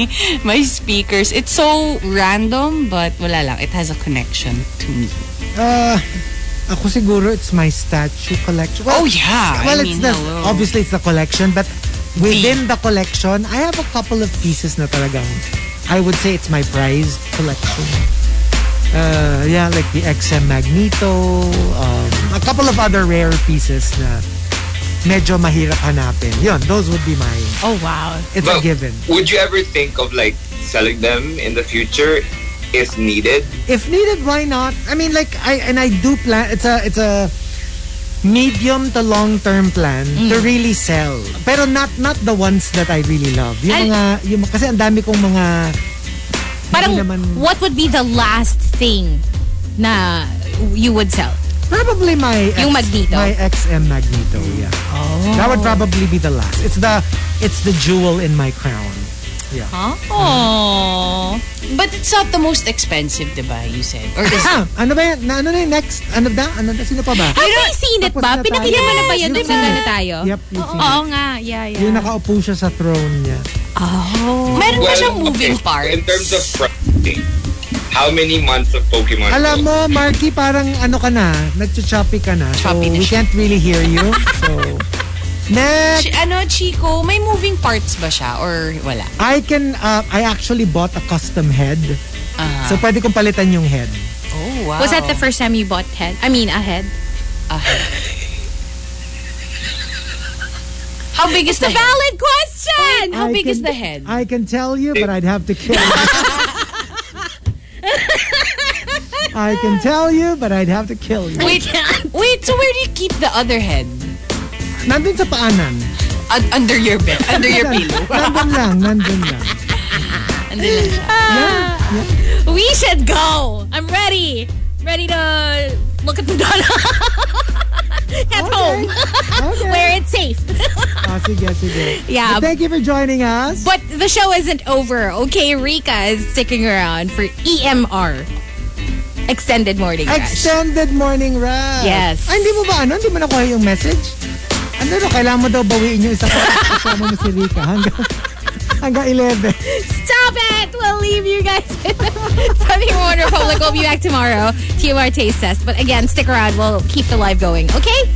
H: my speakers. It's so random but wala lang, it has a connection to me.
B: Uh, ako siguro, it's my statue collection. Well,
H: Oh yeah.
B: Well,
H: I
B: it's
H: mean,
B: the,
H: hello.
B: obviously it's the collection, but within the collection, I have a couple of pieces na talagang, I would say it's my prized collection. Uh, yeah, like the XM Magneto, um, a couple of other rare pieces na medyo mahirap hanapin. Yun, those would be my,
E: Oh, wow.
B: it's a
C: But
B: given.
C: Would you ever think of like selling them in the future if needed?
B: if needed, why not? I mean, like I and I do plan. It's a it's a medium to long term plan to
E: Mm.
B: really sell. Pero not not the ones that I really love. Yung
E: Al-
B: mga yung kasi ang dami kong mga
E: Parang,
B: hindi naman
E: what would be the last thing na you would sell?
B: probably my
E: Yung Magneto? Oh.
B: my XM Magneto. Yeah, that would probably be the last. It's the it's the jewel in my crown. Yeah.
E: Huh? Aww.
H: But it's not the most expensive, diba, you said? Or is it?
B: Ah, ano ba yan? Na, ano na yun? Next? Ano na? Ano na? Sino pa ba?
E: Have we seen it
B: Tapos na
E: ba?
B: tayo.
E: Pinakita mo na ba
B: Yes,
E: yun? Nung
B: diba?
E: na tayo?
B: Yep, we've seen
E: Oo nga. Yeah, yeah.
B: Yung nakaupo siya sa throne niya.
H: Meron ba
C: Well,
H: siyang moving
C: okay,
H: parts?
C: In terms of pricing, how many months of Pokemon?
B: Alam
C: Go?
B: mo, Marky, parang ano ka na, nagcho-choppy ka na. So,
H: Choppy
B: we
H: na siya.
B: can't really hear you. So, next,
H: Chi- ano, Chico, may moving parts ba siya? Or wala?
B: I can, uh, I actually bought a custom head.
H: Ah.
B: So, pwede kong palitan yung head.
H: oh, wow.
E: Was that the first time you bought head? I mean, a head?
H: How big is the head?
E: Valid question!
H: How
B: I
H: big is
B: can-
H: the head?
B: I can tell you, but I'd have to kill you. I can tell you, but I'd have to kill you.
H: Wait, wait, so where do you keep the other head?
B: Nandun sa paanan.
H: Un- under your bed, under your pillow.
B: Nandun lang, nandun lang.
E: We should go. I'm ready. Ready to look at the dollar. at home.
B: Okay.
E: Where it's safe.
B: Ah, sige, sige.
H: Um,
E: Yeah.
B: But thank you for joining us.
E: But the show isn't over. Okay, Rika is sticking around for EMR. Extended morning rush.
B: Extended morning rush.
E: Yes.
B: Ay, hindi mo ba ano? Hindi mo nakuha yung message? Ano no, kailangan mo daw bawiin yung isa ka. Kasama mo si Rika hanggang, hanggang 11.
E: Stop it! We'll leave you guys. Sunny One Republic. We'll be back tomorrow. TMR taste test. But again, stick around. We'll keep the live going. Okay?